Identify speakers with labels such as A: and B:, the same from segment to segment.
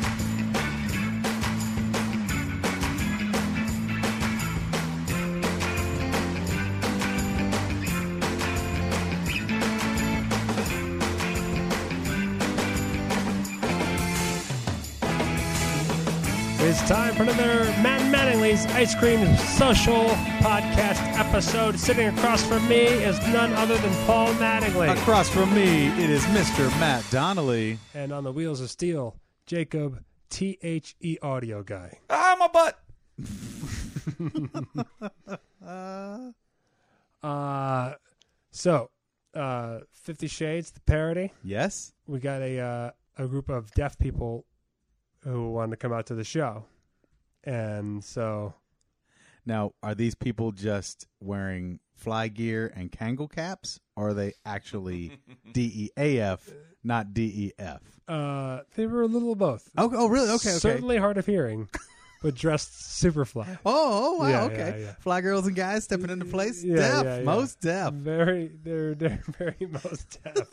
A: go.
B: It's time for another Matt Mattingly's Ice Cream Social Podcast episode. Sitting across from me is none other than Paul Mattingly.
C: Across from me, it is Mr. Matt Donnelly.
B: And on the wheels of steel, Jacob THE Audio Guy.
D: Ah, my butt.
B: Uh, so, uh, Fifty Shades, the parody.
C: Yes?
B: We got a, uh, a group of deaf people who wanted to come out to the show. And so,
C: Now, are these people just wearing fly gear and Kangol caps? Or are they actually DEAF, not E DEF?
B: uh, they were a little of both.
C: Oh, oh really? Okay, okay.
B: Certainly hard of hearing, but dressed super fly.
C: Oh, oh, wow,
B: Yeah,
C: okay.
B: yeah, yeah.
C: Fly girls and guys stepping into place.
B: Yeah,
C: deaf,
B: yeah, yeah.
C: most deaf.
B: Very, they're they're very most deaf.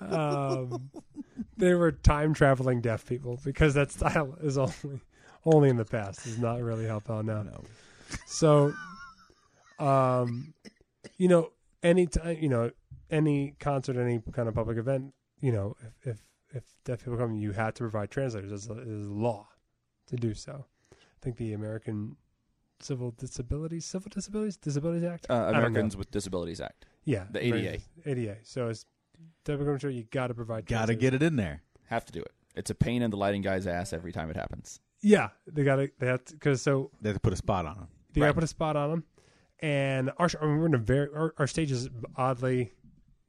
B: um, they were time traveling deaf people because that style is only only in the past. Does not really help out now.
C: No.
B: So, um, you know, any time, you know, any concert, any kind of public event, you know, if if, if deaf people come, you have to provide translators. It's a, it is law to do so. I think the American Civil Disabilities Civil Disabilities Disabilities Act.
D: Uh,
B: I don't
D: Americans
B: know.
D: with Disabilities Act.
B: Yeah,
D: the ADA.
B: ADA. So as deaf people come to, you got to provide.
C: Gotta
B: translators.
C: get it in there.
D: Have to do it. It's a pain in the lighting guy's ass every time it happens.
B: Yeah, they got to. They have to because so
C: They have to put a spot on them.
B: They got to
D: Right.
B: put a spot on them. And our, sh- I mean, we're in a very our, our stage is oddly.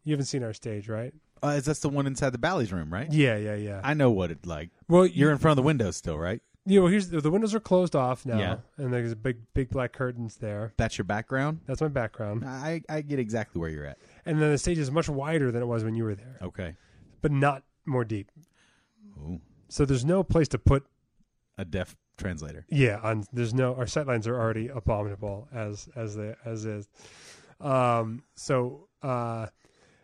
B: You haven't seen our stage, right?
C: Uh, is that the one inside the Bally's room, right?
B: Yeah, yeah, yeah.
C: I know what it's like.
B: well,
C: You're
B: you're
C: in front of the window still, right?
B: you know here's the, the windows are closed off now,
C: Yeah.
B: and there's a big big black curtains there.
C: That's your background?
B: That's my background,
C: I, I get exactly where you're at.
B: and then the stage is much wider than it was when you were there,
C: Okay.
B: but not more deep.
C: Ooh,
B: So there's no place to put.
C: a deaf translator.
B: Yeah, on there's no our sight lines are already abominable as as they as is. Um, so uh,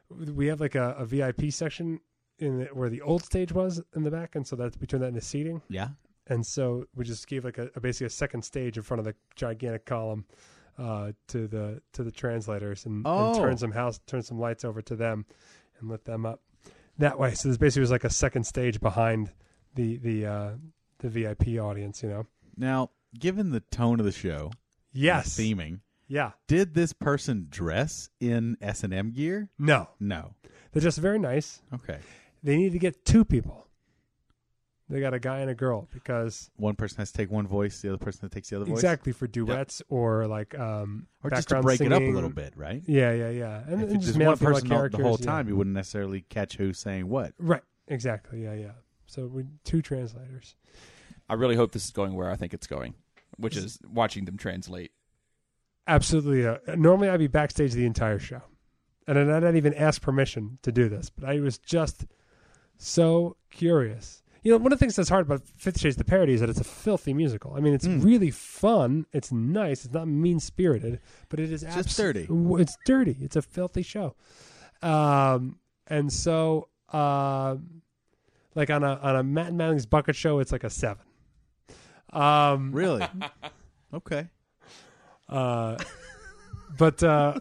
B: we have like a, a VIP section in the, where the old stage was in the back, and so that we turned that into seating,
C: Yeah.
B: and so we just gave like a, a basically a second stage in front of the gigantic column uh, to the to the translators, and, and
C: Oh.
B: turn some house turn some lights over to them, and lit them up that way. So there's basically was like a second stage behind the the uh, the VIP audience, you know.
C: Now, given the tone of the show, and
B: Yes.
C: the theming,
B: Yeah.
C: did this person dress in S and M gear?
B: No.
C: No.
B: They're just very nice.
C: Okay.
B: They need to get two people. They got a guy and a girl because
C: One person has to take one voice, the other person that takes the other voice,
B: exactly for duets or like um
C: or just to
B: background
C: break it up a
B: singing.
C: little bit, right?
B: Yeah, yeah, yeah. And,
C: if
B: and
C: it's
B: just
C: just
B: male
C: one
B: and female
C: person all- the whole
B: characters, yeah.
C: time, you wouldn't necessarily catch who's saying what.
B: Right. Exactly. Yeah, yeah. So we two translators.
D: I really hope this is going where I think it's going, which is watching them translate.
B: Absolutely. Uh, normally I'd be backstage the entire show. And I didn't even ask permission to do this, but I was just so curious. You know, one of the things that's hard about Fifty Shades of the Parody is that it's a filthy musical. I mean, it's
C: Hmm.
B: really fun. It's nice. It's not mean spirited, but it is
C: just dirty.
B: w- It's dirty. It's a filthy show. Um, and so, um like on a on a Matt Manning's Bucket Show, it's like a seven. Um,
C: Really? okay.
B: uh, but uh,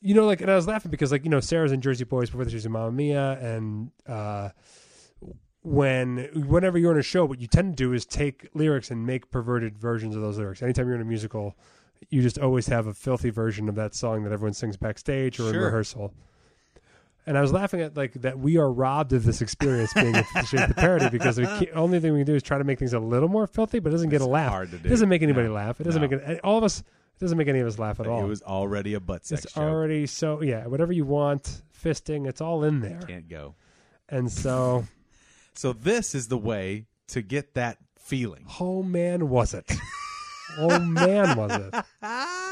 B: you know, like, and I was laughing because, like, you know, Sarah's in Jersey Boys before she was in Mamma Mia, and uh, when whenever you're in a show, what you tend to do is take lyrics and make perverted versions of those lyrics. Anytime you're in a musical, you just always have a filthy version of that song that everyone sings backstage or in
C: Sure.
B: rehearsal. And I was laughing at like that we are robbed of this experience being a shape of the parody because the ca- only thing we can do is try to make things a little more filthy, but it doesn't get a laugh.
C: hard to
B: It
C: do.
B: doesn't make anybody
C: No.
B: laugh. It doesn't
C: No.
B: make it, all of us. It doesn't make any of us laugh at all.
C: It was already a butt sex
B: it's
C: joke.
B: already so yeah. Whatever you want, fisting, it's all in there.
C: Can't go.
B: And so,
C: So this is the way to get that feeling.
B: oh man, was it? oh man, was it?
C: Ah,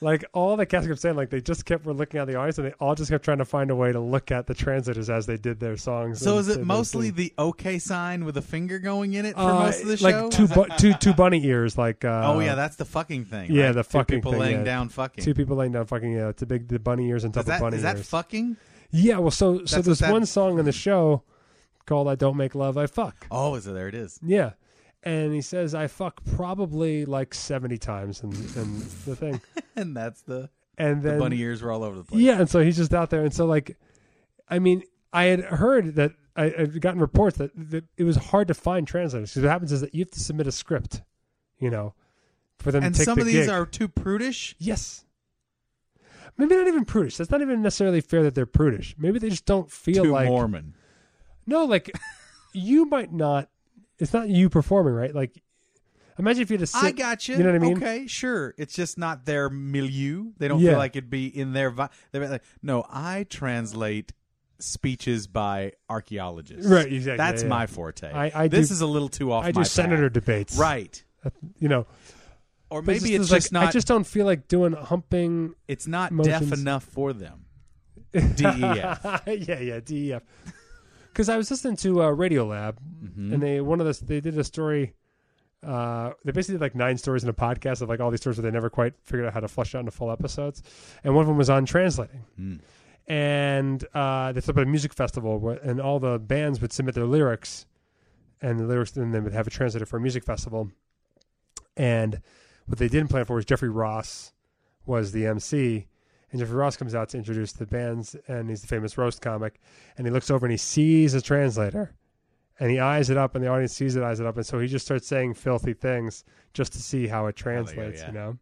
B: like all the cast kept saying, like they just kept were looking at the audience, and they all just kept trying to find a way to look at the translators as they did their songs.
C: So
B: and
C: is
B: did
C: it
B: their
C: mostly
B: thing.
C: the okay sign with a finger going in it for
B: Uh,
C: most of the show?
B: like two, bu- two, two bunny ears? Like uh,
C: oh yeah, that's the fucking thing.
B: yeah,
C: right?
B: the
C: two
B: fucking
C: people
B: thing,
C: laying
B: yeah.
C: down fucking.
B: two people laying down fucking yeah, it's a big the bunny ears on top
C: is that,
B: of bunny
C: is that
B: ears.
C: fucking?
B: yeah, well, so
C: That's
B: so
C: what
B: there's
C: that-
B: one song in the show called "I Don't Make Love, I Fuck."
C: Oh, so there it is.
B: Yeah. And he says, I fuck probably like 70 times and, and the thing.
C: And that's the,
B: And then.
C: the bunny ears were all over the place.
B: yeah. And so he's just out there. And so, like, I mean, I had heard that I, I've gotten reports that, that it was hard to find translators. 'Cause what happens is that you have to submit a script, you know, for them
C: and
B: to take
C: some
B: the
C: of these
B: gig.
C: are too prudish.
B: Yes. Maybe not even prudish. That's not even necessarily fair that they're prudish. Maybe they just don't feel
C: Too
B: like.
C: Mormon.
B: No, like, you might not. It's not you performing, right? Like, imagine if you had to sit.
C: I got you.
B: You know what I mean?
C: Okay, sure. It's just not their milieu. They don't
B: Yeah.
C: feel like it'd be in their. Vi- they're like, no, I translate speeches by archaeologists.
B: Right, exactly,
C: That's
B: yeah, yeah.
C: my forte.
B: I- I
C: this
B: do-
C: is a little too off.
B: I do
C: my
B: senator
C: path.
B: debates.
C: Right.
B: You know,
C: Or
B: But
C: maybe it's
B: like,
C: just not.
B: I just don't feel like doing humping.
C: it's not deaf
B: motions.
C: enough for them. E DEF.
B: yeah, yeah, DEF. Because I was listening to uh, Radio Lab, and they one of the they did a story. Uh, they basically did like nine stories in a podcast of like all these stories where they never quite figured out how to flush out into full episodes, and one of them was on translating. And uh, they set up a music festival, where, and all the bands would submit their lyrics, and the lyrics then they would have it translated for a music festival. And what they didn't plan for was Jeffrey Ross was the MC, and Jeffrey Ross comes out to introduce the bands, and he's the famous roast comic, and he looks over and he sees a translator, and he eyes it up, and the audience sees it, eyes it up, and so he just starts saying filthy things just to see how it translates,
C: yeah.
B: you know.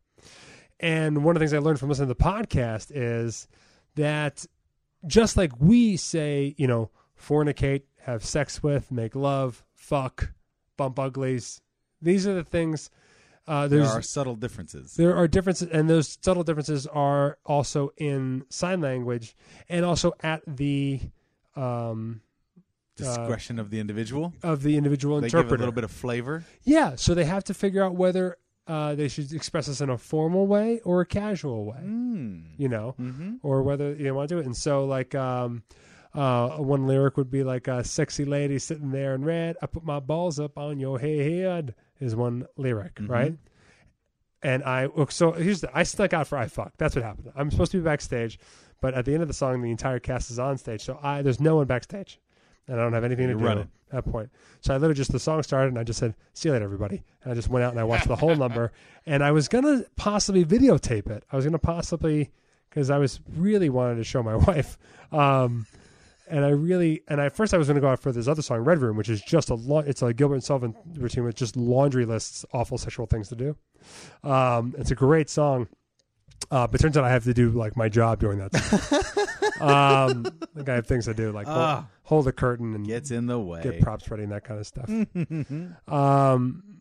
B: And one of the things I learned from listening to the podcast is that just like we say, you know, fornicate, have sex with, make love, fuck, bump uglies. These are the things. Uh,
C: There
B: there's, Uh,
C: are subtle differences.
B: there are differences, and those subtle differences are also in sign language, and also at the um,
C: Discretion of the individual.
B: of the individual
C: They give
B: interpreter.
C: a little bit of flavor.
B: yeah, so they have to figure out whether uh, they should express this in a formal way or a casual way,
C: Mm.
B: you know,
C: Mhm.
B: or whether you want to do it. And so, like, um, uh, one lyric would be like a sexy lady sitting there in red. I put my balls up on your head is one lyric, right? And I so here's the I stuck out for I fuck. That's what happened. I'm supposed to be backstage, but at the end of the song, the entire cast is on stage, so I there's no one backstage, and I don't have anything
C: You're
B: to do
C: running.
B: at that point. So I literally just the song started, and I just said see you later, everybody, and I just went out and I watched the whole number, and I was gonna possibly videotape it. I was gonna possibly because I was really wanted to show my wife. Um, and I really and I first I was going to go out for this other song, Red Room, which is just a la- it's a Gilbert and Sullivan routine with just laundry lists, awful sexual things to do. Um, it's a great song, uh, but turns out I have to do like my job doing that. Song. um, like I have things to do, like hold,
C: Ah.
B: hold the curtain and
C: Gets in the way.
B: get props ready and that kind of stuff. um,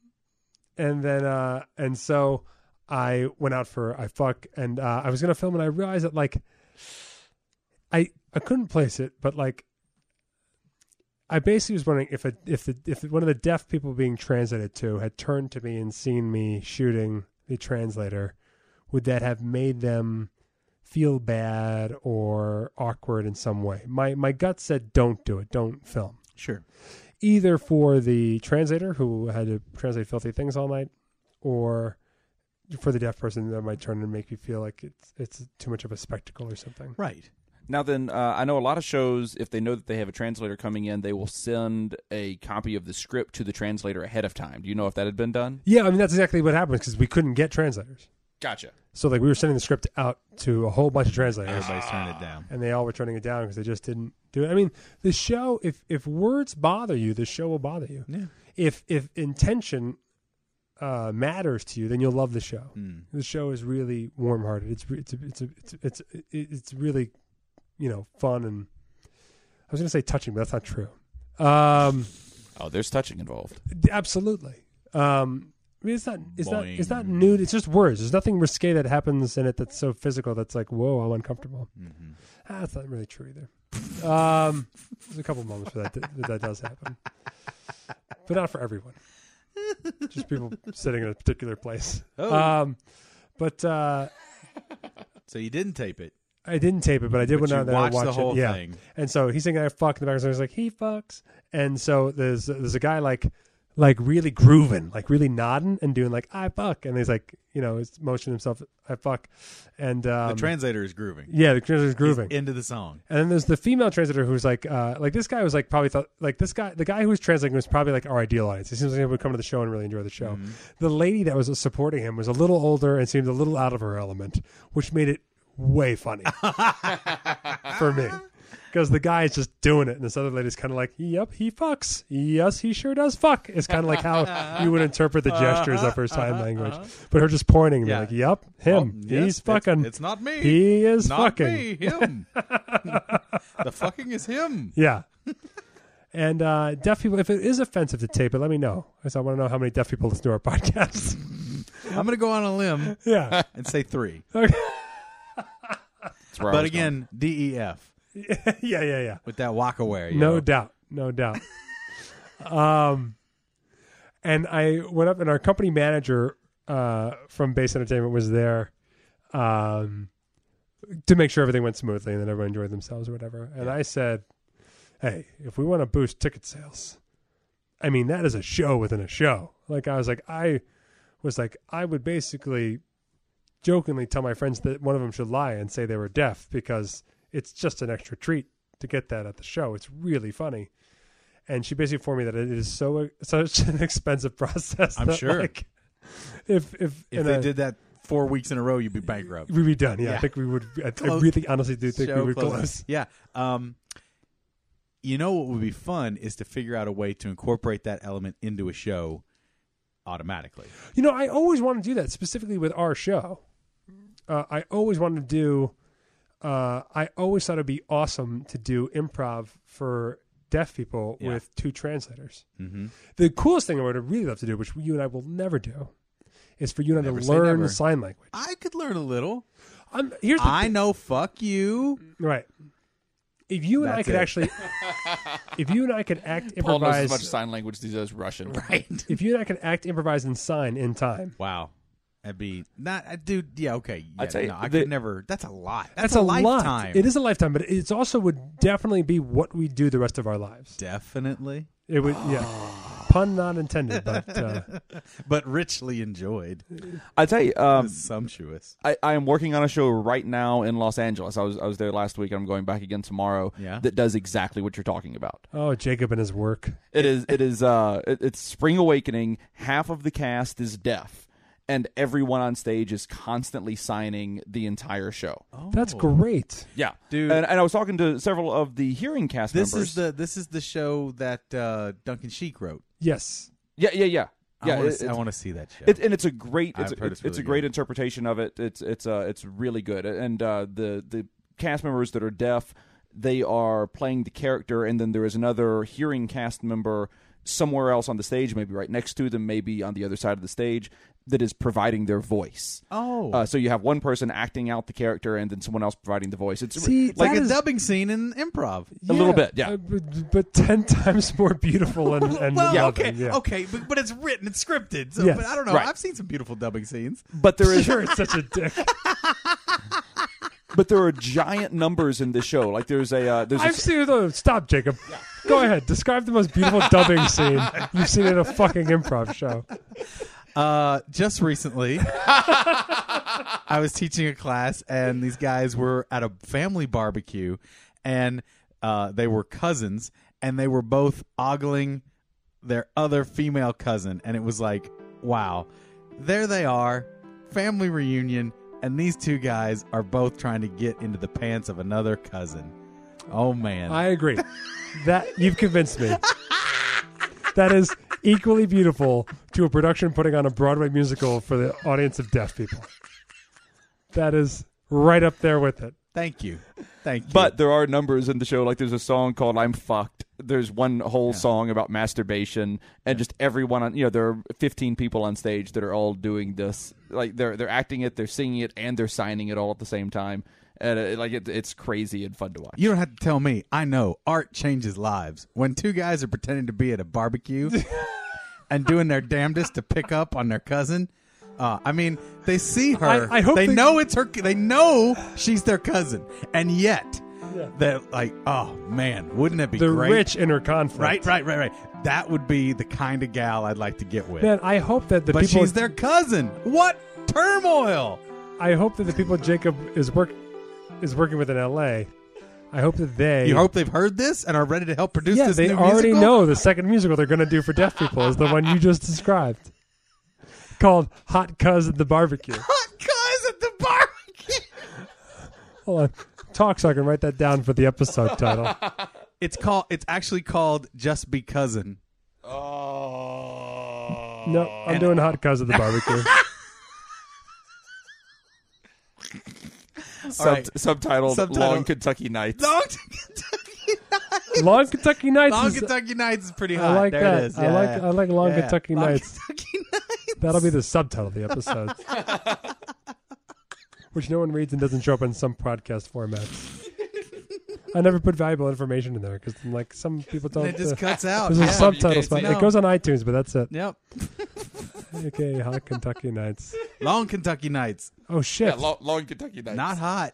B: and then uh, and so I went out for I fuck and uh, I was gonna film and I realized that like I I couldn't place it, but like I basically was wondering if a, if the if one of the deaf people being translated to had turned to me and seen me shooting the translator, would that have made them feel bad or awkward in some way? My my gut said don't do it, don't film
C: Sure.
B: either for the translator who had to translate filthy things all night, or for the deaf person that might turn and make you feel like it's it's too much of a spectacle or something.
C: Right.
D: Now then, uh, I know a lot of shows. If they know that they have a translator coming in, they will send a copy of the script to the translator ahead of time. Do you know if that had been done?
B: Yeah, I mean that's exactly what happened because we couldn't get translators.
D: Gotcha.
B: So like we were sending the script out to a whole bunch of translators,
C: Everybody's turning it down.
B: and they all were turning it down because they just didn't do it. I mean, the show if if words bother you, the show will bother you.
C: Yeah.
B: If if intention uh, matters to you, then you'll love the show. The show is really warm-hearted. It's re- it's it's it's it's it's, it's really you know fun and I was going to say touching, but that's not true. Um,
D: Oh, there's touching involved.
B: d- absolutely. Um, I mean, it's not it's not it's not
C: Boing.
B: nude. It's just words. There's nothing risque that happens in it that's so physical that's like whoa, I'm uncomfortable. Ah, that's not really true either. um, there's a couple moments where that that, that does happen, but not for everyone. Just people sitting in a particular place.
C: Oh.
B: Um, but uh,
C: So you didn't tape it.
B: I didn't tape it, but I did when
C: But you
B: I that I
C: watched the
B: watched
C: whole
B: it. Yeah.
C: thing.
B: And so he's saying I fuck in the background. So he's like he fucks. And so there's there's a guy like like really grooving, like really nodding and doing like I fuck. And he's like you know he's motioning himself I fuck. And um,
C: the translator is grooving.
B: yeah, the translator's
C: He's
B: grooving.
C: into the song.
B: And then there's the female translator who's like, uh, like this guy was like probably thought like this guy, the guy who was translating was probably like our ideal audience. It seems like he would come to the show and really enjoy the show.
C: Mm-hmm.
B: The lady that was supporting him was a little older and seemed a little out of her element, which made it way funny for me. Because the guy is just doing it, and this other lady's kind of like, "Yep, he fucks. Yes, he sure does fuck." It's kind of like how you would interpret the gestures of her sign language, but her just pointing, and
C: Yeah.
B: being like, "Yep, him.
C: Oh,
B: he's
C: yes, it's-
B: fucking.
C: It's, not me.
B: he is
C: not
B: fucking."
C: me. Him. the fucking is him.
B: Yeah. and uh, deaf people, if it is offensive to tape it, let me know. 'Cause I want to know how many deaf people listen to our podcast.
C: I'm gonna go on a limb
B: yeah.
C: and say three.
B: Okay.
D: That's where I
C: But
D: was going.
C: again, E DEF
B: yeah, yeah, yeah.
C: with that walk away.
B: No doubt. No doubt. um, and I went up, and our company manager uh, from Base Entertainment was there um, to make sure everything went smoothly and that everyone enjoyed themselves or whatever. And I said, hey, if we want to boost ticket sales, I mean, that is a show within a show. Like, I was like, I was like, I would basically jokingly tell my friends that one of them should lie and say they were deaf because it's just an extra treat to get that at the show. It's really funny. And she basically informed me that it is so such an expensive process.
C: I'm
B: that,
C: sure.
B: Like, if if,
C: If
B: and
C: they
B: I-
C: did that four weeks in a row, you'd be bankrupt.
B: we'd be done. Yeah, I
C: Yeah.
B: think we would. I, I
C: Close.
B: really honestly do think we would
C: closing.
B: close.
C: Yeah. Um, you know what would be fun is to figure out a way to incorporate that element into a show automatically.
B: You know, I always want to do that specifically with our show. Uh, I always wanted to do. Uh, I always thought it'd be awesome to do improv for deaf people
C: Yeah.
B: with two translators.
C: Mm-hmm.
B: The coolest thing I would really love to do, which you and I will never do, is for you and I
C: Never
B: to
C: say
B: learn
C: never.
B: sign language.
C: I could learn a little.
B: I'm, here's the
C: I know. Fuck you.
B: right. If you and I
C: That's
B: could
C: it.
B: actually, if you and I could act
D: Paul knows
B: improvise,
D: as much sign language as he does Russian.
C: Right.
B: if you and I could act improvise and sign in time,
C: Wow. That'd be not, uh, dude. Yeah, okay. Yeah,
D: I tell you,
C: no, I
D: the-
C: could never. That's a lot. That's,
B: That's
C: a,
B: lot.
C: lifetime.
B: It is a lifetime, but it's also would definitely be what we do the rest of our lives.
C: definitely,
B: It would, yeah. Pun not intended, but uh,
C: but richly enjoyed.
D: I tell you, um,
C: Sumptuous.
D: I, I am working on a show right now in Los Angeles. I was I was there last week. and I'm going back again tomorrow.
C: Yeah.
D: That does exactly what you're talking about.
B: oh, Jacob and his work.
D: It is it is uh it, it's Spring Awakening. Half of the cast is deaf, and everyone on stage is constantly signing the entire show.
B: That's great.
D: Yeah,
C: Oh. Dude.
D: And, and I was talking to several of the hearing cast
C: This
D: members.
C: is the this is the show that uh, Duncan Sheik wrote.
B: Yes.
D: yeah yeah yeah yeah.
C: I
D: it-
C: wanna s- I
D: it's-
C: want to see that show.
D: It, and it's a great it's,
C: I've heard
D: it's,
C: it's really
D: it's a great
C: good.
D: interpretation of it. It's it's uh it's really good. And uh, the the cast members that are deaf, they are playing the character, and then there is another hearing cast member somewhere else on the stage, maybe right next to them, maybe on the other side of the stage, that is providing their voice.
C: oh,
D: Uh, so you have one person acting out the character, and then someone else providing the voice. It's
B: See,
D: like
C: like
B: that
C: a
B: is-
C: dubbing scene in improv.
D: A little bit, yeah.
B: uh, but, but ten times more beautiful and, and
C: well,
B: loving,
C: okay,
B: yeah.
C: okay, but, but it's written, it's scripted. So,
B: Yes.
C: but I don't know.
D: Right.
C: I've seen some beautiful dubbing scenes.
D: but there is
B: Sure, it's such a dick.
D: but there are giant numbers in this show. Like there's a uh, there's a
B: I've seen. Oh, stop, Jacob. Go ahead. Describe the most beautiful dubbing scene you've seen in a fucking improv show.
C: Uh, just recently, I was teaching a class, and these guys were at a family barbecue, and uh, they were cousins, and they were both ogling their other female cousin, and it was like, wow, there they are, family reunion, and these two guys are both trying to get into the pants of another cousin. Oh man,
B: I agree. That you've convinced me. That is equally beautiful to a production putting on a Broadway musical for the audience of deaf people. That is right up there with it.
C: thank you, thank you.
D: But there are numbers in the show. Like there's a song called "I'm Fucked." There's one whole song about masturbation, and just everyone on you know there are 15 people on stage that are all doing this. Like they're they're acting it, they're singing it, and they're signing it all at the same time. And uh, like it, it's crazy and fun to watch.
C: You don't have to tell me. I know art changes lives. When two guys are pretending to be at a barbecue and doing their damnedest to pick up on their cousin, Uh, I mean, they see her.
B: I- I hope
C: they,
B: they-
C: know it's her. They know she's their cousin, and yet they're like, oh man, wouldn't it be
B: The
C: great?
B: rich inner conflict.
C: Right, right, right, right. That would be the kind of gal I'd like to get with.
B: Man, I hope that the
C: but
B: people
C: she's their cousin. What turmoil!
B: I hope that the people Jacob is work is working with in LA. I hope that they
C: You hope they've heard this and are ready to help produce
B: Yeah,
C: this.
B: they
C: new
B: already
C: musical?
B: know the second musical they're going to do for deaf people is the one you just described. Called Hot Cuz at the Barbecue.
C: Hot cuz at the barbecue.
B: Hold on. Talk so I can write that down for the episode title.
C: It's called. It's actually called Just Be Cousin.
B: No, I'm doing Hot Cuz at the Barbecue.
D: Sub-
C: right.
D: subtitled,
C: Subtitled-
D: Long Kentucky Nights.
C: Long Kentucky Nights.
B: Long Kentucky Nights.
C: Long
B: is-
C: Kentucky Nights is pretty hot.
B: I like
C: there
B: that.
C: it is.
B: I
C: Yeah,
B: like
C: yeah.
B: I like Long
C: Yeah.
B: Kentucky
C: Long
B: Nights.
C: Kentucky Nights.
B: That'll be the subtitle of the episode. Which no one reads and doesn't show up in some podcast formats. I never put valuable information in there because, like, some people don't.
C: And it just
B: uh,
C: cuts out.
B: there's a
C: yeah.
B: subtitle
D: can't
B: spot.
D: see
C: it.
B: It goes on iTunes, but that's it.
C: Yep.
B: Okay, hot Kentucky nights.
C: Long Kentucky Nights.
B: Oh
D: Yeah,
B: shit!
D: long, long Kentucky Nights.
C: Not hot.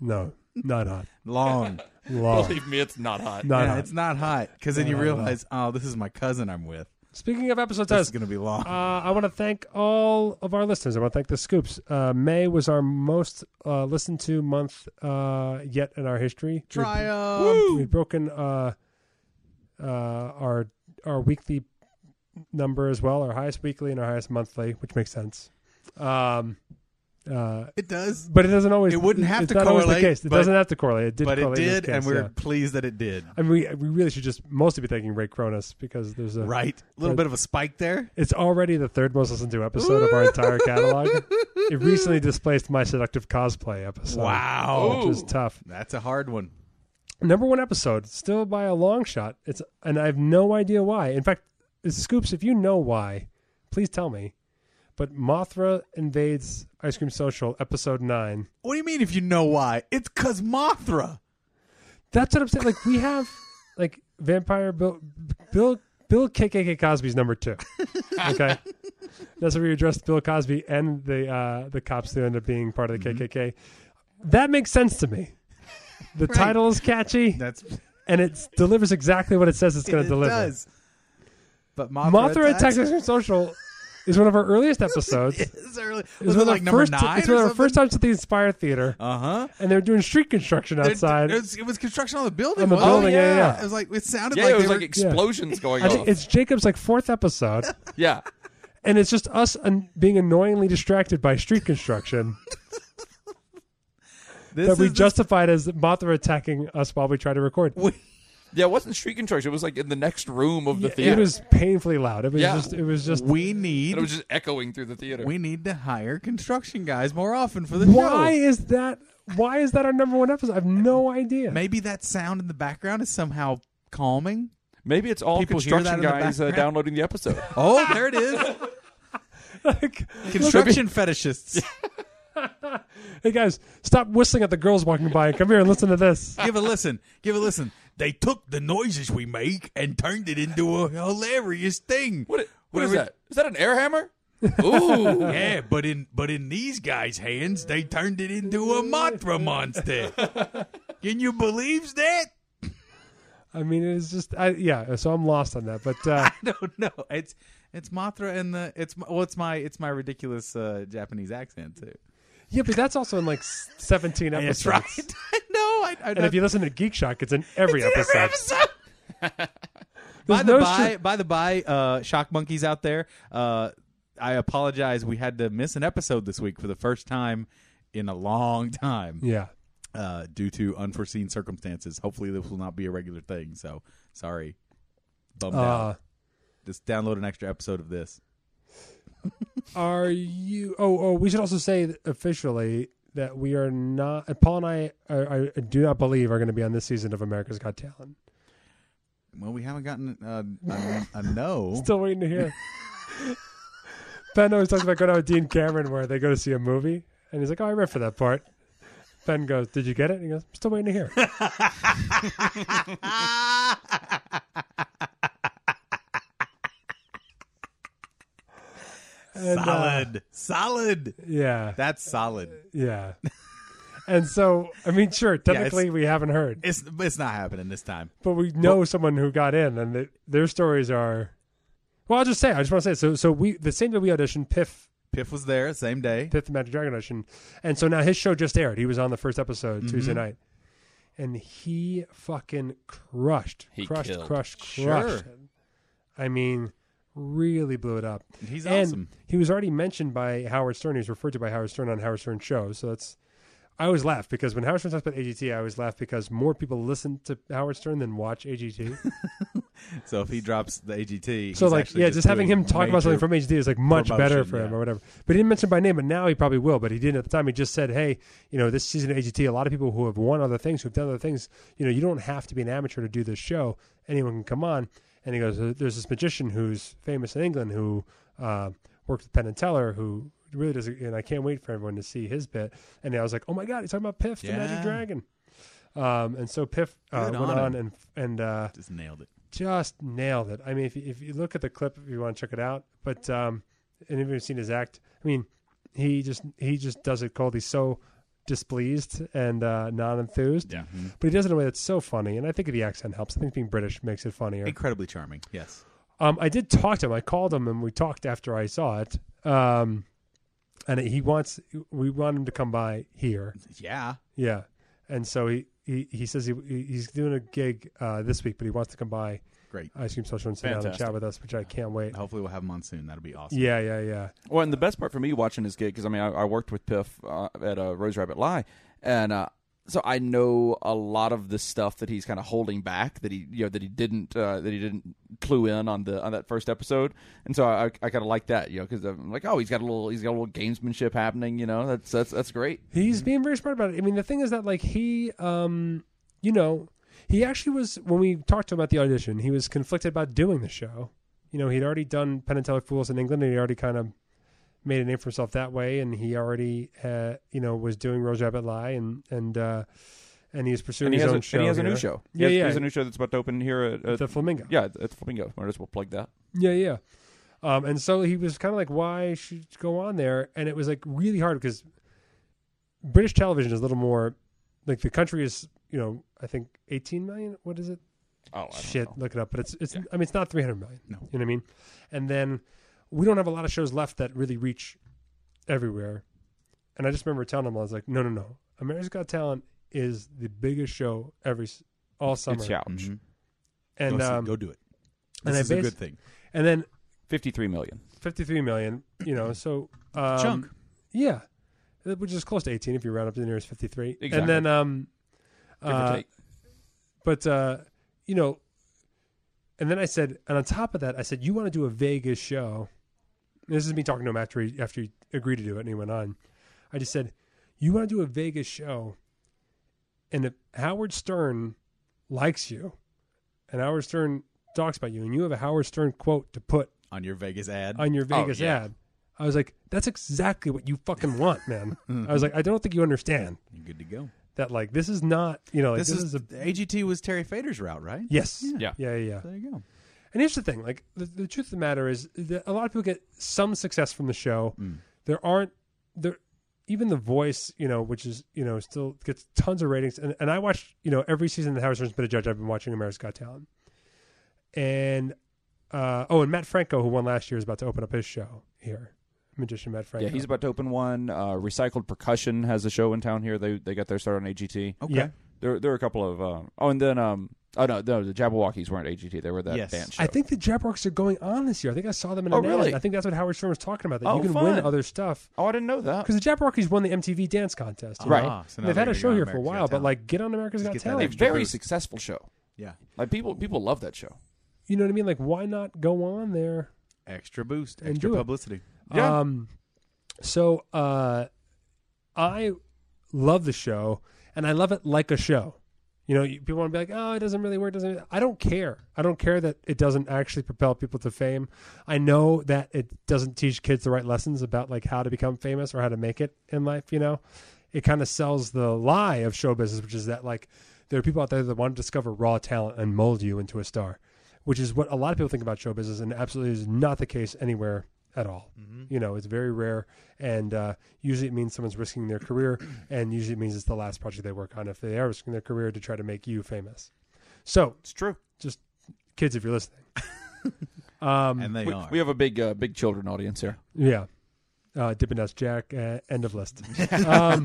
B: no, not hot.
C: Long.
B: Long,
D: Believe me, it's not hot.
B: not
C: yeah,
B: hot.
C: it's not hot because then you
B: Not hot at all.
C: realize, oh, this is my cousin I'm with.
B: Speaking of episode
C: This is
B: titles,
C: going to be long.
B: Uh, I want to thank all of our listeners. I want to thank the Scoops. Uh, May was our most uh, listened to month uh, yet in our history. We've,
C: Triumph.
B: we've broken uh, uh, our our weekly number as well, our highest weekly and our highest monthly, which makes sense. Um, uh,
C: It does,
B: but it doesn't always.
C: It wouldn't have
B: it's
C: to
B: not always
C: correlate,
B: The case. It
C: but-
B: doesn't have to correlate. It did,
C: but it
B: correlate in this
C: did, and
B: case,
C: we're
B: yeah.
C: pleased that it did.
B: I mean, we, we really should just mostly be thanking Ray Cronus because there's a
C: Right? A little bit of a spike there.
B: It's already the third most listened to episode of our entire catalog. It recently displaced my seductive cosplay episode.
C: Wow.
B: Which is tough.
C: That's a hard one.
B: Number one episode, still by a long shot. It's and I have no idea why. In fact, Scoops, if you know why, please tell me. But Mothra invades Ice Cream Social, episode nine.
C: What do you mean if you know why? It's because Mothra.
B: That's what I'm saying. Like we have like vampire Bill Bill Bill KKK Cosby's number two. Okay, that's where we addressed Bill Cosby and the uh, the cops who end up being part of the KKK.
C: Mm-hmm.
B: That makes sense to me. The title is catchy
C: That's
B: and it delivers exactly what it says it's going
C: it
B: to deliver.
C: does. But Mothra,
B: Mothra
C: attacks
B: attacks Ice Cream Social is one of our earliest episodes. It
C: is early.
B: was
C: Was it
B: one of
C: like
B: our
C: number
B: first,
C: nine?
B: It's one of our first times at the Inspire Theater,
C: Uh huh.
B: and they're doing street construction outside.
C: It was, it was construction on the building.
B: On the
C: wasn't it?
B: building, yeah, yeah, yeah.
C: It was like it sounded
D: Yeah,
C: like
D: it was
C: they
D: like
C: were,
D: explosions going
B: I
D: off.
B: think it's Jacob's like fourth episode.
D: yeah.
B: and it's just us an- being annoyingly distracted by street construction
C: this
B: that we
C: is the-
B: justified as Mothra attacking us while we try to record.
D: Yeah, it wasn't street construction. It was like in the next room of the theater.
B: It was painfully loud. It was
D: Yeah.
B: just. It was just.
C: we need
D: And it was just echoing through the theater.
C: we need to hire construction guys more often for the
B: Why
C: show.
B: is that? Why is that our number one episode? I have no idea.
C: Maybe that sound in the background is somew calming.
D: Maybe it's all
C: People hear that
D: construction
C: in the
D: guys uh,
C: background.
D: downloading the episode.
C: Oh, there it is.
B: Like,
C: Construction fetishists.
B: hey guys, stop whistling at the girls walking by. Come here and listen to this.
C: Give a listen. Give a listen. They took the noises we make and turned it into a hilarious thing.
D: What, what
C: Where
D: is
C: we-
D: that? Is that an air hammer? Ooh.
C: Yeah, but in but in these guys' hands, they turned it into a Mothra monster. Can you believe that?
B: I mean, it was just. I, yeah. So I'm lost on that. But uh,
C: No, no, it's it's Mothra and the it's my- well, it's my it's my ridiculous uh, Japanese accent too.
B: yeah, but that's also in like 17 episodes.
C: That's right. no, I, I
B: And if you listen to Geek Shock, it's in every episode.
C: by
B: There's
C: the
B: no
C: by,
B: str-
C: by the by, uh, shock monkeys out there, uh, I apologize. We had to miss an episode this week for the first time in a long time
B: Yeah.
C: uh, due to unforeseen circumstances. Hopefully, this will not be a regular thing. So, sorry, bummed
B: Uh,
C: out. Just download an extra episode of this.
B: Are you? Oh, oh. We should also say officially that we are not. Paul and I, are, I do not believe, are going to be on this season of America's Got Talent.
C: Well, we haven't gotten uh, a, a no.
B: Still waiting to hear. ben always talks about going out with Dean Cameron, where they go to see a movie, and he's like, "Oh, I read for that part." Ben goes, "Did you get it?" And he goes, "I'm still waiting to hear." And, uh,
C: solid, solid.
B: yeah.
C: That's solid.
B: yeah. and so, I mean, sure, technically we haven't heard,
C: It's it's not happening this time.
B: but we know someone who got in, and th their stories are. Well, I'll just say, I just want to say, so so we the same day we auditioned, Piff
C: Piff was there same day.
B: Fifth Magic Dragon Ocean. And so now his show just aired. He was on the first episode
D: Mm-hmm.
B: Tuesday night. And he fucking crushed.
D: He
B: crushed,
D: killed.
B: crushed,
C: Sure.
B: crushed. I mean, really blew it up.
C: He's
B: and
C: awesome.
B: He was already mentioned by Howard Stern. He was referred to by Howard Stern on Howard Stern's show. So that's I always laugh because when Howard Stern talks about AGT, I always laugh because more people listen to Howard Stern than watch AGT.
C: So if he drops the AGT,
B: So
C: he's
B: like
C: actually
B: yeah, just, having
C: doing
B: him talk about something
C: major-
B: from HD is like much better
C: promotion,
B: for him
C: yeah.
B: or whatever. But he didn't mention by name, and now he probably will. But he didn't at the time. He just said, "Hey, you know, this season of AGT, a lot of people who have won other things, who've done other things, you know, you don't have to be an amateur to do this show. Anyone can come on." And he goes, "There's this magician who's famous in England who uh, worked with Penn and Teller who." Really does, and I can't wait for everyone to see his bit. And I was like, "Oh my god, he's talking about Piff, the Magic
C: Yeah.
B: Dragon." Um, and so Piff uh,
C: Good
B: went
C: on
B: on
C: him.
B: and and uh,
C: Just nailed it.
B: just nailed it. I mean, if, if you look at the clip, if you want to check it out, but um, and if you've seen his act, I mean, he just he just does it cold. He's so displeased and uh, not enthused,
C: Yeah,
B: but he does it in a way that's so funny. And I think the accent helps. I think being British makes it funnier.
C: incredibly charming. Yes,
B: Um, I did talk to him. I called him and we talked after I saw it. Um, and he wants we want him to come by here.
C: yeah.
B: Yeah, and so he he, he says he he- he's doing a gig uh, this week, but he wants to come by
C: Great.
B: ice cream social and sit down and
D: Fantastic.
B: chat with us, which I can't wait.
C: Hopefully we'll have him on soon. That'll be awesome.
B: Yeah, yeah, yeah.
D: Well, and the best part for me watching this gig because I mean I, I worked with Piff uh, at uh, Rose Rabbit Lie, and uh, so I know a lot of the stuff that he's kind of holding back that he you know that he didn't uh, that he didn't clue in on the on that first episode, and so I, I kind of like that you know because I'm like oh he's got a little he's got a little gamesmanship happening you know that's that's that's great
B: He's being very smart about it. I mean, the thing is that like he, um, you know, he actually was when we talked to him at the audition, he was conflicted about doing the show. You know, he'd already done Penn and Teller Fools in England, and he already kind of made a name for himself that way, and he already, uh, you know, was doing Rose Rabbit Lie, and and uh, and he was pursuing
D: and he
B: his
D: has
B: own
D: a,
B: show.
D: and he has a new
B: here.
D: show
B: Yeah,
D: he has,
B: yeah.
D: he has a new show that's about to open here at, at
B: the Flamingo.
D: yeah at Flamingo might as well plug that
B: Yeah, yeah. Um, and so he was kind of like, why should you go on there? And it was like really hard because British television is a little more like the country is, you know, I think 18 million. What is it?
D: oh I don't
B: Shit,
D: know.
B: look it up. But it's, it's
D: Yeah.
B: I mean, it's not 300 million.
C: No.
B: You know what I mean? And then we don't have a lot of shows left that really reach everywhere. And I just remember telling him, I was like, no, no, no. America's Got Talent is the biggest show every, s- all summer. Mm-hmm.
D: it's ouch
C: Mhm.
B: And,
C: go, see-
B: um,
C: go do it. This
B: and I
C: is a
B: bas-
C: good thing.
B: and then
D: fifty three million
B: 53 million, you know, so. Um,
C: Chunk.
B: Yeah, Uh, which is close to eighteen if you round up to the nearest fifty-three.
D: Exactly.
B: And then, um,
D: give or
B: uh,
D: take.
B: but uh, you know, and then I said, and on top of that, I said, you want to do a Vegas show? And this is me talking to him after he, after he agreed to do it, and he went on. I just said, you want to do a Vegas show, and if Howard Stern likes you, and Howard Stern talks about you, and you have a Howard Stern quote to put
C: on your Vegas ad.
B: on your
D: Oh,
B: Vegas
D: yeah.
B: ad. I was like, that's exactly what you fucking want, man. I was like, I don't think you understand
C: You're good to go.
B: that. Like, this is not, you know, like,
C: this, is,
B: a
C: the AGT was Terry Fader's route, right?
B: yes,
D: Yeah.
B: yeah, yeah. yeah.
C: There you go.
B: And here's the thing: like, the, the truth of the matter is that a lot of people get some success from the show.
C: Mm.
B: There aren't there even the voice, you know, which is you know still gets tons of ratings. And and I watch you know every season that Howard Stern's been a judge. I've been watching America's Got Talent, and uh, oh, and Matt Franco, who won last year, is about to open up his show here. Magician Matt Franco.
D: Yeah, he's about to open one. Uh, Recycled Percussion has a show in town here. They they got their start on AGT.
C: Okay.
B: Yeah.
D: There there are a couple of uh, oh, and then um oh no no the Jabberwockies weren't AGT. They were that
C: Yes.
D: band show.
B: I think the Jabberwocks are going on this year. I think I saw them in a
D: Oh, really?
B: I think that's what Howard Stern was talking about. That
D: Oh,
B: you can
D: fun.
B: win other stuff
D: oh, I didn't know that.
B: because the Jabberwockies won the MTV Dance Contest. you
D: Right.
B: know?
C: Ah, so now
B: And they've
C: they're
B: had a
C: gonna
B: show
C: go
B: here
C: on
B: for a
C: America's
B: while,
C: Got
B: but
C: Talent.
B: like, get on America's
C: Just
B: Got
C: get that
D: A
B: Talent.
C: extra
D: very
C: boost.
D: successful show.
C: Yeah.
D: Like people people love that show.
B: You know what I mean? Like, why not go on there?
C: Extra boost,
B: And
C: extra
B: do it.
C: publicity.
D: Yeah.
B: Um, so uh, I love the show, and I love it like a show. You know, you- people want to be like, "Oh, it doesn't really work." Doesn't I don't care. I don't care that it doesn't actually propel people to fame. I know that it doesn't teach kids the right lessons about like how to become famous or how to make it in life. You know, it kind of sells the lie of show business, which is that like there are people out there that want to discover raw talent and mold you into a star, which is what a lot of people think about show business, and absolutely is not the case anywhere at all. You know, it's very rare, and uh, usually it means someone's risking their career, and usually it means it's the last project they work on if they are risking their career to try to make you famous. So,
C: It's true.
B: just kids, if you're listening, Um,
C: and they
D: We,
C: are.
D: we have a big, uh, big children audience here,
B: yeah, uh, Dippin' Dots Jack, uh, end of list. Um,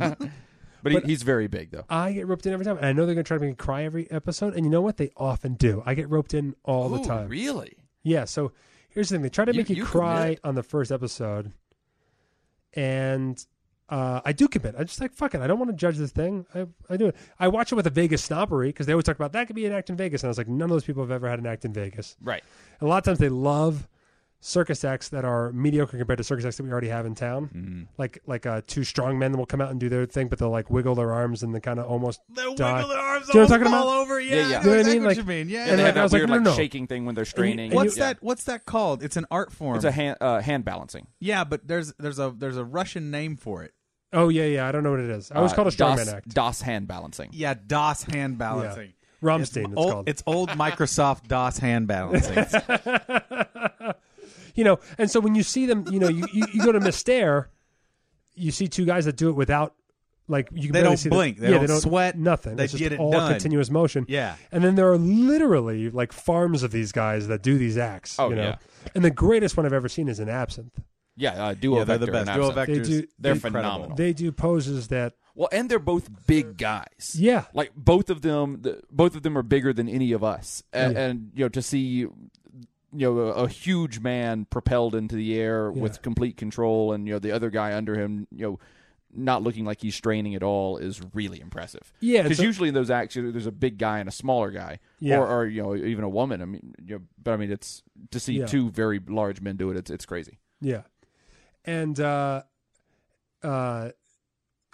D: but, he, he's very big though.
B: I get roped in every time, and I know they're going to try to make me cry every episode. And you know what? They often do. I get roped in all the
D: Ooh,
B: time.
D: really?
B: Yeah. So here's the thing: they try to
D: You-
B: make you,
D: you
B: cry
D: commit.
B: on the first episode, and uh, I do commit. I just like fuck it. I don't want to judge this thing. I, I do it. I watch it with a Vegas snobbery because they always talk about that could be an act in Vegas, and I was like, none of those people have ever had an act in Vegas.
D: Right.
B: And a lot of times they love circus acts that are mediocre compared to circus acts that we already have in town.
C: Mm.
B: Like like uh, two strong men will come out and do their thing, but they'll like wiggle their arms and they kind of almost
C: they wiggle
B: die.
C: their arms
B: Do you know
C: all
B: what I'm talking
C: fall
B: about?
C: over. Yeah,
D: yeah.
C: I
B: Do
C: know
B: you know what I
C: exactly
B: mean?
C: what
B: Like-
C: you mean. Yeah.
D: And
B: And
D: they
B: like,
D: have
B: I
D: that
B: was like,
D: weird
B: no,
D: like
B: no, no.
D: shaking thing when they're straining.
C: What's
D: Yeah.
C: that? What's that called? It's an art form.
D: It's a hand, uh, hand balancing.
C: yeah, but there's there's a there's a Russian name for it.
B: Oh yeah, yeah. I don't know what it is. I always
C: Uh,
B: called a strongman
D: DOS,
B: act.
D: DOS hand balancing.
C: Yeah, DOS hand balancing.
B: Rammstein,
C: It's,
B: it's
C: old,
B: called.
C: it's old Microsoft DOS hand balancing.
B: you know and so when you see them you know you, you, you go to miss Stair, you see two guys that do it without like you can
C: They
B: barely
C: don't
B: see
C: blink.
B: the,
C: They
B: yeah,
C: don't
B: they don't
C: sweat.
B: nothing
C: They
B: it's just
C: get it
B: all
C: done.
B: continuous motion
C: Yeah.
B: and then there are literally like farms of these guys that do these acts
D: Oh,
B: you know
D: yeah.
B: and the greatest one i've ever seen is an absinthe
D: Yeah, uh, duo
C: yeah, they're
D: vector.
C: the best.
D: and
C: Dual
D: absinthe.
C: vectors.
B: They do-
D: They're
C: incredible.
D: phenomenal.
B: they do poses that
D: Well, and they're both big guys.
B: Yeah.
D: like both of them. The, both of them are bigger than any of us. And,
B: Mm.
D: and you know, to see you know a, a huge man propelled into the air with complete control, and you know the other guy under him, you know, not looking like he's straining at all, is really impressive.
B: Yeah,
D: because
B: so-
D: usually in those acts, you know, there's a big guy and a smaller guy,
B: Yeah.
D: or, or you know, even a woman. I mean, you know, but I mean, it's to see
B: Yeah.
D: two very large men do it. It's it's crazy.
B: Yeah. And uh uh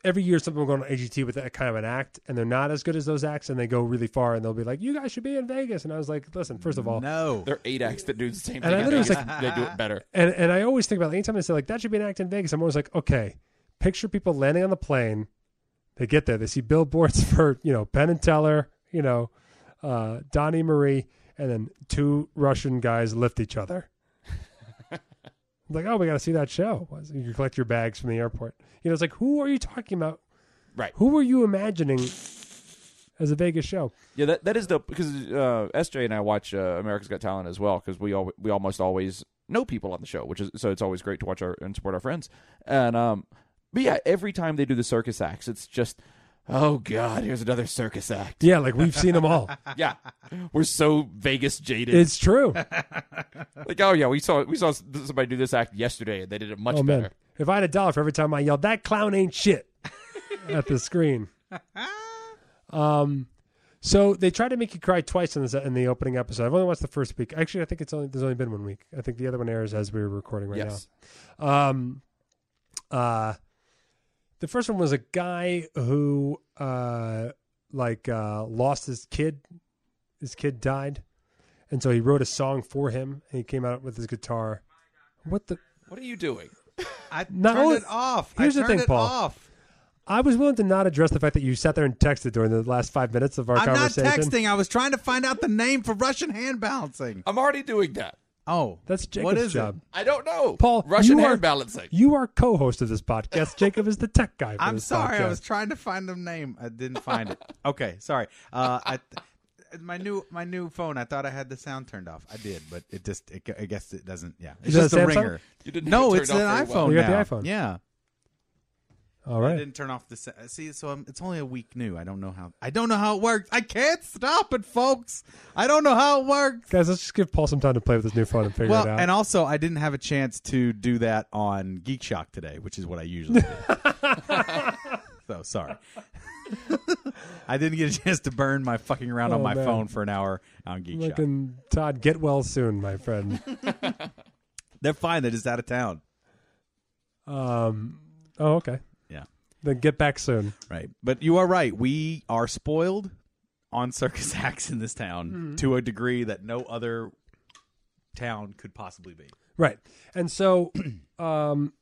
B: every year something will go on AGT with that kind of an act and they're not as good as those acts and they go really far and they'll be like, You guys should be in Vegas and I was like, Listen, first of all
C: no.
D: There are eight acts that do the same
B: And
D: thing.
B: I
D: in
B: literally was
D: Vegas. they do it better.
B: and and I always think about it. anytime they say like that should be an act in Vegas, I'm always like, Okay, picture people landing on the plane, they get there, they see billboards for, you know, Ben and Teller, you know, uh Donnie Marie, and then two Russian guys lift each other. like, oh, we got to see that show. You collect your bags from the airport. You know, it's like, who are you talking about?
D: Right.
B: Who were you imagining as a Vegas show?
D: Yeah, that that is dope because uh, SJ and I watch uh, America's Got Talent as well because we all we almost always know people on the show, which is so it's always great to watch our and support our friends. And um, but yeah, every time they do the circus acts, it's just oh god, here's another circus act.
B: Yeah, like we've seen them all.
D: yeah, we're so Vegas jaded.
B: It's true.
D: like oh yeah, we saw we saw somebody do this act yesterday and they did it much
B: Oh
D: better.
B: man, if I had a dollar for every time I yelled "that clown ain't shit" at the screen. Um, so they tried to make you cry twice in the in the opening episode. I've only watched the first week. Actually, I think it's only there's only been one week. I think the other one airs as we were recording right now.
D: Yes,
B: Um, uh, the first one was a guy who, uh, like, uh, lost his kid. His kid died, and so he wrote a song for him, and he came out with his guitar. What the?
D: what are you doing?
C: I
B: No,
C: turned it off.
B: here's
C: I
B: the
C: turned
B: thing,
C: it
B: Paul.
C: Off.
B: I was willing to not address the fact that you sat there and texted during the last five minutes of our
C: I'm not
B: conversation.
C: texting. I was trying to find out the name for Russian hand balancing.
D: I'm already doing that.
C: Oh,
B: That's Jacob's
C: what is
B: job.
C: It?
D: I don't know,
B: Paul,
D: Russian
B: you
D: hand
B: are-
D: balancing.
B: You are co-host of this podcast. Jacob is the tech guy. For
C: I'm
B: this
C: sorry. I
B: podcast.
C: was trying to find the name. I didn't find it. Okay, sorry. Uh, I my new my new phone. I thought I had the sound turned off. I did, but it just it, I guess it doesn't. Yeah, it's
B: Is that
C: just
B: a
C: a
B: Samsung? Oh,
C: ringer.
D: You didn't
C: no,
D: have it
C: it's an
D: turned off
C: iPhone.
D: very well.
B: You got the
C: now.
B: iPhone.
C: Yeah,
B: All
C: I
B: right.
C: didn't turn off the sa- see. So I'm, it's only a week new. I don't know how. I don't know how it works. I can't stop it, folks. I don't know how it works.
B: Guys, let's just give Paul some time to play with his new phone and figure
C: Well,
B: it out.
C: and also I didn't have a chance to do that on Geek Shock today, which is what I usually do. so sorry. I didn't get a chance to burn my fucking around on
B: Oh,
C: my
B: man.
C: phone for an hour on Geek Shock.
B: Fucking Todd, get well soon, my friend.
C: They're fine. They're just out of town.
B: Um, oh, okay.
C: Yeah,
B: Then get back soon.
C: right. But you are right. We are spoiled on circus acts in this town to a degree that no other town could possibly be.
B: Right. And so, um,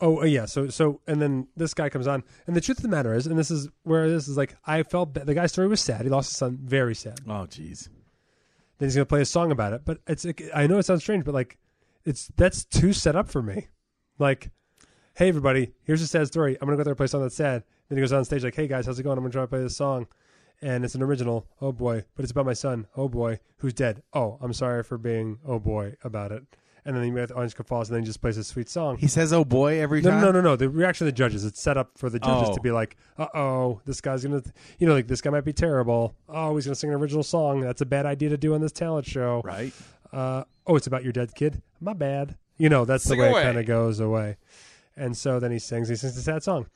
B: oh uh, yeah. So so and then this guy comes on, and the truth of the matter is, and this is where this is like, I felt ba- the guy's story was sad. He lost his son, very sad.
C: Oh, jeez.
B: Then he's gonna play a song about it. But it's I know it sounds strange, but like it's that's too set up for me. Like, hey everybody, here's a sad story. I'm gonna go out there and play a song that's sad. Then he goes on stage like, hey guys, how's it going? I'm gonna try to play this song, and it's an original. Oh boy, but it's about my son. Oh boy, who's dead. Oh, I'm sorry for being oh boy about it. And then the audience falls, and then he just plays a sweet song.
C: He says, "Oh boy," every
B: No,
C: time.
B: no, no, no. The reaction of the judges. It's set up for the judges
C: Oh.
B: to be like, "Uh oh, this guy's gonna," you know, like this guy might be terrible. Oh, he's gonna sing an original song. That's a bad idea to do on this talent show.
C: Right.
B: Uh, oh, it's about your dead kid. My bad. You know, that's
D: Sing
B: the way
D: away.
B: it kind of goes away. And so then he sings. He sings a sad song,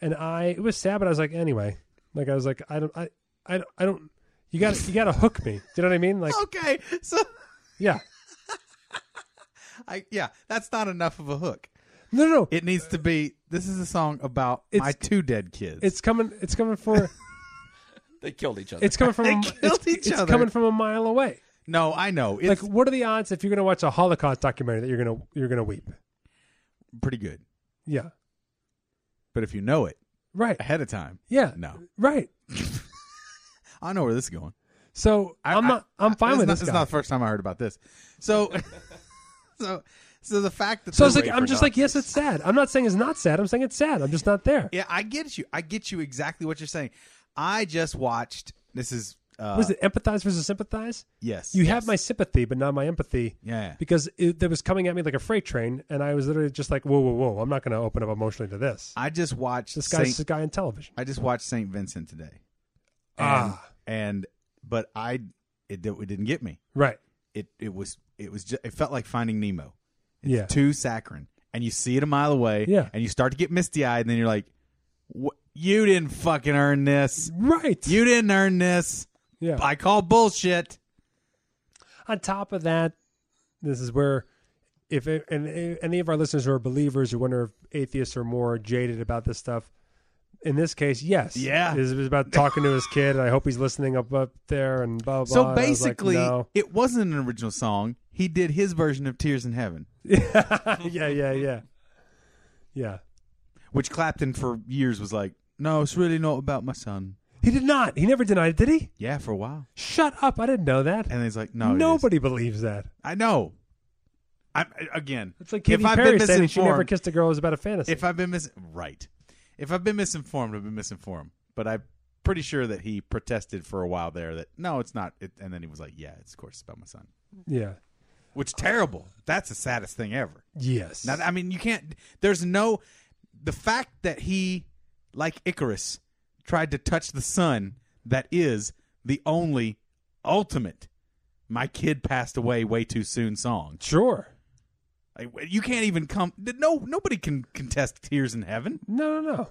B: and I it was sad, but I was like, anyway, like I was like, I don't, I, I, don't- I don't. You got to you got to hook me. Do you know what I mean? Like,
C: Okay. So,
B: yeah.
C: I yeah, that's not enough of a hook.
B: No, no, no.
C: It needs to be. This is a song about
B: It's-
C: my two dead kids.
B: It's coming. It's coming for.
D: They killed each other.
B: It's coming from.
C: They
B: a mi-
C: killed
B: it's,
C: each
B: it's
C: other.
B: coming from a mile away.
C: no, I know. It's
B: like what are the odds if you're going to watch a holocaust documentary that you're going to you're going to weep
C: pretty good,
B: yeah
C: but if you know it
B: right
C: ahead of time,
B: yeah
C: no,
B: right
C: I know where this is going.
B: so I,
C: I-
B: am not i'm fine
C: it's
B: with
C: not,
B: this
C: It's
B: guy.
C: not the first time I heard about this. So, so, so the fact that
B: so i was
C: they're
B: like
C: raped
B: i'm
C: or
B: just
C: not-
B: like yes it's sad i'm not saying it's not sad i'm saying it's sad i'm just not there
C: yeah, I get you. I get you exactly what you're saying. I just watched. This is uh,
B: was it empathize versus sympathize
C: yes.
B: you have my sympathy but not my empathy
C: Yeah.
B: because it, that was coming at me like a freight train and i was literally just like whoa whoa whoa i'm not going to open up emotionally to this
C: I just watched
B: this guy's
C: Saint,
B: a guy on television
C: I just watched Saint Vincent today. And,
B: Ah.
C: and but I it, it didn't get me.
B: right
C: It it was it was just, it felt like Finding Nemo. It's
B: Yeah.
C: too saccharine, and you see it a mile away.
B: Yeah.
C: and you start to get misty eyed, and then you're like, "What? You didn't fucking earn this.
B: right
C: You didn't earn this.
B: yeah
C: I call bullshit."
B: on top of that, this is where if it, and and any of our listeners who are believers who wonder if atheists are more jaded about this stuff, in this case, yes,
C: Yeah.
B: this is about talking to his kid. And I hope he's listening up up there and blah blah.
C: So
B: And I was like,
C: basically,
B: no.
C: it wasn't an original song. He did his version of Tears in Heaven,
B: yeah, yeah, yeah, yeah.
C: which Clapton for years was like, "No, it's really not about my son."
B: He did not. He never denied it, did he?
C: Yeah, for a while.
B: Shut up! I didn't know that.
C: And he's like, "No, it is."
B: Nobody believes that.
C: I know. I again,
B: It's like
C: if
B: Katy
C: I've
B: Perry
C: been
B: saying she never
C: misinformed-
B: kissed a girl is about a fantasy.
C: If I've been mis right, if I've been misinformed, I've been misinformed. But I'm pretty sure that he protested for a while there that no, it's not. It, and then he was like, "Yeah, it's of course it's about my son,"
B: yeah.
C: which terrible. That's the saddest thing ever.
B: Yes.
C: Now, I mean, you can't. There's no. The fact that he, like Icarus, tried to touch the sun. That is the only ultimate. My kid passed away way too soon. Song.
B: sure.
C: Like, you can't even come. No, nobody can contest tears in heaven.
B: No, no, no.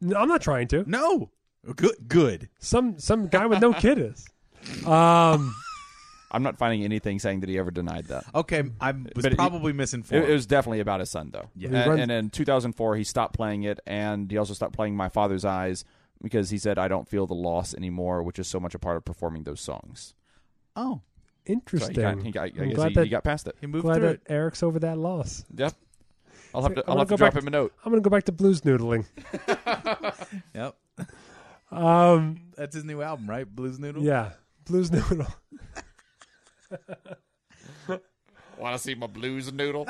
B: No, I'm not trying to.
C: No. Good. Good.
B: Some some guy with no kid is. Um,
D: I'm not finding anything saying that he ever denied that.
C: Okay, I was
D: But it-
C: probably
D: It,
C: misinformed.
D: it was definitely about his son, though.
C: Yeah.
D: And,
B: He runs-
D: and in 2004, he stopped playing it, and he also stopped playing My Father's Eyes because he said, "I don't feel the loss anymore," which is so much a part of performing those songs. So
C: oh,
D: he
B: interesting.
D: got, he got, I
B: I'm
D: guess
B: glad
D: he,
B: that,
D: he got past it.
C: he moved
B: glad
C: through
B: that
C: it.
B: Eric's over that loss.
D: Yep. I'll have to.
B: I
D: I'll
B: wanna
D: have to
B: go
D: drop
B: back
D: him a note.
B: I'm gonna go back to blues noodling.
C: Yep,
B: Um,
C: that's his new album, right? Blues Noodle.
B: yeah, blues noodle.
D: Want to see my blues noodle?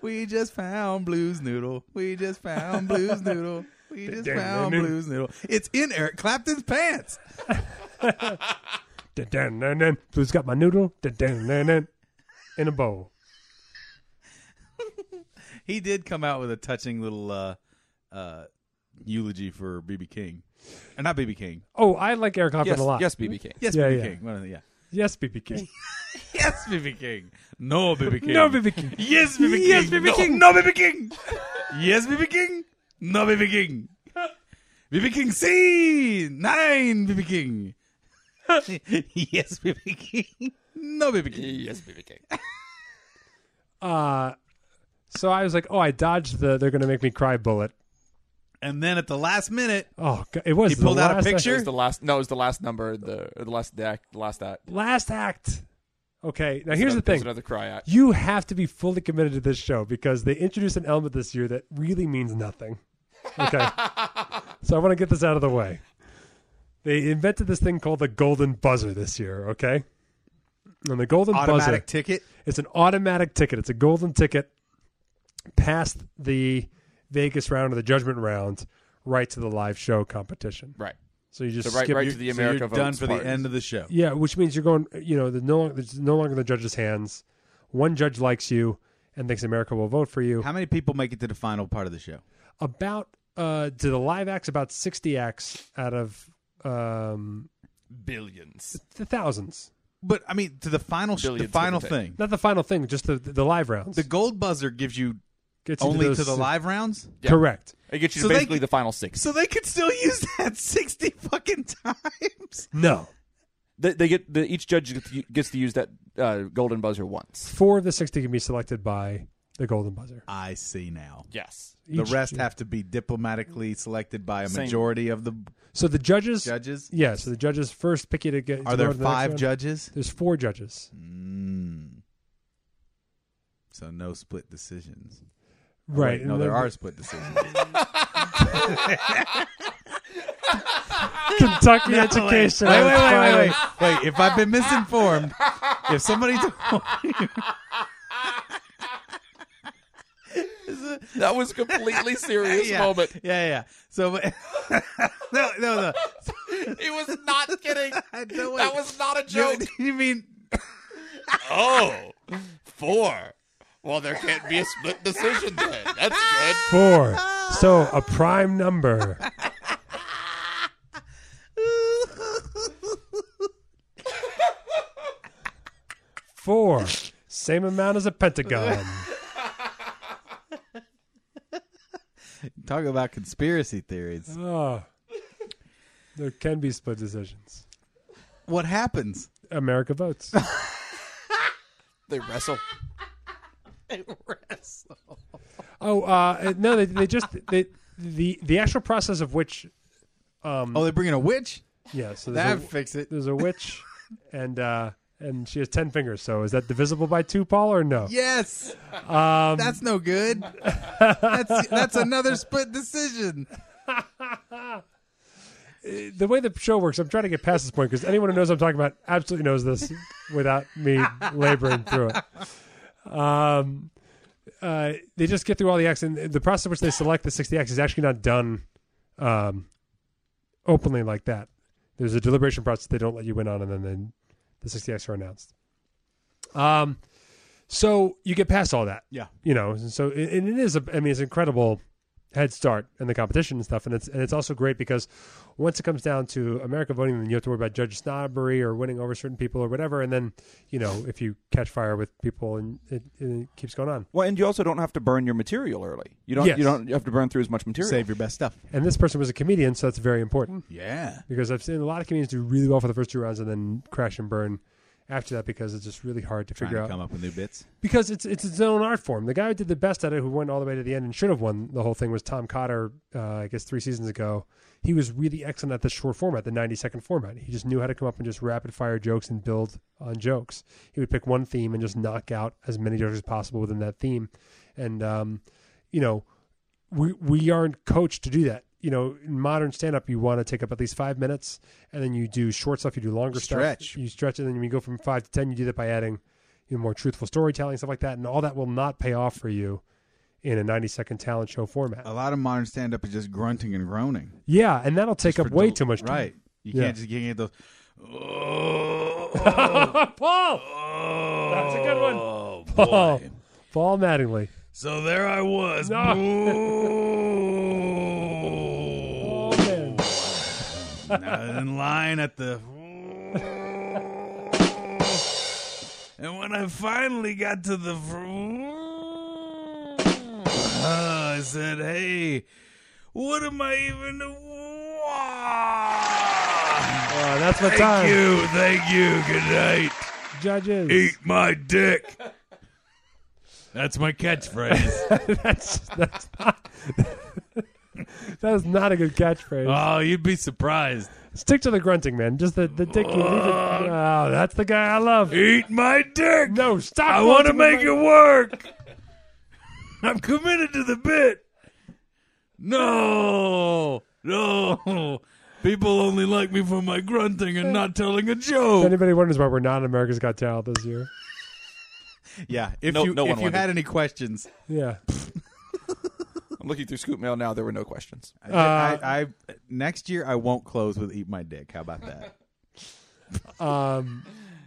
C: We just found Blues Noodle. We just found Blues Noodle. We just found Blues Noodle. It's in Eric Clapton's pants.
B: Dun-dun-dun-dun. Blues got my noodle Dun-dun-dun-dun. in a bowl.
C: He did come out with a touching little uh, uh, eulogy for BB King, and not BB King.
B: Oh, I like Eric Clapton
D: yes,
B: a lot.
D: yes, BB King.
C: Yes,
B: Yeah,
C: BB
B: yeah.
C: King. One of the, yeah.
B: yes, BB King.
C: Yes, BB King. No, BB King.
B: no, BB King.
C: Yes, BB King.
B: Yes, BB
C: no,
B: King.
C: No, BB King. yes, BB King. No, BB King. BB King C. Nine, BB King. yes, BB King. No, BB King.
D: Yes, BB King.
B: Uh, so I was like, oh, I dodged the "they're gonna make me cry" bullet.
C: And then at the last minute,
B: Oh, God, it was
C: He
B: the
C: pulled out a
B: last-
C: picture?
D: It was the last. No, it was the last number. The or the last act. The last act.
B: Last act. Okay, now here's the
D: There's
B: thing.
D: Another cry act.
B: you have to be fully committed to this show because they introduced an element this year that really means nothing. Okay. so I want to get this out of the way. They invented this thing called the golden buzzer this year, okay? And the golden buzzer
C: Automatic ticket.
B: it's an automatic ticket. It's a golden ticket past the Vegas round or the judgment round right to the live show competition.
D: Right.
B: So you just
D: So right,
B: skip
D: right
B: your-
D: to the
C: So
D: America
C: you're
D: votes
C: done for
D: part.
C: the end of the show.
B: Yeah, which means you're going. You know, there's no there's no longer the judge's hands. One judge likes you and thinks America will vote for you.
C: How many people make it to the final part of the show?
B: About uh, to the live acts, about sixty acts out of um,
D: billions.
B: the thousands.
C: But I mean, to the final, sh- the
D: Billions,
C: final
D: give or take.
C: thing.
B: Not the final thing, just the the live rounds.
C: The gold buzzer gives you
B: Gets you
C: only
B: those-
C: to the live rounds,
D: Yeah.
B: Correct.
D: It gets you
C: So
D: to
C: they
D: basically
C: could-
D: the final six.
C: so they could still use that sixty fucking times.
B: No,
D: They, they get the, each judge gets to- gets to use that uh, golden buzzer once.
B: four of the sixty can be selected by the golden buzzer.
C: I see now.
D: Yes.
C: Uh, The
B: Each-
C: rest have to be diplomatically selected by a
D: Same.
C: majority of the
B: So the judges.
C: judges.
B: Yeah. So the judges first pick you to get. to
C: Are
B: go
C: there
B: to the next
C: five
B: round.
C: judges?
B: There's four judges.
C: Mm. So no split decisions. Oh,
B: Right.
C: wait,
B: and
C: no, there
B: then-
C: are split decisions.
B: Kentucky education.
C: Wait, wait, wait, wait, wait. Wait, if I've been misinformed, if somebody told
D: That was a completely serious
C: yeah,
D: moment.
C: yeah, yeah. So no, no, no.
D: He was not kidding.
C: No, wait.
D: That was not a
C: No,
D: joke.
C: you mean
E: Oh, four. Well, there can't be a split decision then. That's good.
B: Four. So a prime number. Four. Same amount as a pentagon.
C: talk about conspiracy theories?
B: Oh. There can be split decisions.
C: What happens?
B: America votes.
D: They wrestle.
B: Oh, uh, no, they, they just they, the the actual process of which
C: Oh, they bring in a witch.
B: yeah. So
C: That
B: there's, a,
C: fix it.
B: there's a witch, and uh, and she has ten fingers. So is that divisible by two, Paul, or no?
C: Yes. that's no good. that's that's another split decision.
B: the way the show works, I'm trying to get past this point because anyone who knows what I'm talking about absolutely knows this without me laboring through it. Um, uh, they just get through all the acts, and the process in which they select the 60 acts is actually not done um, openly like that. There's a deliberation process they don't let you in on, and then, then the 60 acts are announced. Um, so you get past all that
C: Yeah.
B: you know and so it, and it is a, i mean it's incredible head start in the competition and stuff and it's and it's also great because once it comes down to america voting then you have to worry about judge snobbery or winning over certain people or whatever and then you know if you catch fire with people and it, it keeps going on
D: Well, and you also don't have to burn your material early. You don't.
B: Yes.
D: You don't have to burn through as much material.
C: Save your best stuff.
B: and this person was a comedian so that's very important
C: Yeah.
B: because i've seen a lot of comedians do really well for the first two rounds and then crash and burn after that because it's just really hard to
C: Trying
B: figure
C: to
B: out
C: come up with new bits.
B: because it's it's its own art form. The guy who did the best at it, who went all the way to the end and should have won the whole thing, was Tom Cotter. Uh, I guess three seasons ago, he was really excellent at the short format, the ninety second format. He just knew how to come up and just rapid fire jokes and build on jokes. He would pick one theme and just knock out as many jokes as possible within that theme, and um, you know, we we aren't coached to do that. You know, in modern stand up, you want to take up at least five minutes, and then you do short stuff, you do longer
C: Stretch.
B: stuff, you stretch, and then when you go from five to ten. You do that by adding you know, more truthful storytelling, stuff like that, and all that will not pay off for you in a 90 second talent show format.
C: A lot of modern stand up is just grunting and groaning.
B: yeah, and that'll take up
C: For
B: way
C: del-
B: too much time.
C: Right. You
B: Yeah.
C: can't just you can't get those. Oh,
B: Paul! That's a good one.
C: oh,
B: Paul.
C: boy.
B: Paul Mattingly.
C: So there I was.
B: No.
C: Boom.
B: Oh, man.
C: I was in line at the. And when I finally got to the. I said, hey, what am I even.
B: Uh, that's my
C: Thank
B: time.
C: you, thank you, good night.
B: Judges.
C: Eat my dick. That's my catchphrase.
B: that's, that's not. That is not a good catchphrase.
C: oh, you'd be surprised.
B: Stick to the grunting, man. Just the, the dick. You leave it. Oh, that's the guy I love.
C: Eat my dick.
B: No, stop.
C: Uh. I want to
B: grunting with
C: make
B: my-
C: it work. I'm committed to the bit. No, no. People only like me for my grunting and not telling a
B: If
C: joke.
B: anybody wonders why we're not in America's Got Talent this year,
C: Yeah, if
D: No-
C: you
D: no
C: if
D: one
C: you
D: wondered.
C: had any questions,
B: yeah,
D: I'm looking through scoop mail now. There were no questions.
B: Uh,
C: I, I next year I won't close with eat my dick. How about that?
B: um,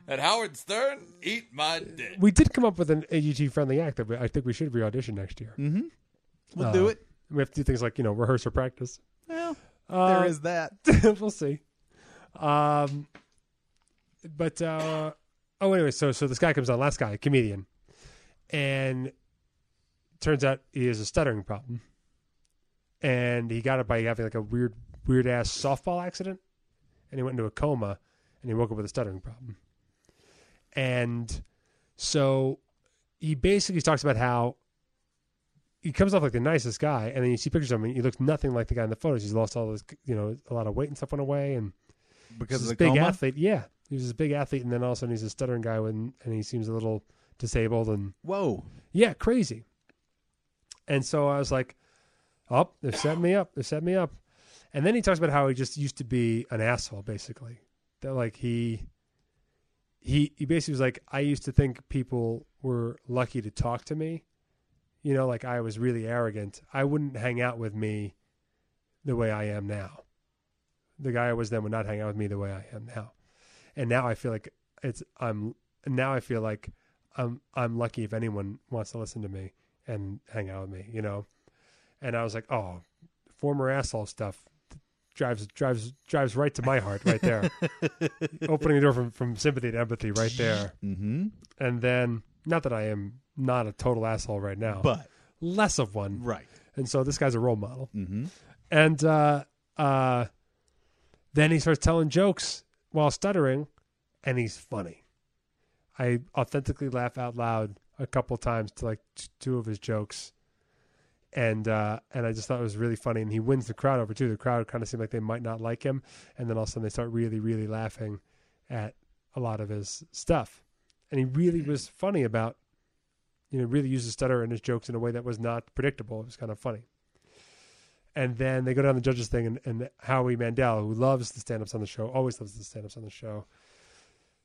E: At Howard Stern, eat my dick.
B: we did come up with an AGT friendly act that we, I think we should re-audition next year.
C: We'll
B: Uh,
C: do it.
B: We have to do things like you know rehearse or practice.
C: Well,
B: Uh,
C: there is that.
B: we'll see. Um, but uh, oh, anyway, so so this guy comes on, last guy, comedian, and turns out he has a stuttering problem, and he got it by having like a weird weird ass softball accident, and he went into a coma, and he woke up with a stuttering problem, and so he basically talks about how. He comes off like the nicest guy, and then you see pictures of him. And he looks nothing like the guy in the photos. He's lost all his, you know, a lot of weight and stuff went away, and
C: Because
B: this
C: of the
B: big
C: coma?
B: athlete. Yeah, he was this big athlete, and then all of a sudden he's a stuttering guy, when, and he seems a little disabled, and
C: Whoa.
B: yeah, crazy. And so I was like, "Oh, they set me up. They set me up." And then he talks about how he just used to be an asshole, basically. That like he, he, he basically was like, "I used to think people were lucky to talk to me." You know, like I was really arrogant. I wouldn't hang out with me the way I am now. The guy I was then would not hang out with me the way I am now. And now I feel like it's I'm now I feel like I'm I'm lucky if anyone wants to listen to me and hang out with me, you know. And I was like, oh, former asshole stuff drives drives drives right to my heart right there. Opening the door from from sympathy to empathy right there.
C: Mm-hmm.
B: And then not that I am not a total asshole right now,
C: But
B: less of one.
C: right.
B: And so this guy's a role model
C: Mm-hmm.
B: and uh, uh, then he starts telling jokes while stuttering, and he's funny. I authentically laugh out loud a couple times to like t- two of his jokes, and uh, and I just thought it was really funny. And he wins the crowd over too. The crowd kind of seemed like they might not like him, and then all of a sudden they start really, really laughing at a lot of his stuff. And he really was funny about, you know, really used the stutter in his jokes in a way that was not predictable. It was kind of funny and then they go down the judges thing and, and howie mandel who loves the stand-ups on the show always loves the stand-ups on the show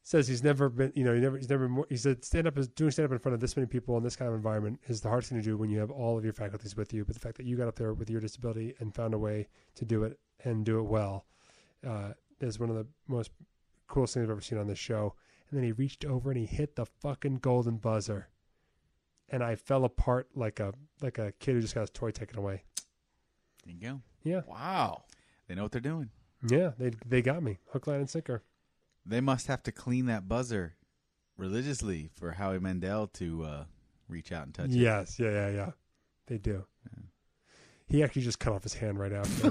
B: says he's never been you know he never he's never been more, he said stand-up is doing stand-up in front of this many people in this kind of environment is the hardest thing to do when you have all of your faculties with you but the fact that you got up there with your disability and found a way to do it and do it well uh, is one of the most coolest things i've ever seen on this show and then he reached over and he hit the fucking golden buzzer and i fell apart like a like a kid who just got his toy taken away
C: There you go.
B: yeah
E: Wow.
C: They know what they're doing.
B: Yeah, they they got me hook, line, and sinker.
C: They must have to clean that buzzer religiously for Howie Mandel to uh, reach out and touch it.
B: Yes, yeah, yeah, yeah. They do. He actually just cut off his hand right after.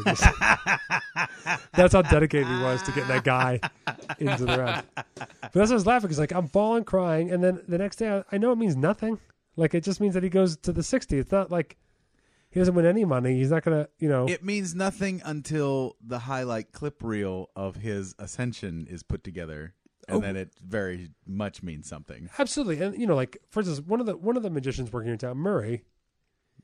B: that's how dedicated he was to getting that guy into the round. But that's why I was laughing because like I'm bawling, crying, and then the next day I, I know it means nothing. Like it just means that he goes to the 60. It's not like he doesn't win any money. He's not gonna, you know.
C: It means nothing until the highlight clip reel of his ascension is put together, and
B: Oh.
C: then it very much means something.
B: Absolutely, and you know, like for instance, one of the one of the magicians working in town, Murray,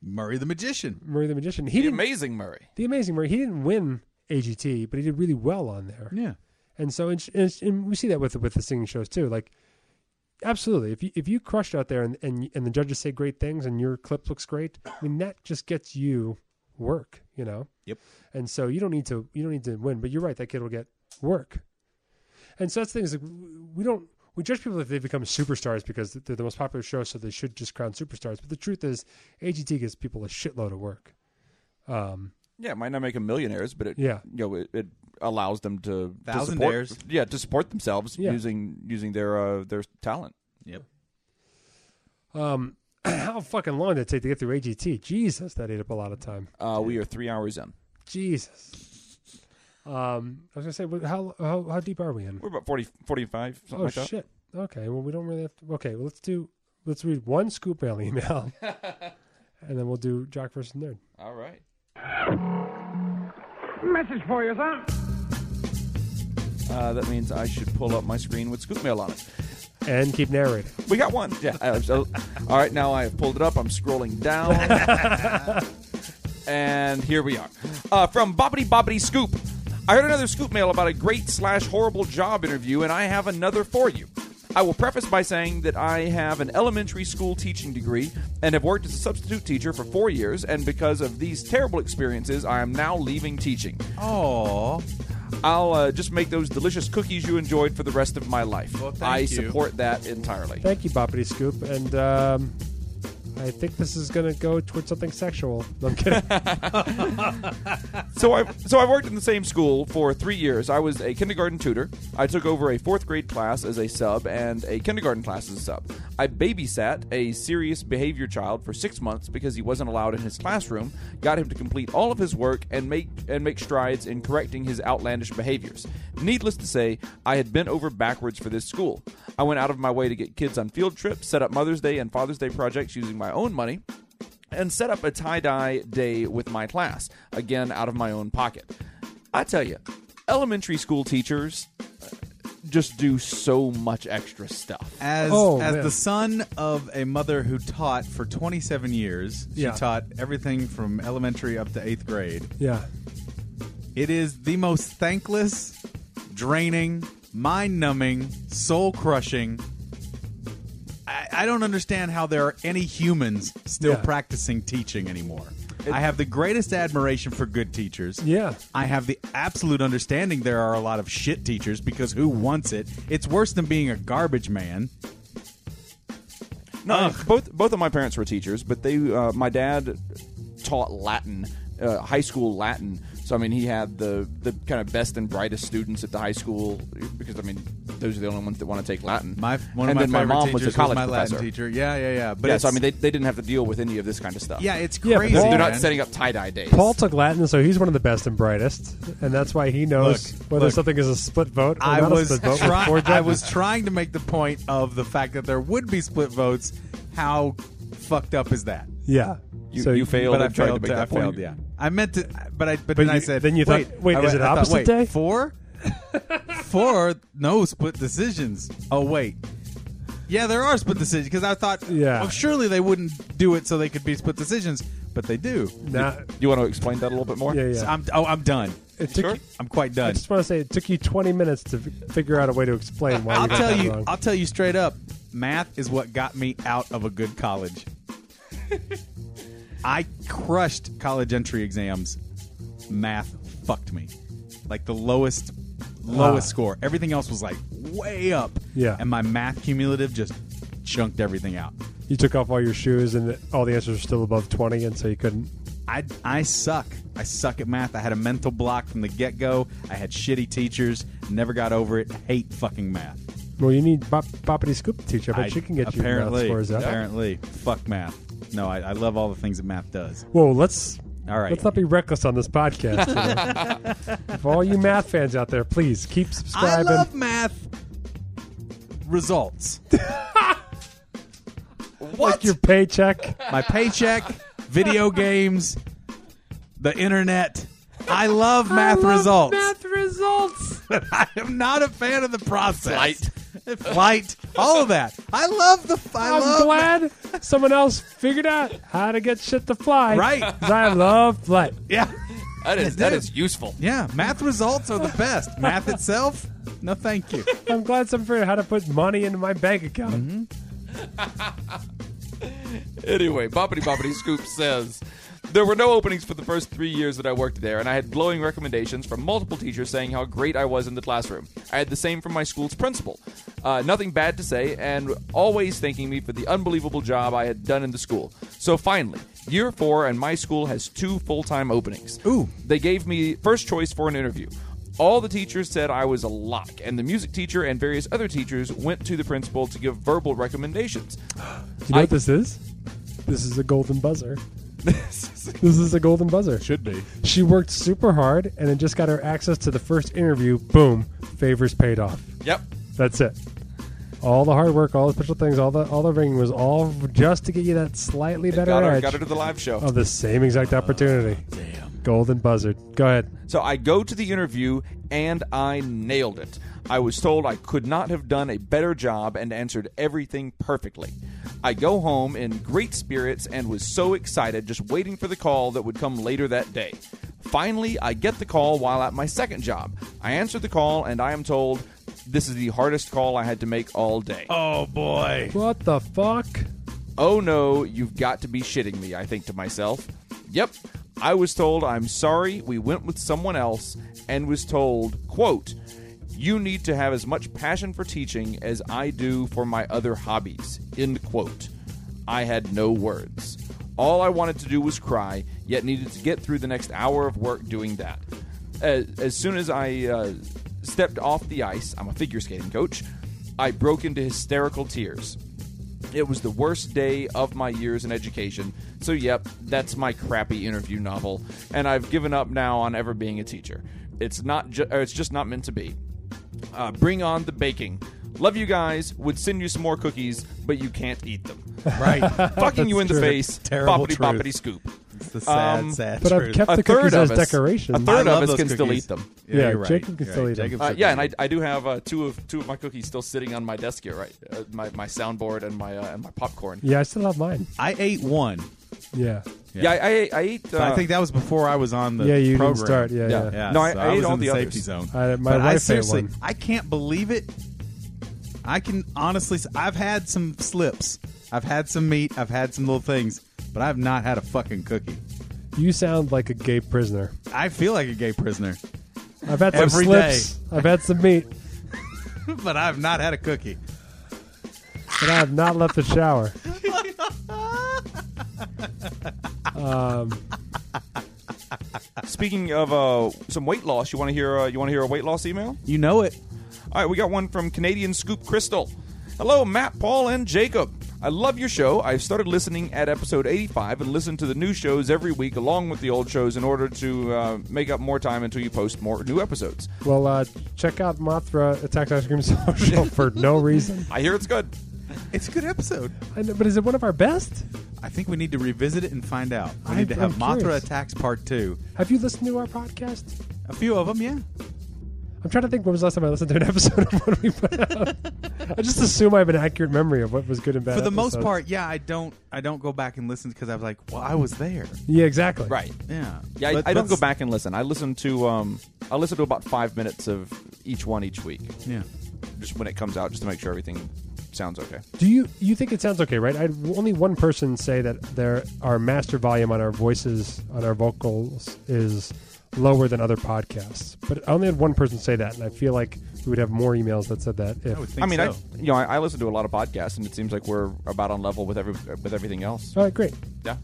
C: Murray the Magician.
B: Murray the magician. He
E: The
B: didn't,
E: amazing Murray.
B: the amazing Murray. He didn't win AGT, but he did really well on there.
C: Yeah.
B: And so, it's, it's, and we see that with with the singing shows too. Like, absolutely, if you if you crushed out there and, and and the judges say great things and your clip looks great, I mean that just gets you work, you know.
C: Yep.
B: And so you don't need to you don't need to win, but you're right. That kid will get work. And so that's the thing is like, w- we don't we judge people if they become superstars because they're the most popular show, so they should just crown superstars. But the truth is, AGT gives people a shitload of work. Um,
D: Yeah, it might not make them millionaires, but it
B: Yeah.
D: you know it, it allows them to to
C: Thousand
D: support,
C: dares.
D: yeah to support themselves
B: Yeah.
D: using using their uh, their talent.
C: Yep.
B: um, how fucking long did it take to get through AGT? Jesus, that ate up a lot of time.
D: Uh, we are three hours in.
B: Jesus. Um, I was gonna say, wh- how how, how deep are we in?
D: We're about 40, 45, something
B: oh
D: like that.
B: shit. Okay. Well, we don't really have to. Okay. Well, let's do. Let's read one scoop mail email, and then we'll do Jock versus Nerd.
D: All right.
F: Message for you, sir.
D: Uh, that means I should pull up my screen with scoop mail on it.
B: And keep narrating.
D: We got one. Yeah. I was- I was- all right. Now I have pulled it up. I'm scrolling down. and here we are. Uh, from Bobbity Bobbity Scoop. I heard another scoop mail about a great slash horrible job interview, and I have another for you. I will preface by saying that I have an elementary school teaching degree and have worked as a substitute teacher for four years, and because of these terrible experiences, I am now leaving teaching.
C: Oh,
D: I'll uh, just make those delicious cookies you enjoyed for the rest of my life.
C: Well, thank
D: I
C: you.
D: support that entirely.
B: Thank you, Boppity Scoop. And um, I think this is going to go towards something sexual. No, I'm kidding.
D: So I so I worked in the same school for three years. I was a kindergarten tutor. I took over a fourth grade class as a sub and a kindergarten class as a sub. I babysat a serious behavior child for six months because he wasn't allowed in his classroom. Got him to complete all of his work and make and make strides in correcting his outlandish behaviors. Needless to say, I had bent over backwards for this school. I went out of my way to get kids on field trips, set up Mother's Day and Father's Day projects using my own money and set up a tie dye day with my class, again out of my own pocket. I tell you, elementary school teachers uh, just do so much extra stuff.
C: as
B: Oh,
C: as
B: man.
C: the son of a mother who taught for 27 years, she
B: Yeah.
C: taught everything from elementary up to eighth grade.
B: yeah.
C: It is the most thankless, draining, mind numbing, soul crushing. I, I don't understand how there are any humans still
B: Yeah.
C: practicing teaching anymore. I have the greatest admiration for good teachers.
B: Yeah.
C: I have the absolute understanding there are a lot of shit teachers because who wants it? It's worse than being a garbage man.
D: No, both both of my parents were teachers, but they uh, my dad taught Latin, uh, high school Latin. So I mean, he had the the kind of best and brightest students at the high school because I mean, those are the only ones that want to take Latin.
C: My one
D: and
C: of my
D: then my
C: favorite
D: mom
C: teachers
D: was a college
C: my
D: professor.
C: Latin teacher. Yeah, yeah, yeah. But
D: yeah,
C: it's,
D: so I mean, they, they didn't have to deal with any of this kind of stuff.
C: yeah, it's
B: Yeah, but
C: crazy.
B: Paul-
D: they're not
C: man.
D: setting up tie dye days.
B: Paul took Latin, so he's one of the best and brightest, and that's why he knows
C: Look,
B: whether
C: look.
B: something is a split vote or
C: I
B: not
C: was
B: a split vote. with
C: try-
B: four
C: I
B: judges.
C: was trying to make the point of the fact that there would be split votes. How fucked up is that?
B: yeah.
D: You-
B: so
D: you failed.
C: But I
D: at trying to
C: failed.
D: make
C: To,
D: that
C: I failed.
D: point.
C: Yeah, I meant to, but I. But, then I
B: you-
C: said.
B: then you thought, wait,
C: I-
B: is it
C: I thought,
B: opposite
C: wait,
B: day?
C: Four, four. No split decisions. Oh wait. Yeah, there are split decisions because I thought,
B: Yeah.
C: well, surely they wouldn't do it so they could be split decisions, but they do.
B: Nah,
D: You want to explain that a little bit more?
B: yeah,
C: So
B: yeah.
C: I'm, oh, I'm done.
B: It took
D: Sure.
B: you-
C: I'm quite
B: I
C: done.
B: just want to say it took you 20 minutes to f- figure out a way to explain why
C: I'll
B: you got
C: tell
B: that
C: you.
B: wrong.
C: I'll tell you straight up. Math is what got me out of a good college. I crushed college entry exams. Math fucked me. Like the lowest, lowest
B: Ah.
C: score. Everything else was like way up.
B: Yeah.
C: And my math cumulative just chunked everything out.
B: you took off all your shoes, and all the answers are still above 20, and so you couldn't.
C: I, I suck. I suck at math. I had a mental block from the get go. I had shitty teachers. Never got over it. Hate fucking math.
B: Well, you need Bop- Boppity Scoop to teach. I bet she can get you math
C: apparently,
B: scores up.
C: Apparently, fuck math. No, I, I love all the things that math does.
B: Whoa, let's
C: All right.
B: Let's not be reckless on this podcast. you know. if all you math fans out there, please keep
C: I
B: subscribing.
C: love math results.
B: Like your paycheck.
C: My paycheck, video games, the internet. I love math results. Math results. I am not a fan of the process. Flight, flight, all of that. I love the. I
B: I'm
C: love
B: glad someone else figured out how to get shit to fly.
C: Right.
B: 'Cause I love flight.
C: Yeah,
E: That is that is useful.
C: yeah. Math results are the best. math itself, no, thank you.
B: I'm glad someone figured out how to put money into my bank account.
C: Mm-hmm.
E: Anyway, Boppity Boppity Scoop says
D: There were no openings for the first three years that I worked there, and I had glowing recommendations from multiple teachers saying how great I was in the classroom. I had the same from my school's principal. Uh, nothing bad to say, and always thanking me for the unbelievable job I had done in the school. So finally, year four, and my school has two full time openings.
C: Ooh.
D: They gave me first choice for an interview. All the teachers said I was a lock, and the music teacher and various other teachers went to the principal to give verbal recommendations.
B: You know
D: I-
B: what this is? This is a golden buzzer. this is a golden buzzer.
C: Should be.
B: She worked super hard and then just got her access to the first interview. Boom, favors paid off.
D: Yep.
B: That's it. All the hard work, all the special things, all the all the ringing was all just to get you that slightly better
D: Got her,
B: edge
D: got her to the live show.
B: of Oh, the same
C: Uh,
B: exact opportunity. damn. Golden buzzard. Go ahead.
D: So I go to the interview and I nailed it. I was told I could not have done a better job and answered everything perfectly. I go home in great spirits and was so excited just waiting for the call that would come later that day. Finally, I get the call while at my second job. I answer the call and I am told this is the hardest call I had to make all day.
C: Oh boy.
B: What the fuck?
D: Oh no, you've got to be shitting me, I think to myself. Yep, I was told I'm sorry we went with someone else and was told, quote, you need to have as much passion for teaching as I do for my other hobbies, end quote. I had no words. All I wanted to do was cry, yet needed to get through the next hour of work doing that. As, as soon as I uh, stepped off the ice, I'm a figure skating coach, I broke into hysterical tears. It was the worst day of my years in education. So, yep, that's my crappy interview novel, and I've given up now on ever being a teacher. It's not. Ju- or it's just not meant to be. Uh, bring on the baking. Love you guys. Would send you some more cookies, but you can't eat them.
C: Right.
D: Fucking you in the
C: true.
D: face. boppity
C: Terrible truth.
D: boppity scoop.
C: It's the sad,
D: Um,
C: sad
B: But I've
C: truth.
B: kept-
D: A
B: The
D: third
B: cookies
D: of
B: as
D: us,
B: decorations.
D: A third
C: I
D: of
C: love
D: us
C: those
D: can still
C: cookies.
D: eat them.
B: Yeah,
C: you're right.
B: Jacob can
C: You're
B: still
C: right.
B: eat them.
C: Jacob's
D: Uh,
C: a
D: yeah,
C: good
D: and I,
C: one.
D: I do have uh, two of two of my cookies still sitting on my desk here, right? Uh, my my soundboard and my uh, and my popcorn.
B: Yeah, I still have mine.
C: I ate one.
B: Yeah.
D: Yeah, I I, I ate. Uh,
C: But I think that was before I was on the
B: yeah, you
C: program.
B: didn't start. Yeah,
D: Yeah.
B: yeah.
C: Yeah,
D: No, I-
C: so
D: I ate
C: was
D: all
C: in the,
D: the
C: safety
D: others.
C: zone.
B: I- my
C: but I
B: wife ate
C: seriously,
B: one.
C: I can't believe it. I can honestly, s- I've had some slips. I've had some meat. I've had some little things, but I've not had a fucking cookie.
B: You sound like a gay prisoner.
C: I feel like a gay prisoner,
B: I've had some
C: Every
B: slips. I've had some meat,
C: but I've not had a cookie.
B: but I have not left the shower.
D: Speaking of uh, some weight loss, you want to hear uh, you want to hear a weight loss email?
C: You know it.
D: All right, we got one from Canadian Scoop Crystal. Hello, Matt, Paul, and Jacob. I love your show. I've started listening at episode 85 and listen to the new shows every week along with the old shows in order to uh, make up more time until you post more new episodes.
B: Well, uh, check out Mothra Attacks Ice Cream Social for no reason.
D: I hear it's good.
C: It's a good episode.
B: I know, but is it one of our best?
C: I think we need to revisit it and find out. We
B: I-
C: need to have
B: I'm
C: Mothra
B: curious.
C: Attacks Part Two.
B: Have you listened to our podcast?
C: A few of them, yeah.
B: I'm trying to think when was the last time I listened to an episode of what we put out. I just assume I have an accurate memory of what was good and bad.
C: For the most
B: episodes.
C: part, yeah. I don't. I don't go back and listen because I was like, well, I was there.
B: Yeah, exactly.
D: Right.
C: Yeah.
D: Yeah, I-
C: But-
D: I, don't
C: but-
D: go back and listen. I listen to um, I listen to about five minutes of each one each week,
C: Yeah.
D: just when it comes out, just to make sure everything sounds okay.
B: Do you you think it sounds okay, right? I only one person say that their our master volume on our voices on our vocals is lower than other podcasts. But I only had one person say that, and I feel like we would have more emails that said that. If,
C: I would think
D: I mean,
C: so.
D: I you know I, I listen to a lot of podcasts, and it seems like we're about on level with every with everything else.
B: All right, great.
D: Yeah.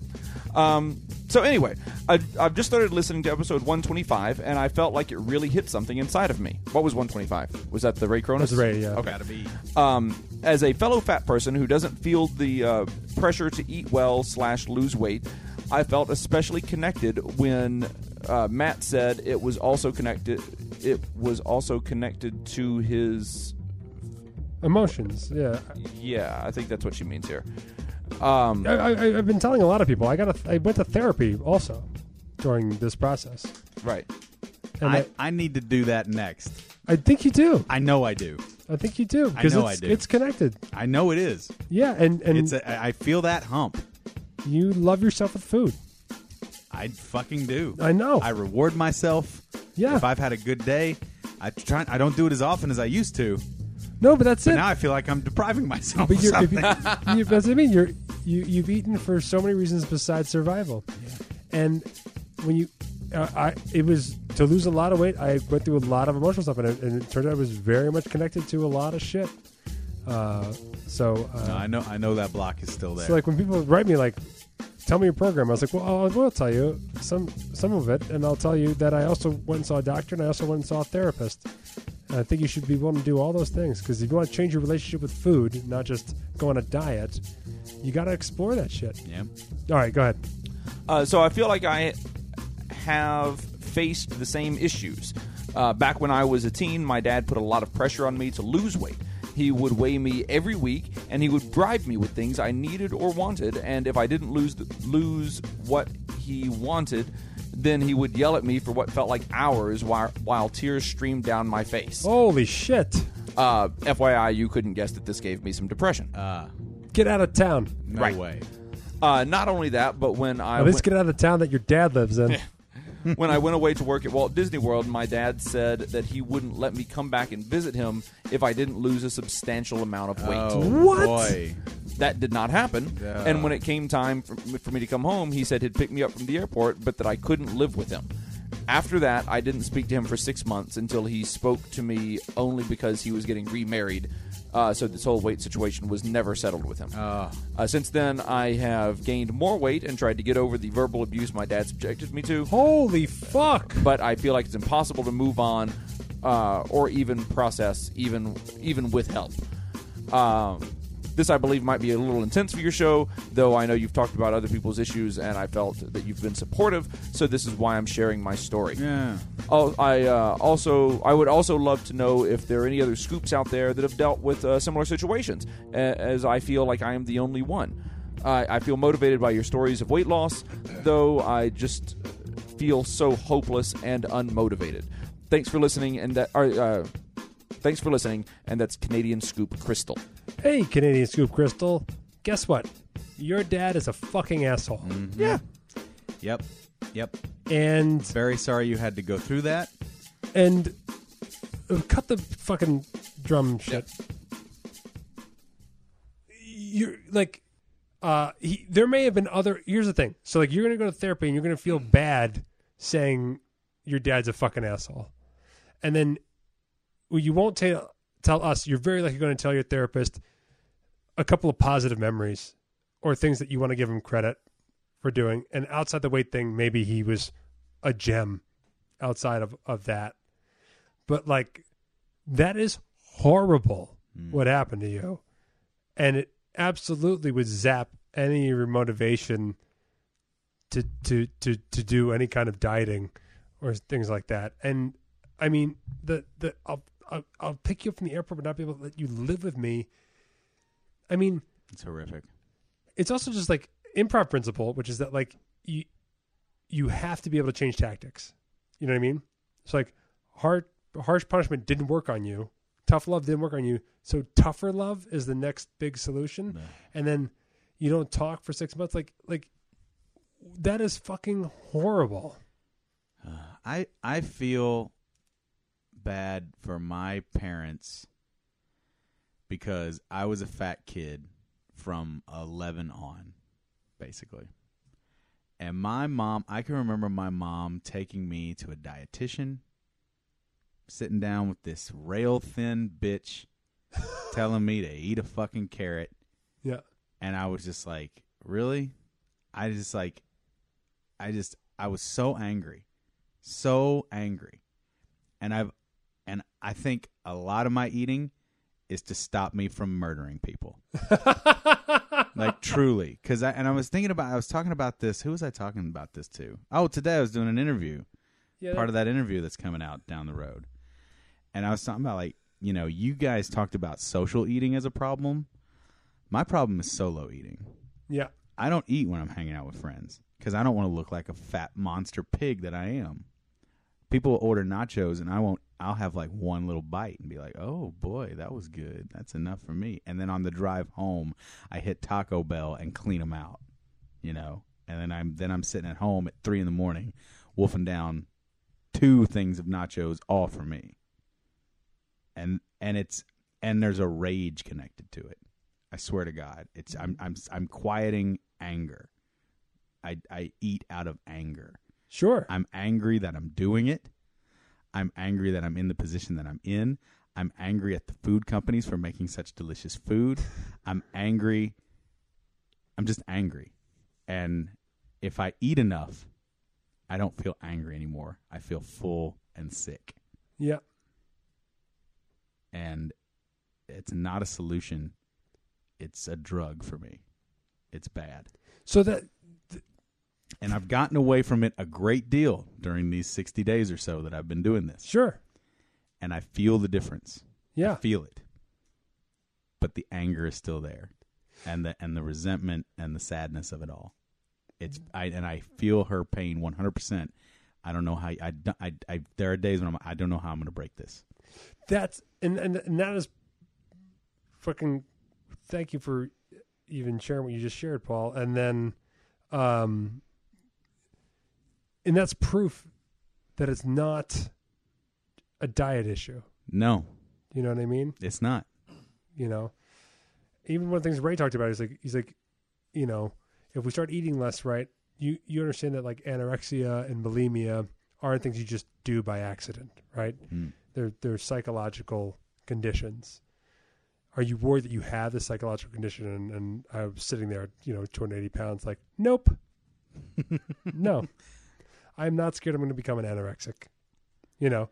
D: Um, so anyway, I, I've just started listening to episode 125, and I felt like it really hit something inside of me. What was 125? Was that the Ray Cronus?
B: That's Ray, yeah.
D: Okay.
C: gotta be.
D: Um, as a fellow fat person who doesn't feel the uh, pressure to eat well slash lose weight, I felt especially connected when uh, Matt said it was also connected. It was also connected to his
B: Emotions, yeah.
D: yeah. I think that's what she means here. Um,
B: I, I, I- I've been telling a lot of people. I got a, I went to therapy also during this process,
D: right.
B: and I,
C: I, I need to do that next.
B: I think you do.
C: I know I do.
B: I think you do because
C: know
B: it's,
C: I do.
B: it's connected.
C: I know it is.
B: Yeah, and and
C: It's. A, I I feel that hump.
B: you love yourself with food.
C: I fucking do.
B: I know.
C: I reward myself.
B: Yeah.
C: If I've had a good day, I try. I don't do it as often as I used to.
B: No, but that's
C: But
B: it.
C: now I feel like I'm depriving myself.
B: But
C: of
B: you're, if
C: something.
B: you, you, that's what I mean. You're you you've eaten for so many reasons besides survival, and when you, uh, I it was to lose a lot of weight. I went through a lot of emotional stuff, and it, and it turned out it was very much connected to a lot of shit. Uh, so uh,
C: No, I know. I know that block is still there.
B: so like when people write me like, tell me your program, I was like, well, I'll, I'll tell you some some of it, and I'll tell you that I also went and saw a doctor, and I also went and saw a therapist. And I think you should be willing to do all those things because if you want to change your relationship with food, not just go on a diet, you got to explore that shit.
C: yeah.
B: All right, go ahead.
D: Uh, so I feel like I have faced the same issues. Uh, back when I was a teen, my dad put a lot of pressure on me to lose weight. He would weigh me every week, and he would bribe me with things I needed or wanted. And if I didn't lose lose what he wanted, then he would yell at me for what felt like hours, while while tears streamed down my face.
B: Holy shit!
D: Uh, FYI, you couldn't guess that this gave me some depression.
B: Get out of town.
C: No
D: Right.
C: way.
D: Uh, not only that, but when I
B: At least
D: went-
B: get out of town that your dad lives in.
D: when I went away to work at Walt Disney World, my dad said that he wouldn't let me come back and visit him if I didn't lose a substantial amount of weight.
C: Oh,
B: What?
C: boy.
D: That did not happen.
C: Yeah.
D: And when it came time for, for me to come home, he said he'd pick me up from the airport, but that I couldn't live with him. After that, I didn't speak to him for six months until he spoke to me only because he was getting remarried. Uh, so this whole weight situation was never settled with him.
C: Ah.
D: Uh, since then, I have gained more weight and tried to get over the verbal abuse my dad subjected me to
B: Holy fuck!
D: but I feel like it's impossible to move on uh, or even process, even even with help. Um, this, I believe, might be a little intense for your show, though I know you've talked about other people's issues, and I felt that you've been supportive. So this is why I'm sharing my story.
C: Yeah.
D: Al- I uh, also I would also love to know if there are any other scoops out there that have dealt with uh, similar situations, a- as I feel like I am the only one. I, I feel motivated by your stories of weight loss, though I just feel so hopeless and unmotivated. Thanks for listening, and that. Uh, uh, Thanks for listening, and that's Canadian Scoop Crystal.
B: Hey, Canadian Scoop Crystal, guess what? Your dad is a fucking asshole,
C: Mm.
D: Yeah,
C: Yep. Yep.
B: and
C: Very sorry you had to go through that.
B: and uh, cut the fucking drum shit. You're like, uh, he, there may have been other. Here's the thing. So like, you're gonna go to therapy and you're gonna feel bad saying your dad's a fucking asshole, and then well, you won't tell tell us. You're very likely going to tell your therapist a couple of positive memories or things that you want to give him credit for doing. And outside the weight thing, maybe he was a gem outside of, of that. But like that is horrible what happened to you. And it absolutely would zap any of your motivation to to to to do any kind of dieting or things like that. And I mean the the I'll I'll, I'll pick you up from the airport but not be able to let you live with me. I mean
C: It's horrific.
B: it's also just like improv principle, which is that like you you have to be able to change tactics. You know what I mean? It's like hard harsh punishment didn't work on you. Tough love didn't work on you. So tougher love is the next big solution. And then you don't talk for six months. Like like that is fucking horrible.
C: Uh, I I feel bad for my parents because I was a fat kid from 11 on basically. And my mom, I can remember my mom taking me to a dietitian, sitting down with this rail thin bitch telling me to eat a fucking carrot
B: Yeah.
C: and I was just like, really? I just like, I just, I was so angry, so angry, and I've, and I think a lot of my eating is to stop me from murdering people, like truly, because I and I was thinking about, I was talking about this. Who was I talking about this to? Oh, today I was doing an interview
B: Yeah.
C: part of that interview that's coming out down the road. And I was talking about like, you know, you guys talked about social eating as a problem. My problem is solo eating.
B: yeah.
C: I don't eat when I'm hanging out with friends because I don't want to look like a fat monster pig that I am. People will order nachos and I won't. I'll have like one little bite and be like, "Oh boy, that was good. That's enough for me." And then on the drive home, I hit Taco Bell and clean them out, you know. And then I'm then I'm sitting at home at three in the morning, wolfing down two things of nachos all for me. And and it's and there's a rage connected to it. I swear to God, it's I'm I'm I'm quieting anger. I I eat out of anger.
B: Sure.
C: I'm angry that I'm doing it. I'm angry that I'm in the position that I'm in. I'm angry at the food companies for making such delicious food. I'm angry. I'm just angry. And if I eat enough, I don't feel angry anymore. I feel full and sick
B: Yeah.
C: and it's not a solution. It's a drug for me. It's bad.
B: So that
C: And I've gotten away from it a great deal during these 60 days or so that I've been doing this.
B: sure.
C: And I feel the difference. I
B: Yeah.
C: feel it. But the anger is still there. And the and the resentment and the sadness of it all. It's I and I feel her pain 100%. I don't know how I, I, I there are days when I'm I don't know how I'm going to break this.
B: that's and, and and that is fucking thank you for even sharing what you just shared paul and then um and that's proof that it's not a diet issue.
C: No,
B: You know what I mean?
C: it's not.
B: You know, even one of the things Ray talked about is like he's like, you know, if we start eating less, right? You you understand that like anorexia and bulimia aren't things you just do by accident, right?
C: Mm.
B: They're they're psychological conditions. Are you worried that you have this psychological condition? And, and I was sitting there, you know, 280 pounds, like, nope, no, I'm not scared. I'm going to become an anorexic, you know.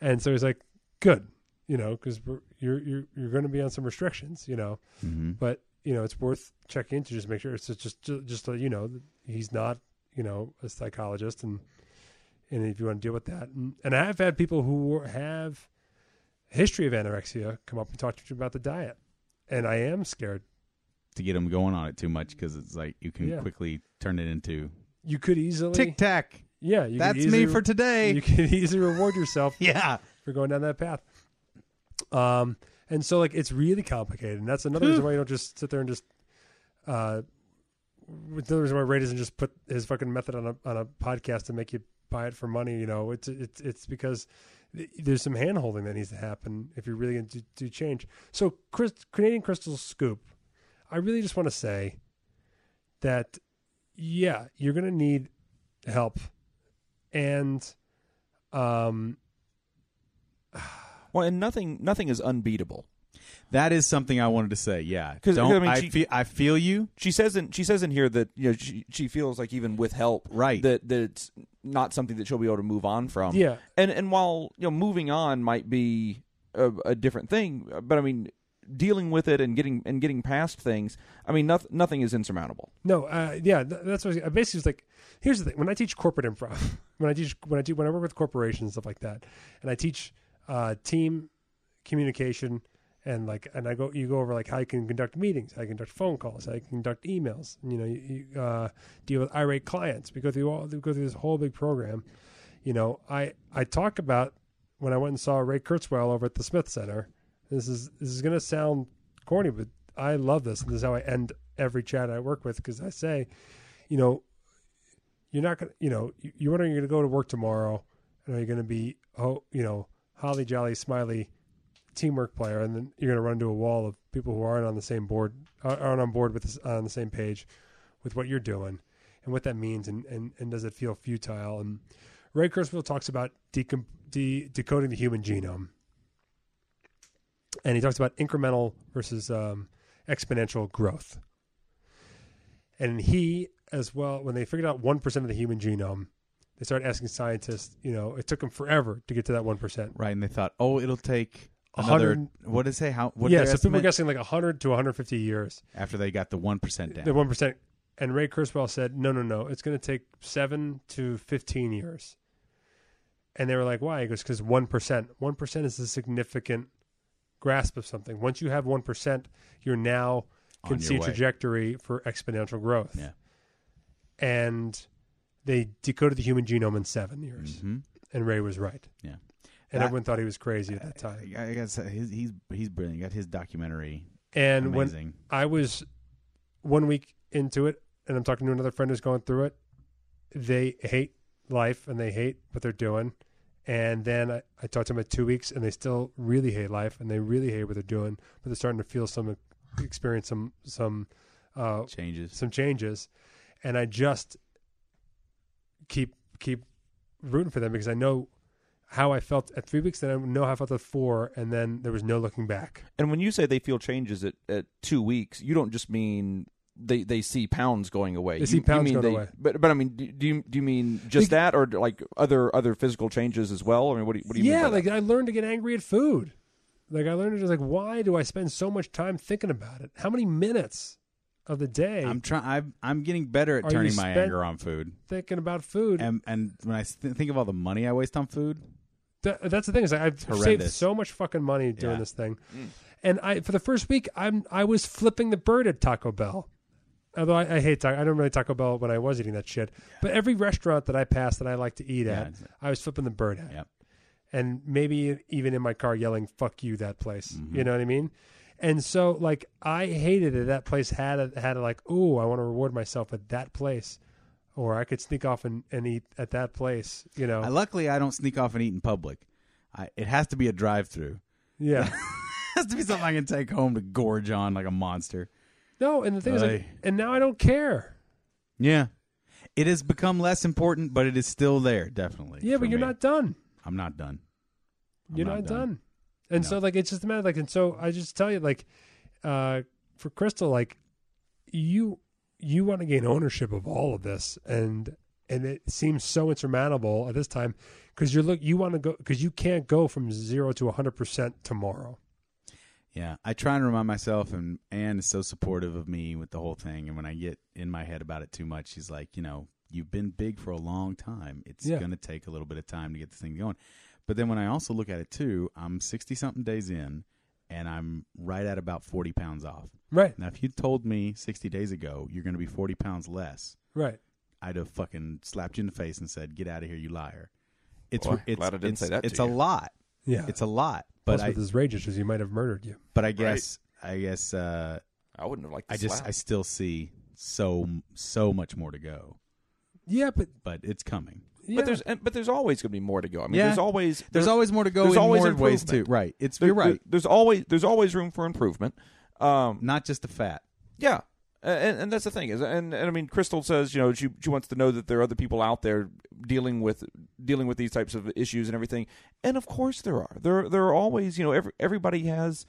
B: And so he's like, good, you know, because you're you're you're going to be on some restrictions, you know.
C: Mm-hmm.
B: But you know, it's worth checking to just make sure. It's just just ju- just so you know, that he's not you know a psychologist, and and if you want to deal with that, and, and I have had people who were- have history of anorexia come up and talk to me about the diet, and I am scared.
C: To get them going on it too much because it's like you can
B: Yeah.
C: quickly turn it into
B: You could easily,
C: tic tac.
B: yeah, you could
C: That's
B: easily-
C: me for today.
B: You could easily reward yourself
C: yeah.
B: for going down that path. Um, and so like it's really complicated, and that's another reason why you don't just sit there and just. Uh, it's another reason why Ray doesn't just put his fucking method on a on a podcast to make you buy it for money. You know, it's it's it's because th- there's some hand holding that needs to happen if you're really going to do change. So, Chris, Canadian Crystal Scoop, I really just want to say that yeah, you're going to need help, and um,
D: Well, and nothing nothing is unbeatable.
C: That is something I wanted to say. Yeah.
D: 'Cause,
C: Don't,
D: I
C: I,
D: mean, she-
C: feel, I feel you.
D: She says in she says in here that you know she, she feels like even with help,
C: Right.
D: that that it's not something that she'll be able to move on from.
B: Yeah.
D: and and while you know moving on might be a, a different thing, but I mean dealing with it and getting and getting past things. I mean, nothing nothing is insurmountable.
B: No, uh, yeah, th- that's what I, I basically was like. Here's the thing: when I teach corporate improv, when I teach when I do when I work with corporations and stuff like that, and I teach uh, team communication and like and I go you go over like how you can conduct meetings, how you conduct phone calls, how you conduct emails. You know, you, you uh, deal with irate clients. We go through all we go through this whole big program. You know, I I talk about when I went and saw Ray Kurzweil over at the Smith Center. This is this is gonna sound corny, but I love this, and this is how I end every chat I work with because I say, you know, you're not gonna, you know, you, you wondering you're gonna go to work tomorrow, and are you gonna be, oh, you know, holly jolly smiley teamwork player, and then you're gonna run into a wall of people who aren't on the same board, ar- aren't on board with this, on the same page with what you're doing, and what that means, and and, and does it feel futile? And Ray Kurzweil talks about decom- de- decoding the human genome and he talks about incremental versus um, exponential growth. And he, as well, when they figured out one percent of the human genome, they started asking scientists. You know, it took them forever to get to that one percent.
C: Right. And they thought, oh, it'll take another.
B: 100
C: What did it say? How? What
B: Yeah,
C: did
B: so
C: they
B: people were
C: estimate?
B: guessing like hundred to one hundred fifty years.
C: After they got the 1% down.
B: The one percent. And Ray Kurzweil said, "No, no, no. It's going to take seven to fifteen years." And they were like, "Why?" He goes, "Because one percent. One percent is a significant grasp of something. Once you have one percent, you're now
C: On
B: can
C: your
B: see a
C: way.
B: trajectory for exponential growth."
C: Yeah.
B: And they decoded the human genome in seven years,
C: Mhm.
B: and Ray was right.
C: Yeah.
B: And
C: That-
B: everyone thought he was crazy at that time.
C: I, I gotta say, his, he's, he's brilliant. He got his documentary.
B: And when
C: Amazing.
B: I was one week into it, and I'm talking to another friend who's going through it. They hate life and they hate what they're doing. And then I, I talked to them at two weeks, and they still really hate life and they really hate what they're doing, but they're starting to feel some experience some some uh,
C: Changes.
B: some changes, and I just keep keep rooting for them because I know how I felt at three weeks, then I know how I felt at four, and then there was no looking back.
D: And when you say they feel changes at, at two weeks, you don't just mean they, they see pounds going away.
B: They
D: you,
B: see
D: you
B: pounds
D: mean
B: going
D: they-
B: away.
D: But but I mean, do, do you do you mean just that, or like other other physical changes as well? I mean, what do you, what do you mean?
B: yeah,
D: by
B: like uh,
D: that?
B: I learned to get angry at food. Like I learned to just like, why do I spend so much time thinking about it? How many minutes of the day
C: I'm trying. I'm, I'm getting better
B: Are
C: at
B: you
C: turning my
B: spent-
C: anger on food.
B: thinking about food?
C: And, and when I th- think of all the money I waste on food,
B: Th- that's the thing is I- I've saved
C: horrendous.
B: so much fucking money doing
C: Yeah. Mm.
B: this thing, and I for the first week I'm I was flipping the bird at Taco Bell. Although I, I hate Taco, I don't really Taco Bell when I was eating that shit. But every restaurant that I passed that I like to eat
C: Yeah,
B: at,
C: it's-
B: I was flipping the bird at.
C: Yep.
B: and maybe e, even in my car yelling "fuck you" that place.
C: Mm-hmm.
B: You know what I mean? And so, like, I hated it. That place had a, had a, like, "Ooh, I want to reward myself at that place." or I could sneak off and, and eat at that place. You know,
C: I, luckily, I don't sneak off and eat in public. I, it has to be a drive-through.
B: yeah.
C: It has to be something I can take home to gorge on like a monster.
B: No, and the thing is, like,
C: Aye.
B: and now I don't care.
C: Yeah. It has become less important, but it is still there, definitely.
B: Yeah,
C: for
B: but you're
C: me.
B: not done.
C: I'm not done. I'm
B: you're not, done. And so like it's just a matter like and so I just tell you like uh for Crystal like you you want to gain ownership of all of this and and it seems so insurmountable at this time because you're look you want to go because you can't go from zero to hundred percent tomorrow.
C: Yeah, I try and remind myself, and Anne is so supportive of me with the whole thing. And when I get in my head about it too much, she's like, you know, you've been big for a long time. It's
B: Yeah.
C: going to take a little bit of time to get this thing going. But then when I also look at it too, I'm 60 something days in, and I'm right at about 40 pounds off.
B: Right.
C: Now, if you told me 60 days ago you're going to be 40 pounds less,
B: Right.
C: I'd have fucking slapped you in the face and said, "Get out of here, you liar." It's
D: Boy,
C: it's
D: glad I didn't
C: it's,
D: say that to
C: it's a
D: you.
C: lot.
B: Yeah.
C: It's a lot.
B: Plus
C: But I
B: with his rage issues, he might have murdered you.
C: but I guess I guess uh,
D: I wouldn't have liked. To
C: I just
D: slap.
C: I still see so so much more to go,
B: Yeah, but
C: but it's coming.
B: yeah.
D: But there's and- but there's always going to be more to go. I mean,
C: Yeah.
D: there's always
C: There's
D: there-
C: always more to go.
D: there's
C: in
D: always
C: more ways too.
D: improvement.
C: Right. It's
D: there-
C: you're right.
D: There's always there's always room for improvement. Um,
C: Not just the fat.
D: Yeah, A- and, and that's the thing is, and, and I mean, Crystal says, you know, she she wants to know that there are other people out there dealing with dealing with these types of issues and everything, and of course there are. There there are always, you know, every, everybody has,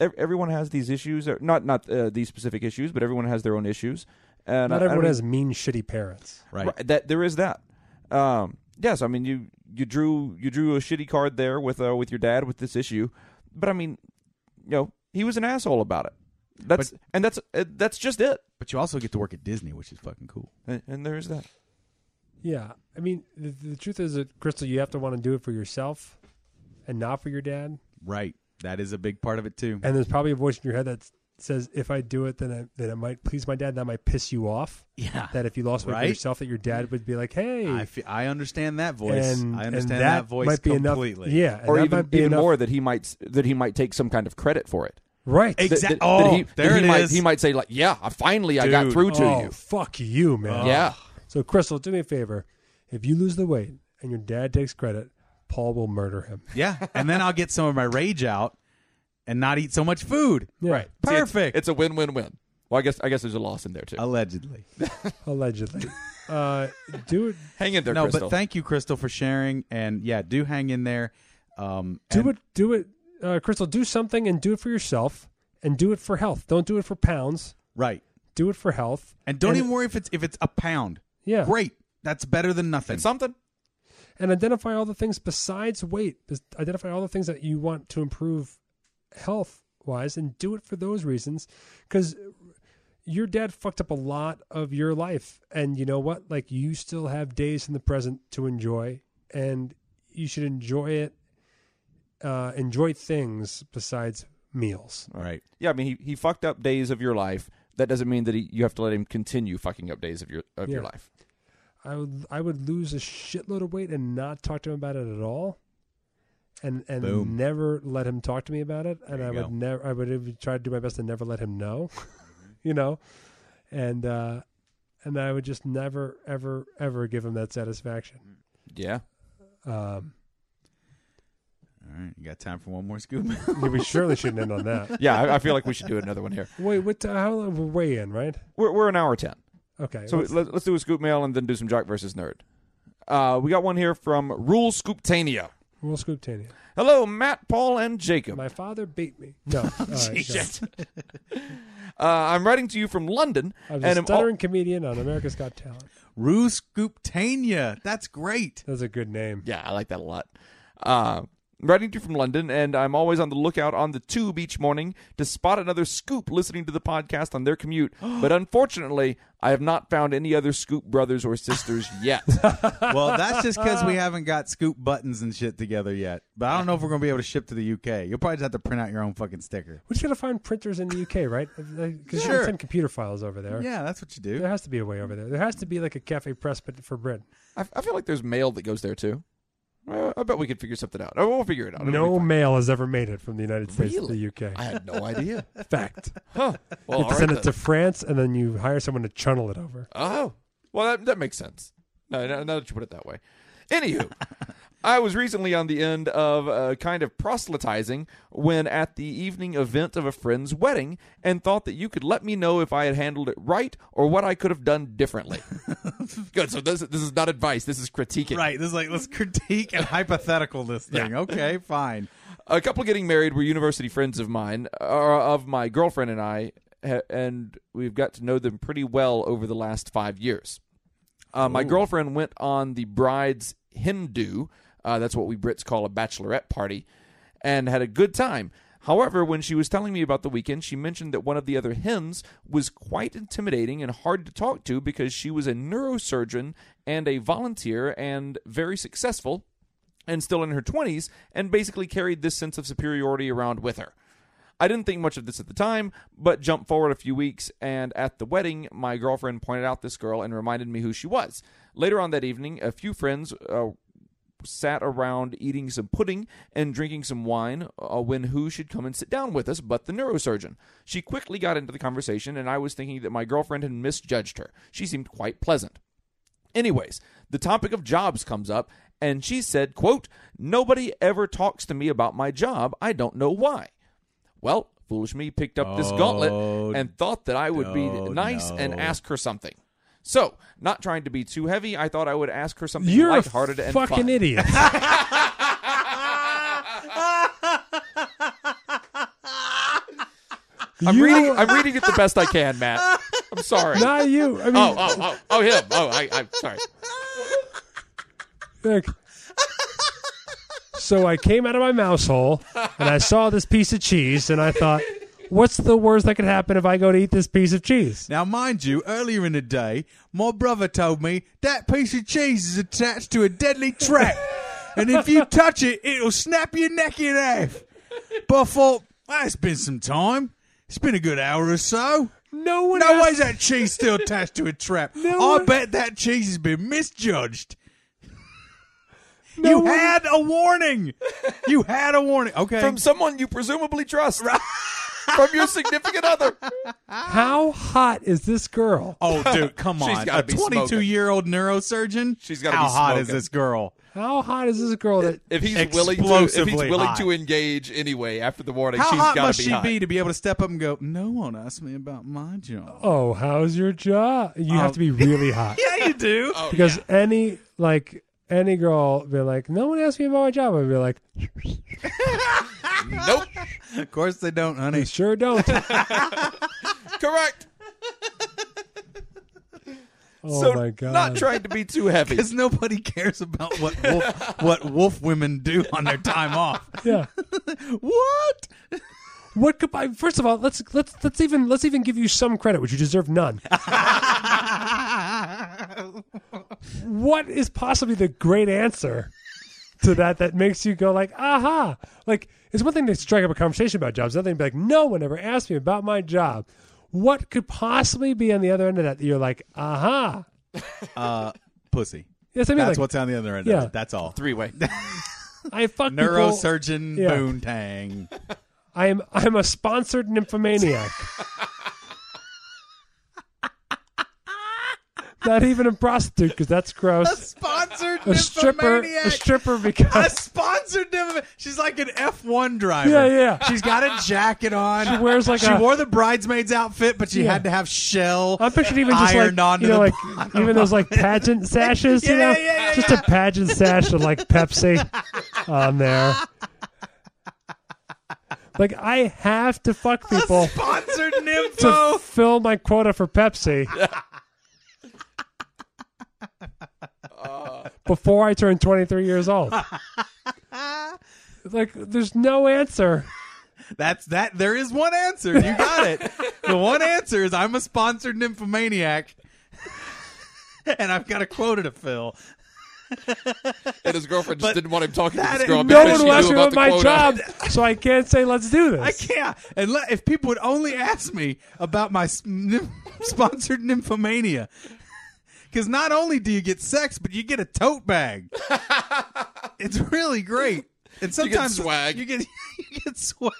D: ev- everyone has these issues. Or Not not uh, these specific issues, but everyone has their own issues. And
B: not
D: I- I
B: everyone
D: mean-
B: has mean shitty parents.
C: Right.
D: Right, that there is that. Um, yes, I mean you you drew you drew a shitty card there with uh, with your dad with this issue, but I mean, you know, he was an asshole about it. That's and that's uh, that's just it.
C: But you also get to work at Disney, which is fucking cool.
D: And, and there is that.
B: Yeah, I mean, the, the truth is that Crystal, you have to want to do it for yourself, and not for your dad.
C: Right. That is a big part of it too.
B: And there's probably a voice in your head that says, "If I do it, then I, then it might please my dad. That might piss you off.
C: Yeah.
B: That if you lost weight for
C: Right.
B: yourself, that your dad would be like, hey,
C: I fe- I understand that voice.
B: and,
C: I
B: and
C: understand
B: that,
C: voice
B: might be Enough,
C: completely.
B: yeah, and
D: or
B: that
D: even
B: might be
D: even
B: enough-
D: more that he might s- that he might take some kind of credit for it.
B: right.
D: That-
C: Exactly.
D: that- that
C: Oh,
D: he, that
C: there
D: he
C: it
D: might,
C: is.
D: He might say like, "Yeah, I finally I got
C: Dude.
D: through to
B: oh,
D: you."
B: fuck you, man.
C: Oh.
D: Yeah.
B: So Crystal, do me a favor. If you lose the weight and your dad takes credit, Paul will murder him.
C: Yeah, and then I'll get some of my rage out and not eat so much food.
B: Yeah. Right.
D: See, it's-
C: Perfect.
D: It's, a win-win-win. Well, I guess I guess there's a loss in there too.
C: Allegedly.
B: Allegedly. uh, do it.
D: Hang in there,
C: no,
D: Crystal.
C: but thank you, Crystal, for sharing. And yeah, do hang in there. Um,
B: do
C: and
B: it do it uh, crystal do something and do it for yourself and do it for health don't do it for pounds
C: right,
B: do it for health
C: and don't even worry if it's if it's a pound.
B: yeah
C: Great, that's better than nothing.
D: It's something.
B: and identify all the things besides weight Bes- identify all the things that you want to improve health wise and do it for those reasons because your dad fucked up a lot of your life and you know what like you still have days in the present to enjoy and you should enjoy it uh, enjoy things besides meals
C: right,
D: Yeah, I mean, he, he fucked up days of your life. That doesn't mean that he, you have to let him continue fucking up days of your of your
B: Yeah.
D: life.
B: I would I would lose a shitload of weight and not talk to him about it at all, and and
C: Boom.
B: never let him talk to me about it. And
C: There
B: I
C: you
B: would
C: go.
B: never I would have tried to do my best to never let him know, you know, and uh, and I would just never ever ever give him that satisfaction.
D: Yeah,
B: Um,
C: all right. You got time for one more scoop?
B: we surely shouldn't end on that.
D: yeah. I, I feel like we should do another one here.
B: Wait, what? ti- How long? We're way in, right?
D: We're we're an hour ten,
B: Okay.
D: so
B: let's-
D: let, let's do a scoop mail and then do some jock versus nerd. Uh, we got one here from Rule Scooptania.
B: we'll scoop Tanya.
D: Hello, Matt, Paul, and Jacob.
B: My father beat me. No, all right, go.
D: Uh, I'm writing to you from London,
B: I'm
D: and
B: a
D: am al-
B: stuttering comedian on America's Got Talent.
C: Rue Scooptania. That's great.
B: That's a good name.
D: Yeah, I like that a lot. Uh, writing to you from London, and I'm always on the lookout on the tube each morning to spot another scoop listening to the podcast on their commute. but unfortunately, I have not found any other scoop brothers or sisters yet.
C: Well, that's just because we haven't got scoop buttons and shit together yet. But I don't know if we're gonna be able to ship to the UK. You'll probably just have to print out your own fucking sticker.
B: We just gotta find printers in the UK, right? Because you
C: Sure.
B: can send computer files over there.
C: Yeah, that's what you do.
B: There has to be a way over there. There has to be like a cafe press, but for Britain.
D: I, I feel like there's mail that goes there too. I, I bet we could figure something out. Oh, we'll figure it out. It'll be
B: No
D: fine.
B: mail has ever made it from the United States
D: Really?
B: to the UK.
D: I had no idea.
B: Fact.
D: Huh. Well,
B: you have
D: all
B: to send
D: right
B: it
D: then.
B: to France, and then you hire someone to channel it over.
D: Oh. Well, that, that makes sense. No, no, now that you put it that way. Anywho, I was recently on the end of a kind of proselytizing when at the evening event of a friend's wedding and thought that you could let me know if I had handled it right or what I could have done differently. Good. So this, this is not advice. This is critiquing.
C: Right. This is like let's critique and hypothetical this thing. Okay, fine.
D: a couple getting married were university friends of mine, or of my girlfriend and I, ha- and we've got to know them pretty well over the last five years. Uh, my girlfriend went on the bride's Hindu, uh, that's what we Brits call a bachelorette party, and had a good time. However, when she was telling me about the weekend, she mentioned that one of the other hens was quite intimidating and hard to talk to because she was a neurosurgeon and a volunteer and very successful and still in her 20s, and basically carried this sense of superiority around with her. I didn't think much of this at the time, but jump forward a few weeks, and at the wedding, my girlfriend pointed out this girl and reminded me who she was. Later on that evening, a few friends uh, sat around eating some pudding and drinking some wine uh, when who should come and sit down with us but the neurosurgeon. She quickly got into the conversation, and I was thinking that my girlfriend had misjudged her. She seemed quite pleasant. Anyways, the topic of jobs comes up, and she said, quote, Nobody ever talks to me about my job. I don't know why. Well, foolish me picked up this
C: Oh,
D: gauntlet and thought that I would be
C: no,
D: nice and
C: no.
D: ask her something. So, not trying to be too heavy, I thought I would ask her something
B: You're a
D: lighthearted and
B: fucking
D: fun.
B: idiot.
D: I'm
B: You-
D: reading. I'm reading it the best I can, Matt. I'm sorry.
B: Not you. I mean,
D: Oh, oh, oh, oh, him. Oh, I, I'm sorry.
B: Look. So I came out of my mouse hole and I saw this piece of cheese and I thought, what's the worst that could happen if I go to eat this piece of cheese?
C: Now, mind you, earlier in the day, my brother told me that piece of cheese is attached to a deadly trap, and if you touch it, it'll snap your neck in half. But I thought that's been some time. It's been a good hour or so.
B: No one.
C: No
B: asked-
C: way's that cheese still attached to a trap. I
B: one-
C: bet that cheese has been misjudged.
B: no
C: you
B: one-
C: had a warning. You had a warning. Okay.
D: From someone you presumably trust. From your significant other.
B: How hot is this girl?
C: Oh, dude, come
D: She's
C: on!
D: gotta
C: A
D: be smoking.
C: twenty-two-year-old neurosurgeon.
D: She's gotta
C: How
D: be
C: hot is
D: smoking.
C: this girl?
B: How hot is this girl? That
D: If he's willing to, if he's
C: Explosively
D: willing
C: hot.
D: to engage anyway after the warning,
C: How
D: she's
C: hot
D: gotta
C: must
D: be
C: she
D: hot.
C: be to be able to step up and go? No one asked me about my job.
B: oh, how's your job? You have to be really hot
C: Yeah, you do.
D: Oh,
B: because any like any girl be like, no one asked me about my job. I'd be like,
D: Nope.
C: Of course they don't, honey.
B: they sure don't.
D: Correct.
B: Oh
D: so
B: my god!
D: not trying to be too heavy.
C: Because nobody cares about what wolf, what wolf women do on their time off.
B: yeah.
C: What?
B: What could I? First of all, let's let's let's even let's even give you some credit, which you deserve none. what is possibly the great answer to that that makes you go like, aha? Like it's one thing to strike up a conversation about jobs, another thing to be like, no one ever asked me about my job. What could possibly be on the other end of that that you're like, aha?
C: Pussy.
B: Yes, I mean,
C: That's
B: like,
C: what's on the other end.
B: Yeah.
C: of it. That's all.
D: Three way.
B: I fuck people-
C: Neurosurgeon
B: Yeah.
C: Boontang.
B: I'm I'm a sponsored nymphomaniac. Not even a prostitute because that's gross.
C: Sponsored
B: a stripper, a stripper
C: I
B: because
C: sponsored them. She's like an F1 driver.
B: Yeah, yeah.
C: She's got a jacket on. She
B: wears like
C: She
B: a-
C: wore the bridesmaid's outfit, but she
B: Yeah.
C: had to have shell.
B: I'm picturing even just like
C: ironed onto
B: you know,
C: the
B: like even those like pageant sashes, you
C: Yeah,
B: know,
C: yeah, yeah,
B: just a pageant sash of like Pepsi on there. Like I have to fuck people
C: sponsored
B: to
C: nympho.
B: fill my quota for Pepsi before I turn 23 years old. like, there's no answer.
C: That's that. There is one answer. You got it. the one answer is I'm a sponsored nymphomaniac, and I've got a quota to fill.
D: And his girlfriend just didn't want him talking to
C: that
D: this girl
C: ain't-
B: No
D: because
B: one
D: she
B: will ask
D: knew
B: me
D: about
B: about
D: the
B: my
D: quota.
B: job, so I can't say let's do
C: I
B: this.
C: can't. And let, if people would only ask me about my s- nym- sponsored nymphomania, because not only do you get sex, but you get a tote bag. it's really great. And sometimes
D: swag.
C: You get you get swag.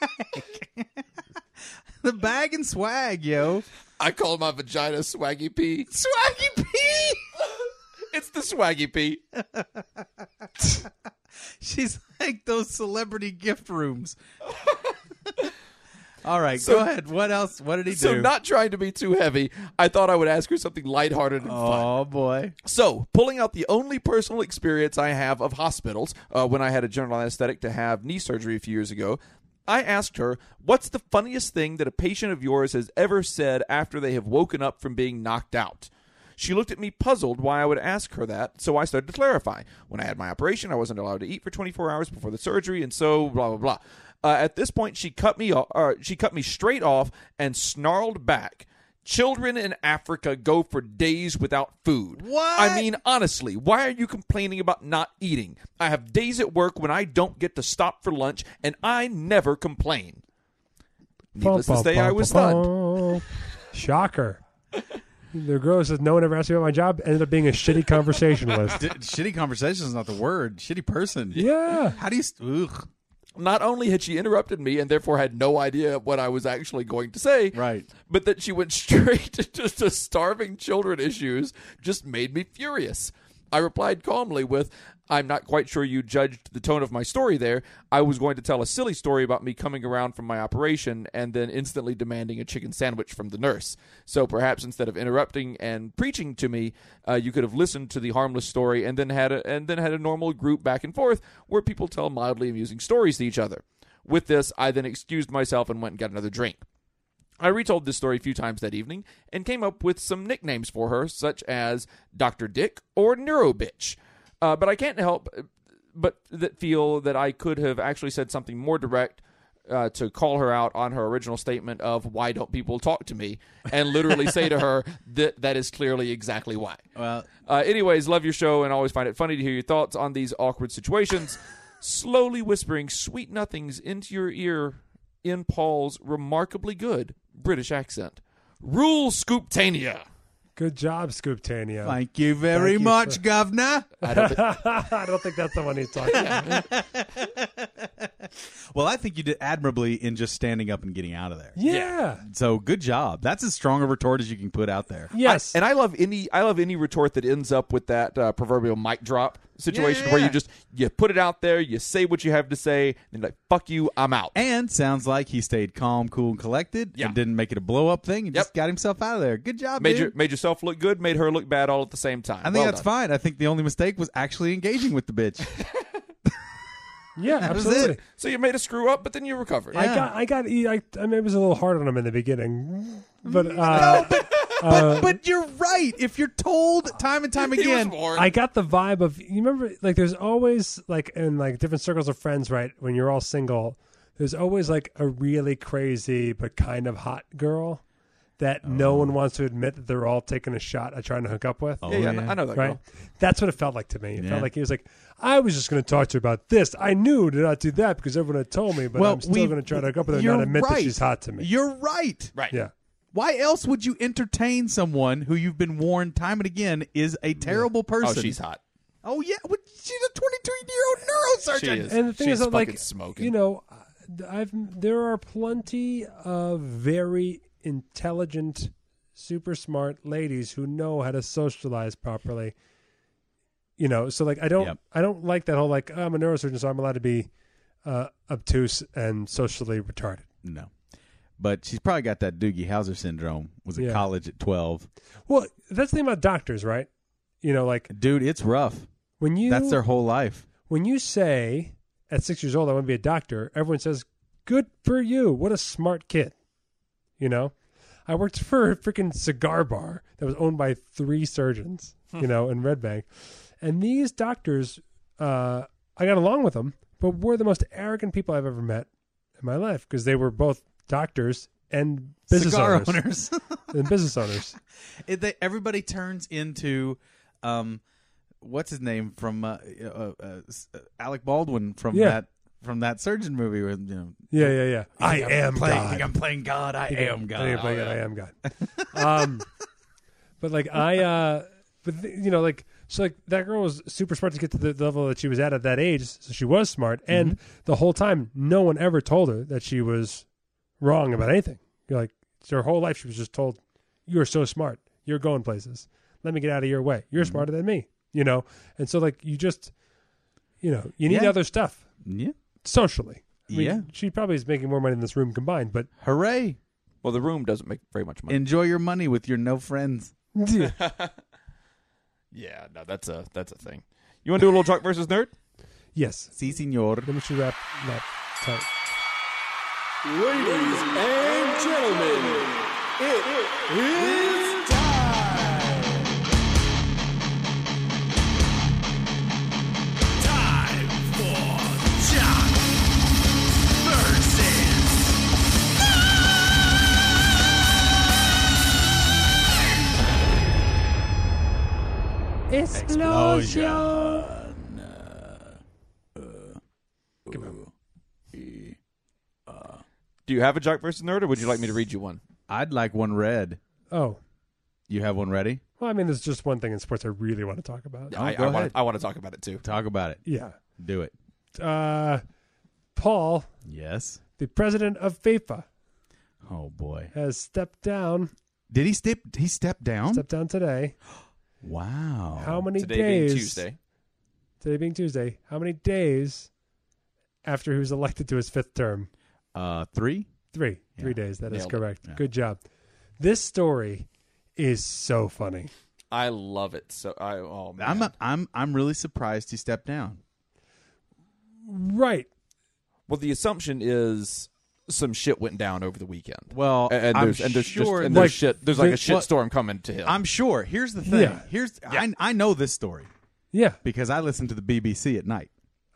C: the bag and swag, yo.
D: I call my vagina swaggy pee.
C: Swaggy pee.
D: It's the swaggy P.
C: She's like those celebrity gift rooms. All right,
D: So-
C: go ahead. What else? What did he
D: So,
C: do?
D: not trying to be too heavy, I thought I would ask her something lighthearted and fun.
C: oh boy.
D: So, pulling out the only personal experience I have of hospitals uh, when I had a general anesthetic to have knee surgery a few years ago, I asked her, What's the funniest thing that a patient of yours has ever said after they have woken up from being knocked out? She looked at me puzzled why I would ask her that, so I started to clarify. When I had my operation, I wasn't allowed to eat for 24 hours before the surgery, and so blah blah blah. Uh, at this point, she cut me off, uh, she cut me straight off and snarled back. Children in Africa go for days without food.
C: What?
D: I mean, honestly, why are you complaining about not eating? I have days at work when I don't get to stop for lunch, and I never complain. Needless to say, I was stunned.
B: stunned. Shocker. The girl says no one ever asked me about my job ended up being a shitty conversationalist.
C: D- shitty conversation is not the word. Shitty person.
B: yeah.
C: How do you? St- ugh.
D: Not only had she interrupted me and therefore had no idea what I was actually going to say,
C: Right.
D: but that she went straight to just the starving children issues just made me furious. I replied calmly with, I'm not quite sure you judged the tone of my story there. I was going to tell a silly story about me coming around from my operation and then instantly demanding a chicken sandwich from the nurse. So perhaps instead of interrupting and preaching to me, uh, you could have listened to the harmless story and then had a, and then had a normal group back and forth where people tell mildly amusing stories to each other. With this, I then excused myself and went and got another drink. I retold this story a few times that evening and came up with some nicknames for her, such as Dr. Dick or Neuro Bitch. Uh, but I can't help but that feel that I could have actually said something more direct uh, to call her out on her original statement of why don't people talk to me and literally say to her that that is clearly exactly why.
C: Well,
D: Uh, anyways, love your show and always find it funny to hear your thoughts on these awkward situations. Slowly whispering sweet nothings into your ear in Paul's remarkably good British accent. Rule Scooptania.
B: Good job, Scooptania.
C: thank you very
B: Thank you
C: much,
B: for-
C: Governor.
B: I don't think that's the one he's talking about.
C: Well, I think you did admirably in just standing up and getting out of there.
B: Yeah.
C: So good job. That's as strong a retort as you can put out there.
B: Yes.
D: And I love any I love any retort that ends up with that uh, proverbial mic drop situation
C: Yeah, yeah,
D: where
C: yeah.
D: you just you put it out there, you say what you have to say, and like fuck you, I'm out.
C: And sounds like he stayed calm, cool, and collected,
D: Yeah.
C: and didn't make it a blow up thing. And
D: Yep.
C: just got himself out of there. Good job,
D: made
C: dude.
D: your, made yourself look good, made her look bad all at the same time.
C: I think that's fine. I think the only mistake was actually engaging with the bitch.
B: yeah,
C: was
B: absolutely.
C: it.
D: So you made a screw up, but then you recovered.
B: I got, I got, e, I, I mean, it was a little hard on him in the beginning, but uh,
C: Mm-hmm. but but you're right. If you're told time and time again,
B: I got the vibe of you remember like there's always like in like different circles of friends, right? When you're all single, there's always like a really crazy but kind of hot girl that no
C: Oh.
B: one wants to admit that they're all taking a shot at trying to hook up with.
D: yeah, yeah,
C: yeah.
D: I know that
B: Right,
D: girl.
B: that's what it felt like to me. It
C: Oh. Yeah.
B: felt like he was like, "I was just going to talk to her about this. I knew to not do that because everyone had told me, but
C: well,
B: I'm still
C: we-
B: going to try to hook up with her, and
C: you're
B: not admit that
C: right.
B: she's hot to me."
C: You're right.
D: Right.
B: yeah,
C: Why else would you entertain someone who you've been warned time and again is a terrible
D: Oh,
C: person?
D: she's hot.
C: Oh yeah, well, she's a 22 year old neurosurgeon.
D: She is.
B: and the thing
D: She
B: is,
D: is
B: that, like
D: fucking smoking.
B: you know, I've there are plenty of very intelligent, super smart ladies who know how to socialize properly. You know, so like I don't,
C: Yep.
B: I don't like that whole like "Oh, I'm a neurosurgeon, so I'm allowed to be uh, obtuse and socially retarded.
C: No, but she's probably got that Doogie Howser syndrome. Was at
B: Yeah.
C: college at 12.
B: Well, that's the thing about doctors, right? You know, like
C: Dude, it's rough.
B: when you
C: That's their whole life.
B: when you say at six years old I want to be a doctor, everyone says, "Good for you! What a smart kid!" You know, I worked for a freaking cigar bar that was owned by three surgeons,
C: Hmm.
B: you know, in Red Bank, and these doctors, uh, I got along with them, but were the most arrogant people I've ever met in my life because they were both doctors and business
C: Cigar
B: owners,
C: owners.
B: and business owners.
C: it, they, everybody turns into um what's his name from uh, uh, uh, s- uh, Alec Baldwin from
B: Yeah.
C: that from that surgeon movie where you know
B: Yeah, yeah, yeah. I
C: I'm
B: am
C: playing,
B: God.
C: think I'm playing God
B: I
C: I am
B: think I
C: God
B: play it, I am God. Um, but like I, uh, but th- you know, like so, like that girl was super smart to get to the level that she was at at that age. So she was smart, and
C: Mm-hmm.
B: the whole time, no one ever told her that she was wrong about anything. You're like her whole life,
C: Mm-hmm.
B: she was just told, "You are so smart. You're going places. Let me get out of your way. You're smarter than me. you know? And so, like, you just, you know, you need
C: Yeah.
B: other stuff
C: Yeah.
B: socially. I mean,
C: Yeah.
B: She probably is making more money in this room combined, but
C: Hooray.
D: Well, the room doesn't make very much money.
C: Enjoy your money with your no friends.
D: yeah, no, that's a that's a thing. You want to do a little jock versus nerd?
B: yes.
C: Si, senor.
B: Then we should wrap, wrap tight.
G: Ladies and gentlemen, it is time. Time for Jock versus.
D: Do you have a jock versus nerd, or would you like me to read you one?
C: I'd like one red.
B: Oh,
C: You have one ready?
B: well, I mean, there's just one thing in sports I really want to talk about.
D: I,
C: go
D: I want
C: ahead.
D: to, I want to talk about it too.
C: Talk about it.
B: Yeah.
C: Do it.
B: Uh, Paul,
C: Yes.
B: the president of FIFA,
C: Oh boy.
B: has stepped down,
C: Did he step he stepped down?
B: stepped down today.
C: Wow.
B: How many
D: Oh, Today
B: days?
D: being Tuesday.
B: Today being Tuesday. How many days after he was elected to his fifth term?
C: uh three?
B: Three. Three
C: Yeah.
B: days. That is
D: Nailed it.
B: correct.
C: Yeah.
B: Good job. This story is so funny.
D: I love it. So I oh man.
C: I'm I'm I'm really surprised he stepped down.
B: Right.
D: well, the assumption is some shit went down over the weekend.
C: Well,
D: and, and
C: I'm
D: there's and there's
C: sure
D: just, and
C: that-
D: there's shit. There's like a
B: Well-
D: shit storm coming to him.
C: I'm sure. Here's the thing.
B: Yeah.
C: Here's I I know this story
B: Yeah.
C: because I listen to the BBC at night.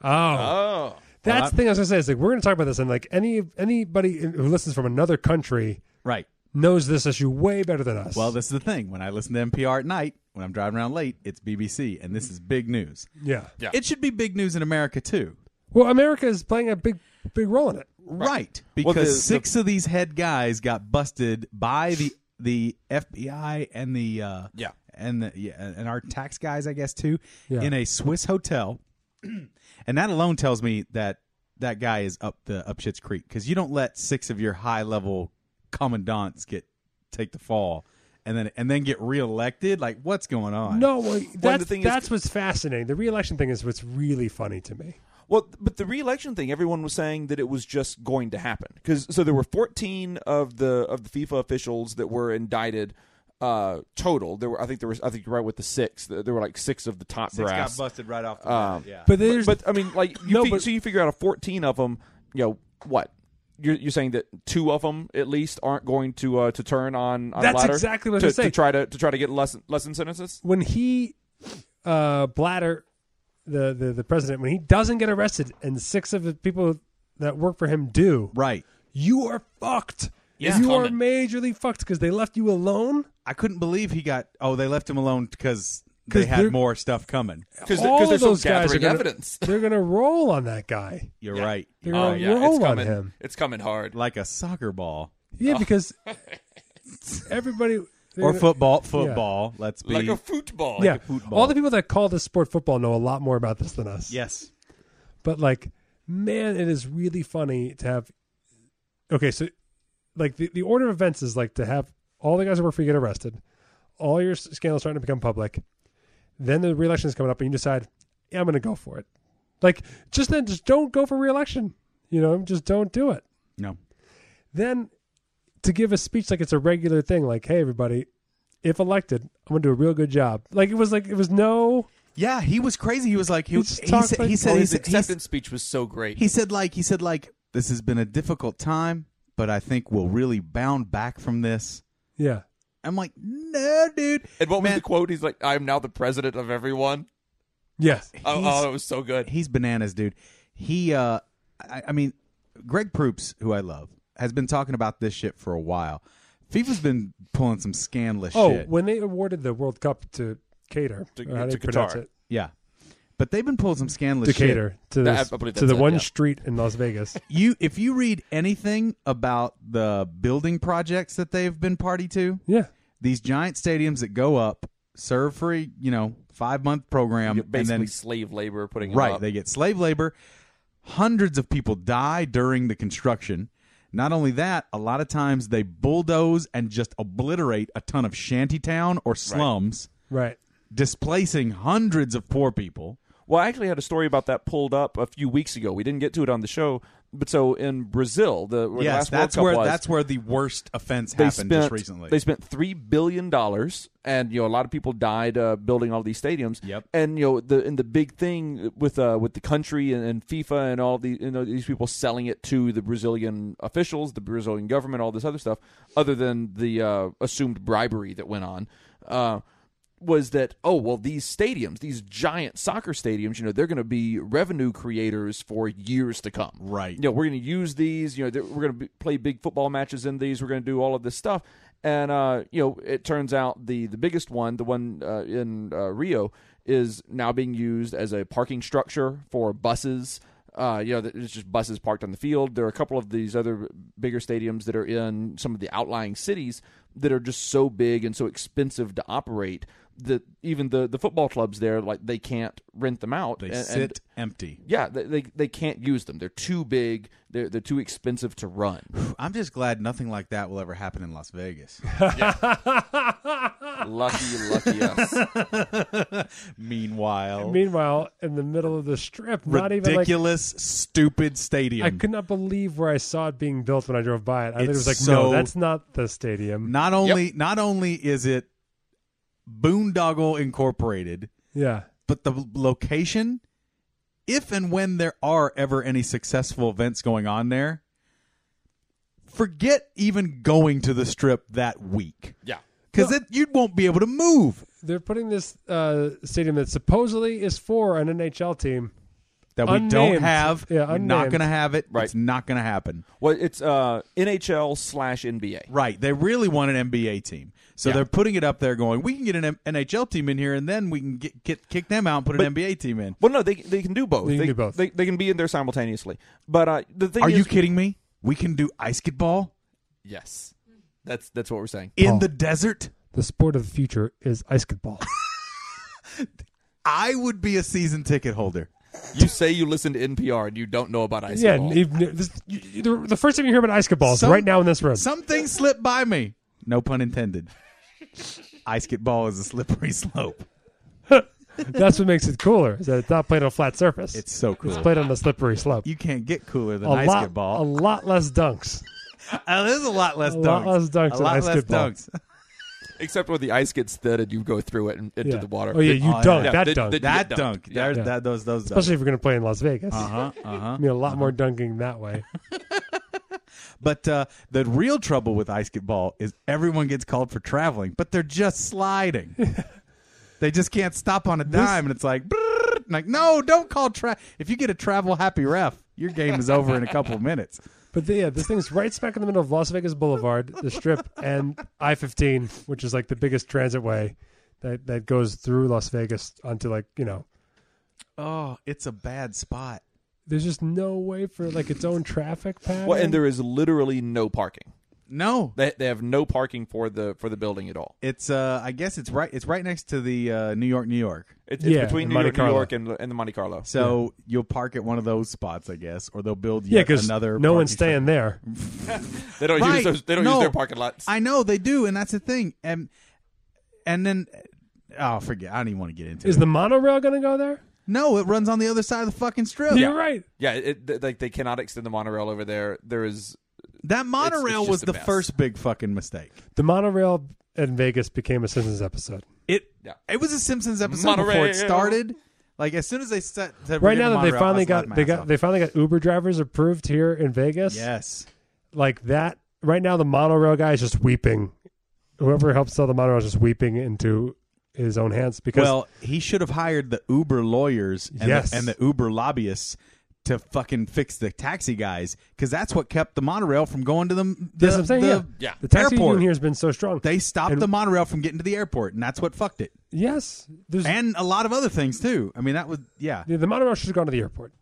B: Oh.
D: oh,
B: That's the thing I was gonna say. Is like we're gonna talk about this, and like any anybody who listens from another country
C: Right.
B: knows this issue way better than us.
C: Well, this is the thing. When I listen to NPR at night, when I'm driving around late, it's BBC, and this is big news.
B: yeah.
D: Yeah.
C: It should be big news in America too.
B: Well, America is playing a big big role in it.
C: Right.
D: Well,
C: Because
D: the-
C: six of these head guys got busted by the the FBI and the uh
D: Yeah.
C: and the yeah, and our tax guys, I guess too,
B: Yeah.
C: in a Swiss hotel. and that alone tells me that that guy is up the up shit's creek cuz you don't let six of your high level commandants get take the fall and then and then get reelected like what's going on?
B: No, well, that's
D: thing is-
B: that's what's fascinating. The reelection thing is what's really funny to me.
D: Well, but the re-election thing, everyone was saying that it was just going to happen because so there were 14 of the of the FIFA officials that were indicted uh, total. There were I think there was I think you're right with the six. There there were like six of the top
C: Six
D: brass.
C: got busted right off the
D: Um,
C: bat. Yeah.
B: But there's
D: But I mean, like you
B: No,
D: fig-
B: but-
D: so you figure out of 14 of them, you know what? You're, you're saying that two of them at least aren't going to uh, to turn on, on
B: That's
D: Blatter
B: exactly what I
D: to,
B: was gonna
D: to
B: say.
D: try to to try to get lesson lesson sentences.
B: when he uh Blatter the, the the president when he doesn't get arrested and six of the people that work for him do,
C: Right.
B: you are fucked.
C: Yeah.
B: You are
D: Coming.
B: majorly fucked because they left you alone.
C: I couldn't believe he got. Oh, they left him alone because they
B: they're-
C: had more stuff coming.
D: Because
B: All
D: there's
B: those
D: some
B: guys are
D: gathering
B: gonna-
D: evidence.
B: They're gonna roll on that guy.
C: You're right.
B: They're
C: Oh,
B: gonna
C: yeah.
D: Yeah, it's
B: roll on
D: coming. Oh.
B: him.
D: It's coming hard.
C: Like a soccer ball
B: Yeah, because everybody they're
C: or
B: gonna-
C: football. Football. Let's be.
D: Like a football.
B: Yeah,
C: football.
B: all the people that call this sport football know a lot more about this than us.
C: yes.
B: but like man it is really funny to have okay so like the, the order of events is like to have all the guys that work for you get arrested all your s- scandals starting to become public then the reelection is coming up and you decide yeah i'm gonna go for it like just then just don't go for reelection you know just don't do it
C: No.
B: then to give a speech like it's a regular thing like hey everybody if elected i'm gonna do a real good job like it was like it was no
C: Yeah, he was crazy. He was like he,
B: He
C: was.
B: just
C: He
B: talked
C: said.
B: like-
C: he said.
D: Oh,
C: he,
D: his
C: said he,
D: acceptance speech was so great.
C: he said like he said like this has been a difficult time, but I think we'll really bound back from this.
B: yeah
C: I'm like, no, dude.
D: and what was
C: Man,
D: the quote? He's like, "I'm now the president of everyone."
B: yes
D: Oh,
C: He's-
D: oh, it was so good.
C: he's bananas, dude. He, uh, I, I mean, Greg Proops, who I love, has been talking about this shit for a while. FIFA's been pulling some scandalous
B: Oh,
C: shit.
B: when they awarded the the World Cup to Cater,
D: To-
B: or how do
D: to
B: you pronounce
D: Qatar.
B: it?
C: yeah. But they've been pulling some scandalous shit.
B: Decatur to the,
D: That- I believe
B: to the
D: that's it,
B: one
D: yeah.
B: street in Las Vegas.
C: You, if you read anything about the building projects that they've been party to,
B: yeah,
C: these giant stadiums that go up serve for a, you know five month program, and
D: Basically,
C: then
D: slave labor putting him
C: Right.
D: up.
C: They get slave labor. Hundreds of people die during the construction. Not only that, a lot of times they bulldoze and just obliterate a ton of shantytown or slums
B: right.
C: displacing hundreds of poor people.
D: Well, I actually had a story about that pulled up a few weeks ago. We didn't get to it on the show, but so in Brazil, the where
C: yes,
D: the last
C: that's
D: World Cup
C: where
D: was,
C: that's where the worst offense
D: they
C: happened
D: spent
C: just recently.
D: they spent three billion dollars, and you know a lot of people died uh, building all these stadiums.
C: Yep.
D: And you know the and the big thing with uh, with the country and, and FIFA and all the you know these people selling it to the Brazilian officials, the Brazilian government, all this other stuff, other than the uh, assumed bribery that went on. Uh, was that oh well these stadiums these giant soccer stadiums you know they're going to be revenue creators for years to come
C: Right.
D: you know we're going to use these you know they're- we're going to play big football matches in these we're going to do all of this stuff and uh you know it turns out the the biggest one the one uh, in uh, Rio is now being used as a parking structure for buses uh, you know, that- it's just buses parked on the field. There are a couple of these other bigger stadiums that are in some of the outlying cities that are just so big and so expensive to operate that even the, the football clubs there, like they can't rent them out.
C: They
D: and- and-
C: sit empty.
D: yeah, they, they they can't use them. They're too big. They're they're too expensive to run.
C: I'm just glad nothing like that will ever happen in Las Vegas.
D: lucky, lucky us. Oh.
C: Meanwhile,
B: Meanwhile, in the middle of the strip, not even like
C: ridiculous, stupid stadium.
B: I could not believe where I saw it being built when I drove by it. I think it
C: It's
B: was like,
C: so-
B: no, that's not the stadium.
C: Not only not only is it Boondoggle Incorporated,
B: Yeah.
C: but the location, if and when there are ever any successful events going on there, forget even going to the strip that week.
D: Yeah.
C: Because you won't be able to move.
B: They're putting this uh, stadium that supposedly is for an NHL team.
C: That we don't
B: Unnamed.
C: have.
B: Yeah,
C: We're not
B: unnamed.
C: going to have it.
D: Right.
C: It's not going to happen.
D: Well, it's uh, NHL slash NBA.
C: Right. They really want an NBA team. So
D: Yeah.
C: they're putting it up there going, we can get an M- NHL team in here and then we can get, get kick them out and put an NBA team in.
D: Well, no, they they can do both.
B: They can do both.
D: They, they can be in there simultaneously. But uh, the thing
C: Are
D: is,
C: you kidding me? We can do ice kickball
D: yes, that's that's what we're saying.
C: in
B: Paul.
C: the desert?
B: The sport of the future is ice kickball.
C: I would be a season ticket holder.
D: You say you listen to NPR and you don't know about ice
B: yeah,
D: ball.
B: and even- this, you, the, the first time you hear about ice kickball is
C: Some-
B: right now in this room.
C: Something slipped by me. No pun intended. Ice kickball is a slippery slope.
B: That's what makes it cooler is that it's not played on a flat surface.
C: It's so cool.
B: It's played on a slippery slope.
C: you can't get cooler than
B: a
C: ice
B: lot, a
C: kickball.
B: lot less dunks.
C: Uh, there's a lot less
B: a
C: dunks.
B: lot less dunks
C: A
B: than
C: lot
B: ice
C: less
B: kickball.
C: dunks.
D: Except when the ice gets thin and you go through it and into
B: Yeah.
D: the water.
B: Oh yeah, you
C: Oh, yeah.
B: dunk
C: Yeah,
B: that
D: the-
B: dunk,
D: the-
C: That
D: get dunked.
C: dunk.
D: Yeah.
C: There,
B: Yeah.
C: That, those, those dunks.
B: especially if we're going to play in Las Vegas.
C: Uh-huh, uh-huh.
B: I mean, a lot more dunking that way.
C: But uh, the real trouble with ice kickball is everyone gets called for traveling, but they're just sliding. they just can't stop on a dime, and it's like, brrr, like no, don't call tra. If you get a travel happy ref, your game is over in a couple of minutes.
B: But the, yeah, this thing's right smack in the middle of Las Vegas Boulevard, the Strip, and I fifteen, which is like the biggest transit way that that goes through Las Vegas onto like you know.
C: Oh, it's a bad spot.
B: There's just no way for like its own traffic pattern.
D: Well, and there is literally no parking.
C: No,
D: They, they have no parking for the for the building at all.
C: it's uh, I guess it's right. It's right next to the uh, New York, New York.
D: It's, it's
B: Yeah,
D: between
B: and
D: New
B: Monte
D: York, New
B: Carlo.
D: York, and, and the Monte Carlo.
C: So you'll park at one of those spots, I guess, or they'll build
B: yeah,
C: yet
B: because
C: another.
B: no one's staying
C: parking spot.
B: there.
D: They don't
C: Right.
D: use those, they don't
C: No.
D: use their parking lots.
C: I know they do, and that's the thing. And and then oh, forget. I don't even want to get into
B: Is
C: it.
B: the monorail going to go there?
C: no, it runs on the other side of the fucking strip.
B: You're right.
D: Yeah, it, th- like they cannot extend the monorail over there. There is
C: That
D: it's
C: monorail
D: just
C: was
D: a
C: the
D: mess.
C: first big fucking mistake.
B: The monorail in Vegas became a Simpsons episode.
C: It
D: Yeah.
C: it was a Simpsons episode before
D: Monorail.
C: it started. Like as soon as they set said, we're
B: Right now
C: doing
B: that they
C: monorail, I
B: finally
C: was
B: got
C: laughing
B: they
C: my
B: got
C: ass
B: they finally got Uber drivers approved here in Vegas.
C: off. yes.
B: like that right now the monorail guy is just weeping whoever helps sell the monorail is just weeping into his own hands because
C: Well, he should have hired the Uber lawyers and,
B: Yes.
C: the, and the Uber lobbyists to fucking fix the taxi guys because that's what kept the monorail from going to the the,
B: that's what I'm saying,
C: the
B: yeah.
D: yeah.
B: the taxi
C: airport.
B: union here has been so strong
C: They stopped
B: And-
C: the monorail from getting to the airport, and that's what fucked it.
B: yes there's
C: And a lot of other things too. I mean, that was yeah.
B: the, the monorail should have gone to the airport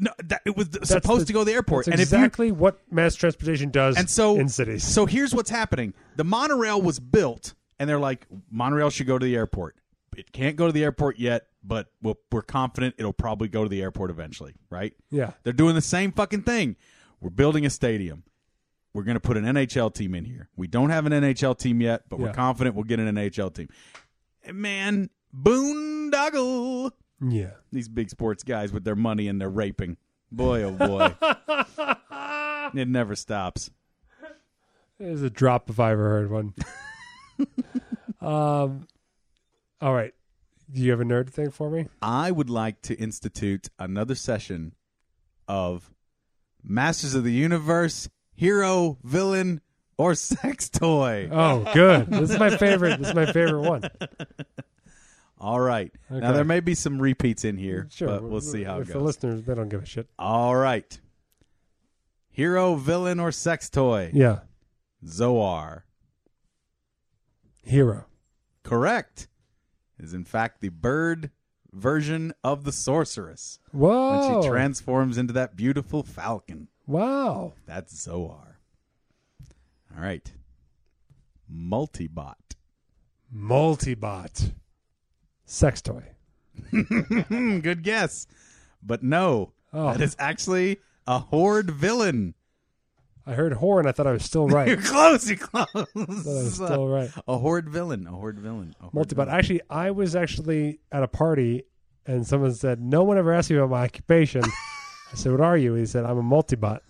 C: No, that, it was supposed
B: the-
C: to go to the airport,
B: that's
C: and if you
B: exactly what mass transportation does
C: and so
B: in cities
C: So here's what's happening: the monorail was built, and they're like, monorail should go to the airport. It can't go to the airport yet, but we'll, we're confident it'll probably go to the airport eventually, right?
B: yeah
C: They're doing the same fucking thing. We're building a stadium. We're going to put an NHL team in here. We don't have an NHL team yet, but we're
B: Yeah.
C: confident we'll get an NHL team. And man, boondoggle.
B: Yeah.
C: These big sports guys with their money and their raping. Boy, oh boy. it never stops.
B: There's a drop if I ever heard one. um, all right. Do you have a nerd thing for me?
C: I would like to institute another session of Masters of the Universe, Hero, Villain, or Sex Toy.
B: Oh, good. This is my favorite. This is my favorite one.
C: All right. Now,
B: Okay.
C: there may be some repeats in here,
B: Sure.
C: but we'll see how
B: if
C: it
B: the
C: goes.
B: listeners they don't give a shit.
C: All right. Hero, Villain, or Sex Toy?
B: Yeah.
C: Zoar.
B: Hero.
C: Correct. Is in fact the bird version of the sorceress when
B: Whoa.
C: she transforms into that beautiful falcon.
B: wow.
C: That's Zoar. All right. Multibot.
B: Multibot. Sex toy.
C: Hmm, good guess. But no,
B: Oh.
C: that is actually a horde villain.
B: I heard horn. I thought I was still right.
C: You're close, you're close.
B: I thought I was still right.
C: A horde villain, a horde villain. a horde
B: Multibot.
C: villain.
B: Actually, I was actually at a party and someone said, No one ever asked me about my occupation. I said, What are you? He said, I'm a multibot.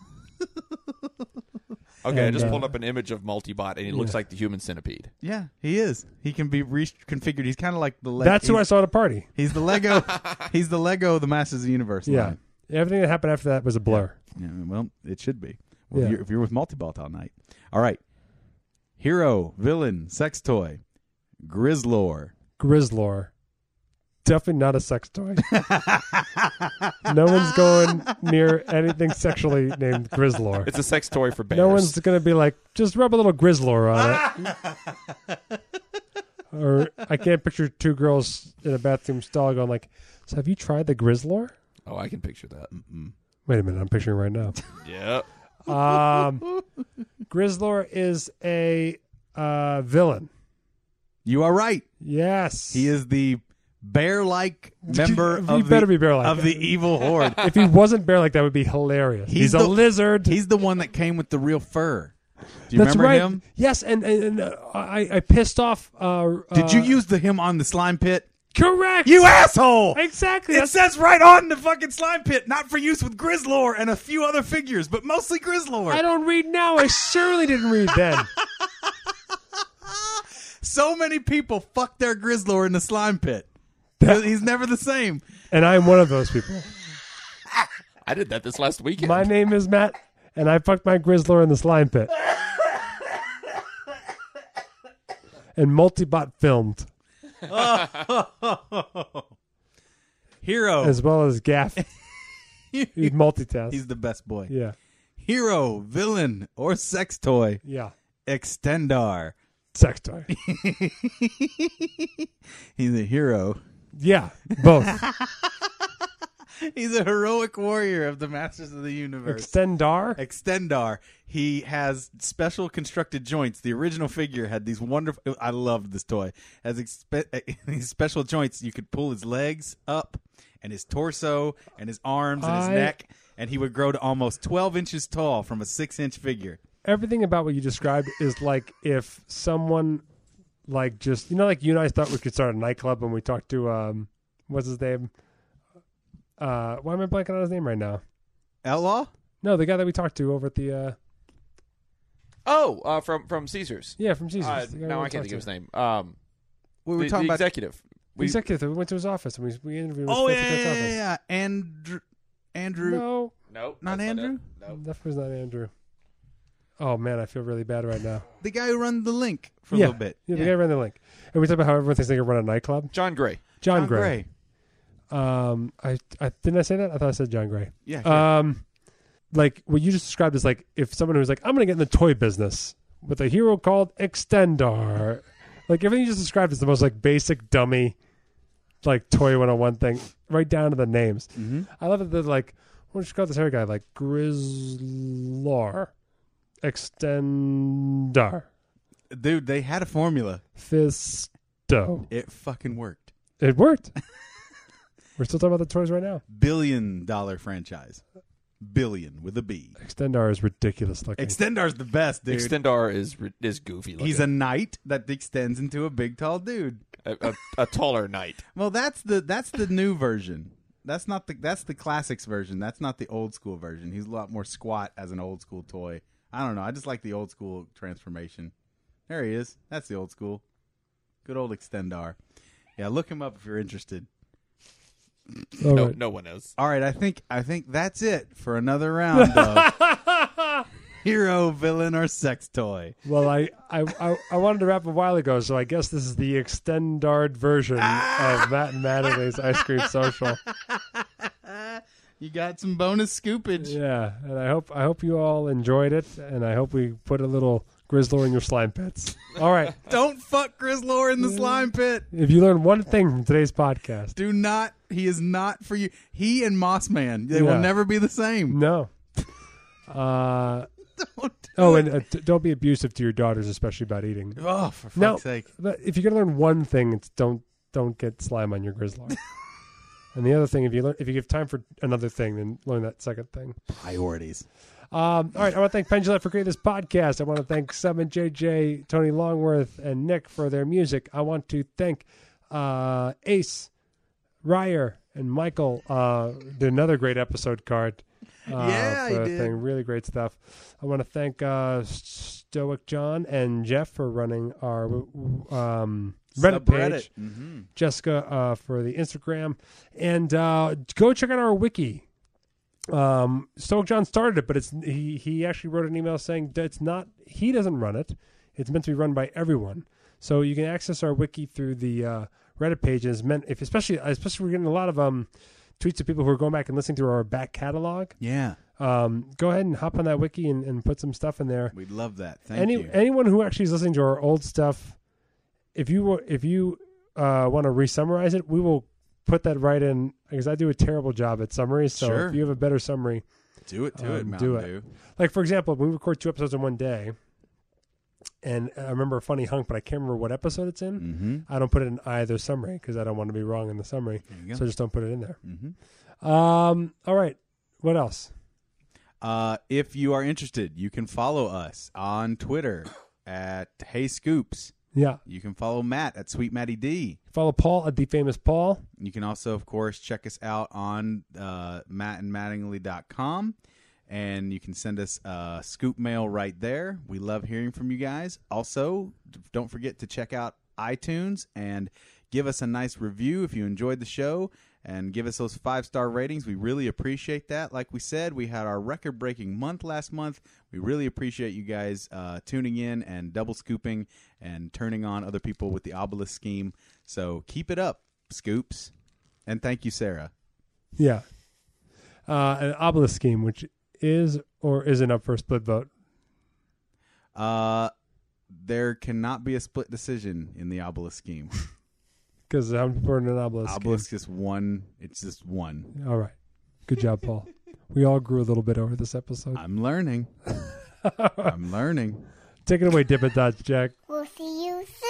E: Okay, I
B: And,
E: just
B: uh,
E: pulled up an image of Multibot, and he looks like the human centipede.
C: Yeah, he is. He can be reconfigured. He's kind of like the Lego.
B: That's who I saw at a party.
C: He's the Lego. he's the Lego of the Masters of the Universe.
B: Yeah.
C: line.
B: Everything that happened after that was a blur.
C: Yeah, well, it should be. Well, if,
B: Yeah.
C: you're, if you're with Multibot all night. All right. Hero, villain, sex toy, Grizzlor.
B: Grizzlor. Definitely not a sex toy. no one's going near anything sexually named Grizzlor.
E: It's a sex toy for bears.
B: No one's going to be like, just rub a little Grizzlor on it. or I can't picture two girls in a bathroom stall going like, so have you tried the Grizzlor?
E: Oh, I can picture that.
B: Wait a minute, I'm picturing right now.
E: Yeah.
B: Um, Grizzlor is a uh, villain.
C: You are right.
B: Yes,
C: He is the bear-like member
B: He
C: of
B: better
C: the
B: be bear-like.
C: of the evil horde.
B: If he wasn't bear like that, would be hilarious.
C: He's
B: He's, a
C: the-
B: lizard.
C: He's the one that came with the real fur. Do you
B: That's
C: remember
B: right.
C: him?
B: Yes, and and, and uh, I, I pissed off. Uh,
C: Did you
B: uh,
C: use the him on the slime pit?
B: correct?
C: You asshole!
B: exactly.
C: It
B: That's,
C: says right on the fucking slime pit, not for use with Grizzlor and a few other figures, but mostly Grizzlor.
B: I don't read now. I surely didn't read then.
C: so many people fuck their Grizzlor in the slime pit. He's never the same.
B: And I'm one of those people.
E: I did that this last weekend.
B: My name is Matt, and I fucked my Grizzler in the slime pit. And Multibot filmed,
C: Hero.
B: as well as Gaff. He'd multitask.
C: He's the best boy.
B: yeah,
C: Hero, villain, or sex toy.
B: yeah.
C: Extendar.
B: Sex toy.
C: He's a hero.
B: Yeah, both.
C: He's a heroic warrior of the Masters of the Universe.
B: Extendar.
C: Extendar, he has special constructed joints. The original figure had these wonderful. I loved this toy. Has expe- eh, these special joints. You could pull his legs up, and his torso, and his arms, and his
B: I-
C: neck, and he would grow to almost twelve inches tall from a six-inch figure.
B: Everything about what you described is like if someone, like just you know, like you and I thought we could start a nightclub when we talked to um, what's his name? Uh, why am I blanking on his name right now?
C: Outlaw.
B: No, the guy that we talked to over at the uh,
E: Oh, uh, from from Caesars.
B: yeah from Caesars.
E: Uh,
B: The guy
E: no,
B: we
E: I can't
B: talked
E: think of his
B: to.
E: name. Um,
C: We
E: the,
C: were talking
E: the
C: about.
E: executive. We,
B: Executive. We went to his office and we we interviewed. Him
C: oh
B: with
C: yeah,
B: Phil
C: yeah,
B: Tippet's
C: yeah,
B: office.
C: yeah. Andrew. Andrew.
B: No,
E: no,
C: Not
E: that's
C: Andrew?
E: it. No.
B: that was not Andrew. Oh man, I feel really bad right now.
C: The guy who run the link for
B: yeah.
C: a little bit.
B: Yeah, the guy ran the link, and we talked about how everyone thinks they can run a nightclub.
E: John Gray.
B: John,
C: John
B: Gray.
C: Gray.
B: Um, I, I didn't I say that? I thought I said John Gray.
C: Yeah. yeah.
B: Um, like what you just described is like if someone who's like, I'm gonna get in the toy business with a hero called Extendar. Like everything you just described is the most like basic dummy, like toy 101 thing, right down to the names.
C: Mm-hmm.
B: I love that they're like, what should you call this hair guy? Like Grizzlar, Extendar,
C: Dude, they had a formula.
B: Fisto.
C: It fucking worked.
B: It worked. We're still talking about the toys right now.
C: billion dollar franchise. billion with a B.
B: Extendar is ridiculous looking.
C: Extendar's the best, dude.
E: Extendar is re- is goofy. Looking.
C: He's a knight that extends into a big tall dude.
E: a, a, a taller knight.
C: Well, that's the that's the new version. That's not the that's the classics version. That's not the old school version. He's a lot more squat as an old school toy. I don't know. I just like the old school transformation. There he is. That's the old school. Good old Extendar. Yeah, look him up if you're interested.
B: All
E: No,
B: right.
E: no one is.
C: All right, I think I think that's it for another round of hero, villain, or sex toy.
B: Well, I, I, I, I wanted to wrap a while ago, so I guess this is the Extendard version of Matt and Mattingly's Ice Cream Social.
C: You got some bonus scoopage.
B: Yeah, and I hope I hope you all enjoyed it, and I hope we put a little grizzler in your slime pits. All right,
C: Don't fuck Chris Lore in the slime pit.
B: if you learn one thing from today's podcast,
C: Do not. He is not for you. He and Mossman, they will
B: Yeah.
C: never be the same.
B: no. Uh,
C: Don't do
B: oh,
C: it.
B: and uh, d- don't be abusive to your daughters, especially about eating.
C: oh, for fuck's
B: No.
C: sake!
B: But if you're gonna learn one thing, it's don't don't get slime on your grizzler. and the other thing, if you learn, if you give time for another thing, then learn that second thing.
C: Priorities.
B: Um, all right, I want to thank Pendulette for creating this podcast. I want to thank Simon, JJ, Tony Longworth, and Nick for their music. I want to thank uh, Ace, Ryer, and Michael. Uh, did another great episode card. Uh,
C: Yeah, he
B: for the
C: did.
B: Thing. Really great stuff. I want to thank uh, Stoic John and Jeff for running our um, Reddit page.
C: Mm-hmm.
B: Jessica uh, for the Instagram, and uh, go check out our wiki. Um, Stoic John started it, but it's he he actually wrote an email saying that it's not he doesn't run it; it's meant to be run by everyone. So you can access our wiki through the uh, Reddit page. And it's meant if especially especially we're getting a lot of um tweets of people who are going back and listening to our back catalog.
C: Yeah,
B: Um, go ahead and hop on that wiki and, and put some stuff in there.
C: we'd love that. Thank
B: Any
C: you.
B: anyone who actually is listening to our old stuff, if you wa- if you uh, want to re-summarize it, we will put that right in because I do a terrible job at summaries. So
C: Sure.
B: if you have a better summary,
C: do it, do it,
B: um,
C: Mountain
B: do it.
C: Dew.
B: like for example, we record two episodes in one day, and I remember a funny hunk, but I can't remember what episode it's in.
C: Mm-hmm.
B: I don't put it in either summary because I don't want to be wrong in the summary,
C: There you go.
B: so I just don't put it in there.
C: Mhm.
B: Um, all right, what else?
C: Uh, if you are interested, you can follow us on Twitter at Hey Scoops.
B: Yeah,
C: You can follow Matt at Sweet Matty D.
B: follow Paul at the famous Paul.
C: You can also, of course, check us out on uh, mattandmattingly.com. And you can send us uh, scoop mail right there. We love hearing from you guys. Also, d- don't forget to check out iTunes and give us a nice review if you enjoyed the show and give us those five star ratings. We really appreciate that. Like we said, we had our record breaking month last month. We really appreciate you guys uh, tuning in and double scooping and turning on other people with the obelisk scheme. So keep it up, scoops. And thank you, Sarah.
B: Yeah. Uh, an obelisk scheme, which is or isn't up for a split vote.
C: Uh, there cannot be a split decision in the obelisk scheme.
B: Because I'm for an obelisk.
C: obelisk is one. It's just one.
B: scheme. All right. Good job, Paul. we all grew a little bit over this episode.
C: I'm learning. I'm learning.
B: Take it away, Dip it, Dodge Jack.
A: We'll see you soon.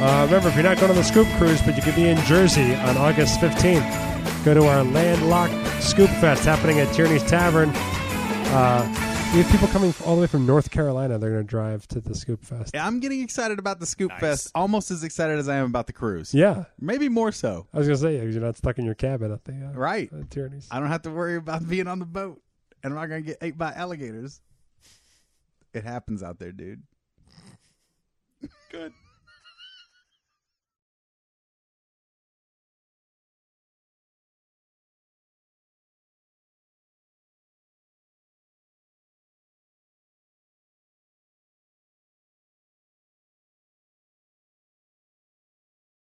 B: Uh, remember, if you're not going on the Scoop Cruise, but you could be in Jersey on August 15th, go to our landlocked Scoop Fest happening at Tierney's Tavern. Uh, we have people coming all the way from North Carolina. They're going to drive to the Scoop Fest.
C: Yeah, I'm getting excited about the scoop fest. Almost as excited as I am about the cruise.
B: Yeah.
C: Maybe more so.
B: I was going to say, because you're not stuck in your cabin at the uh,
C: Right.
B: at Tierney's.
C: I don't have to worry about being on the boat, and I'm not gonna get ate by alligators. It happens out there, dude.
E: Good.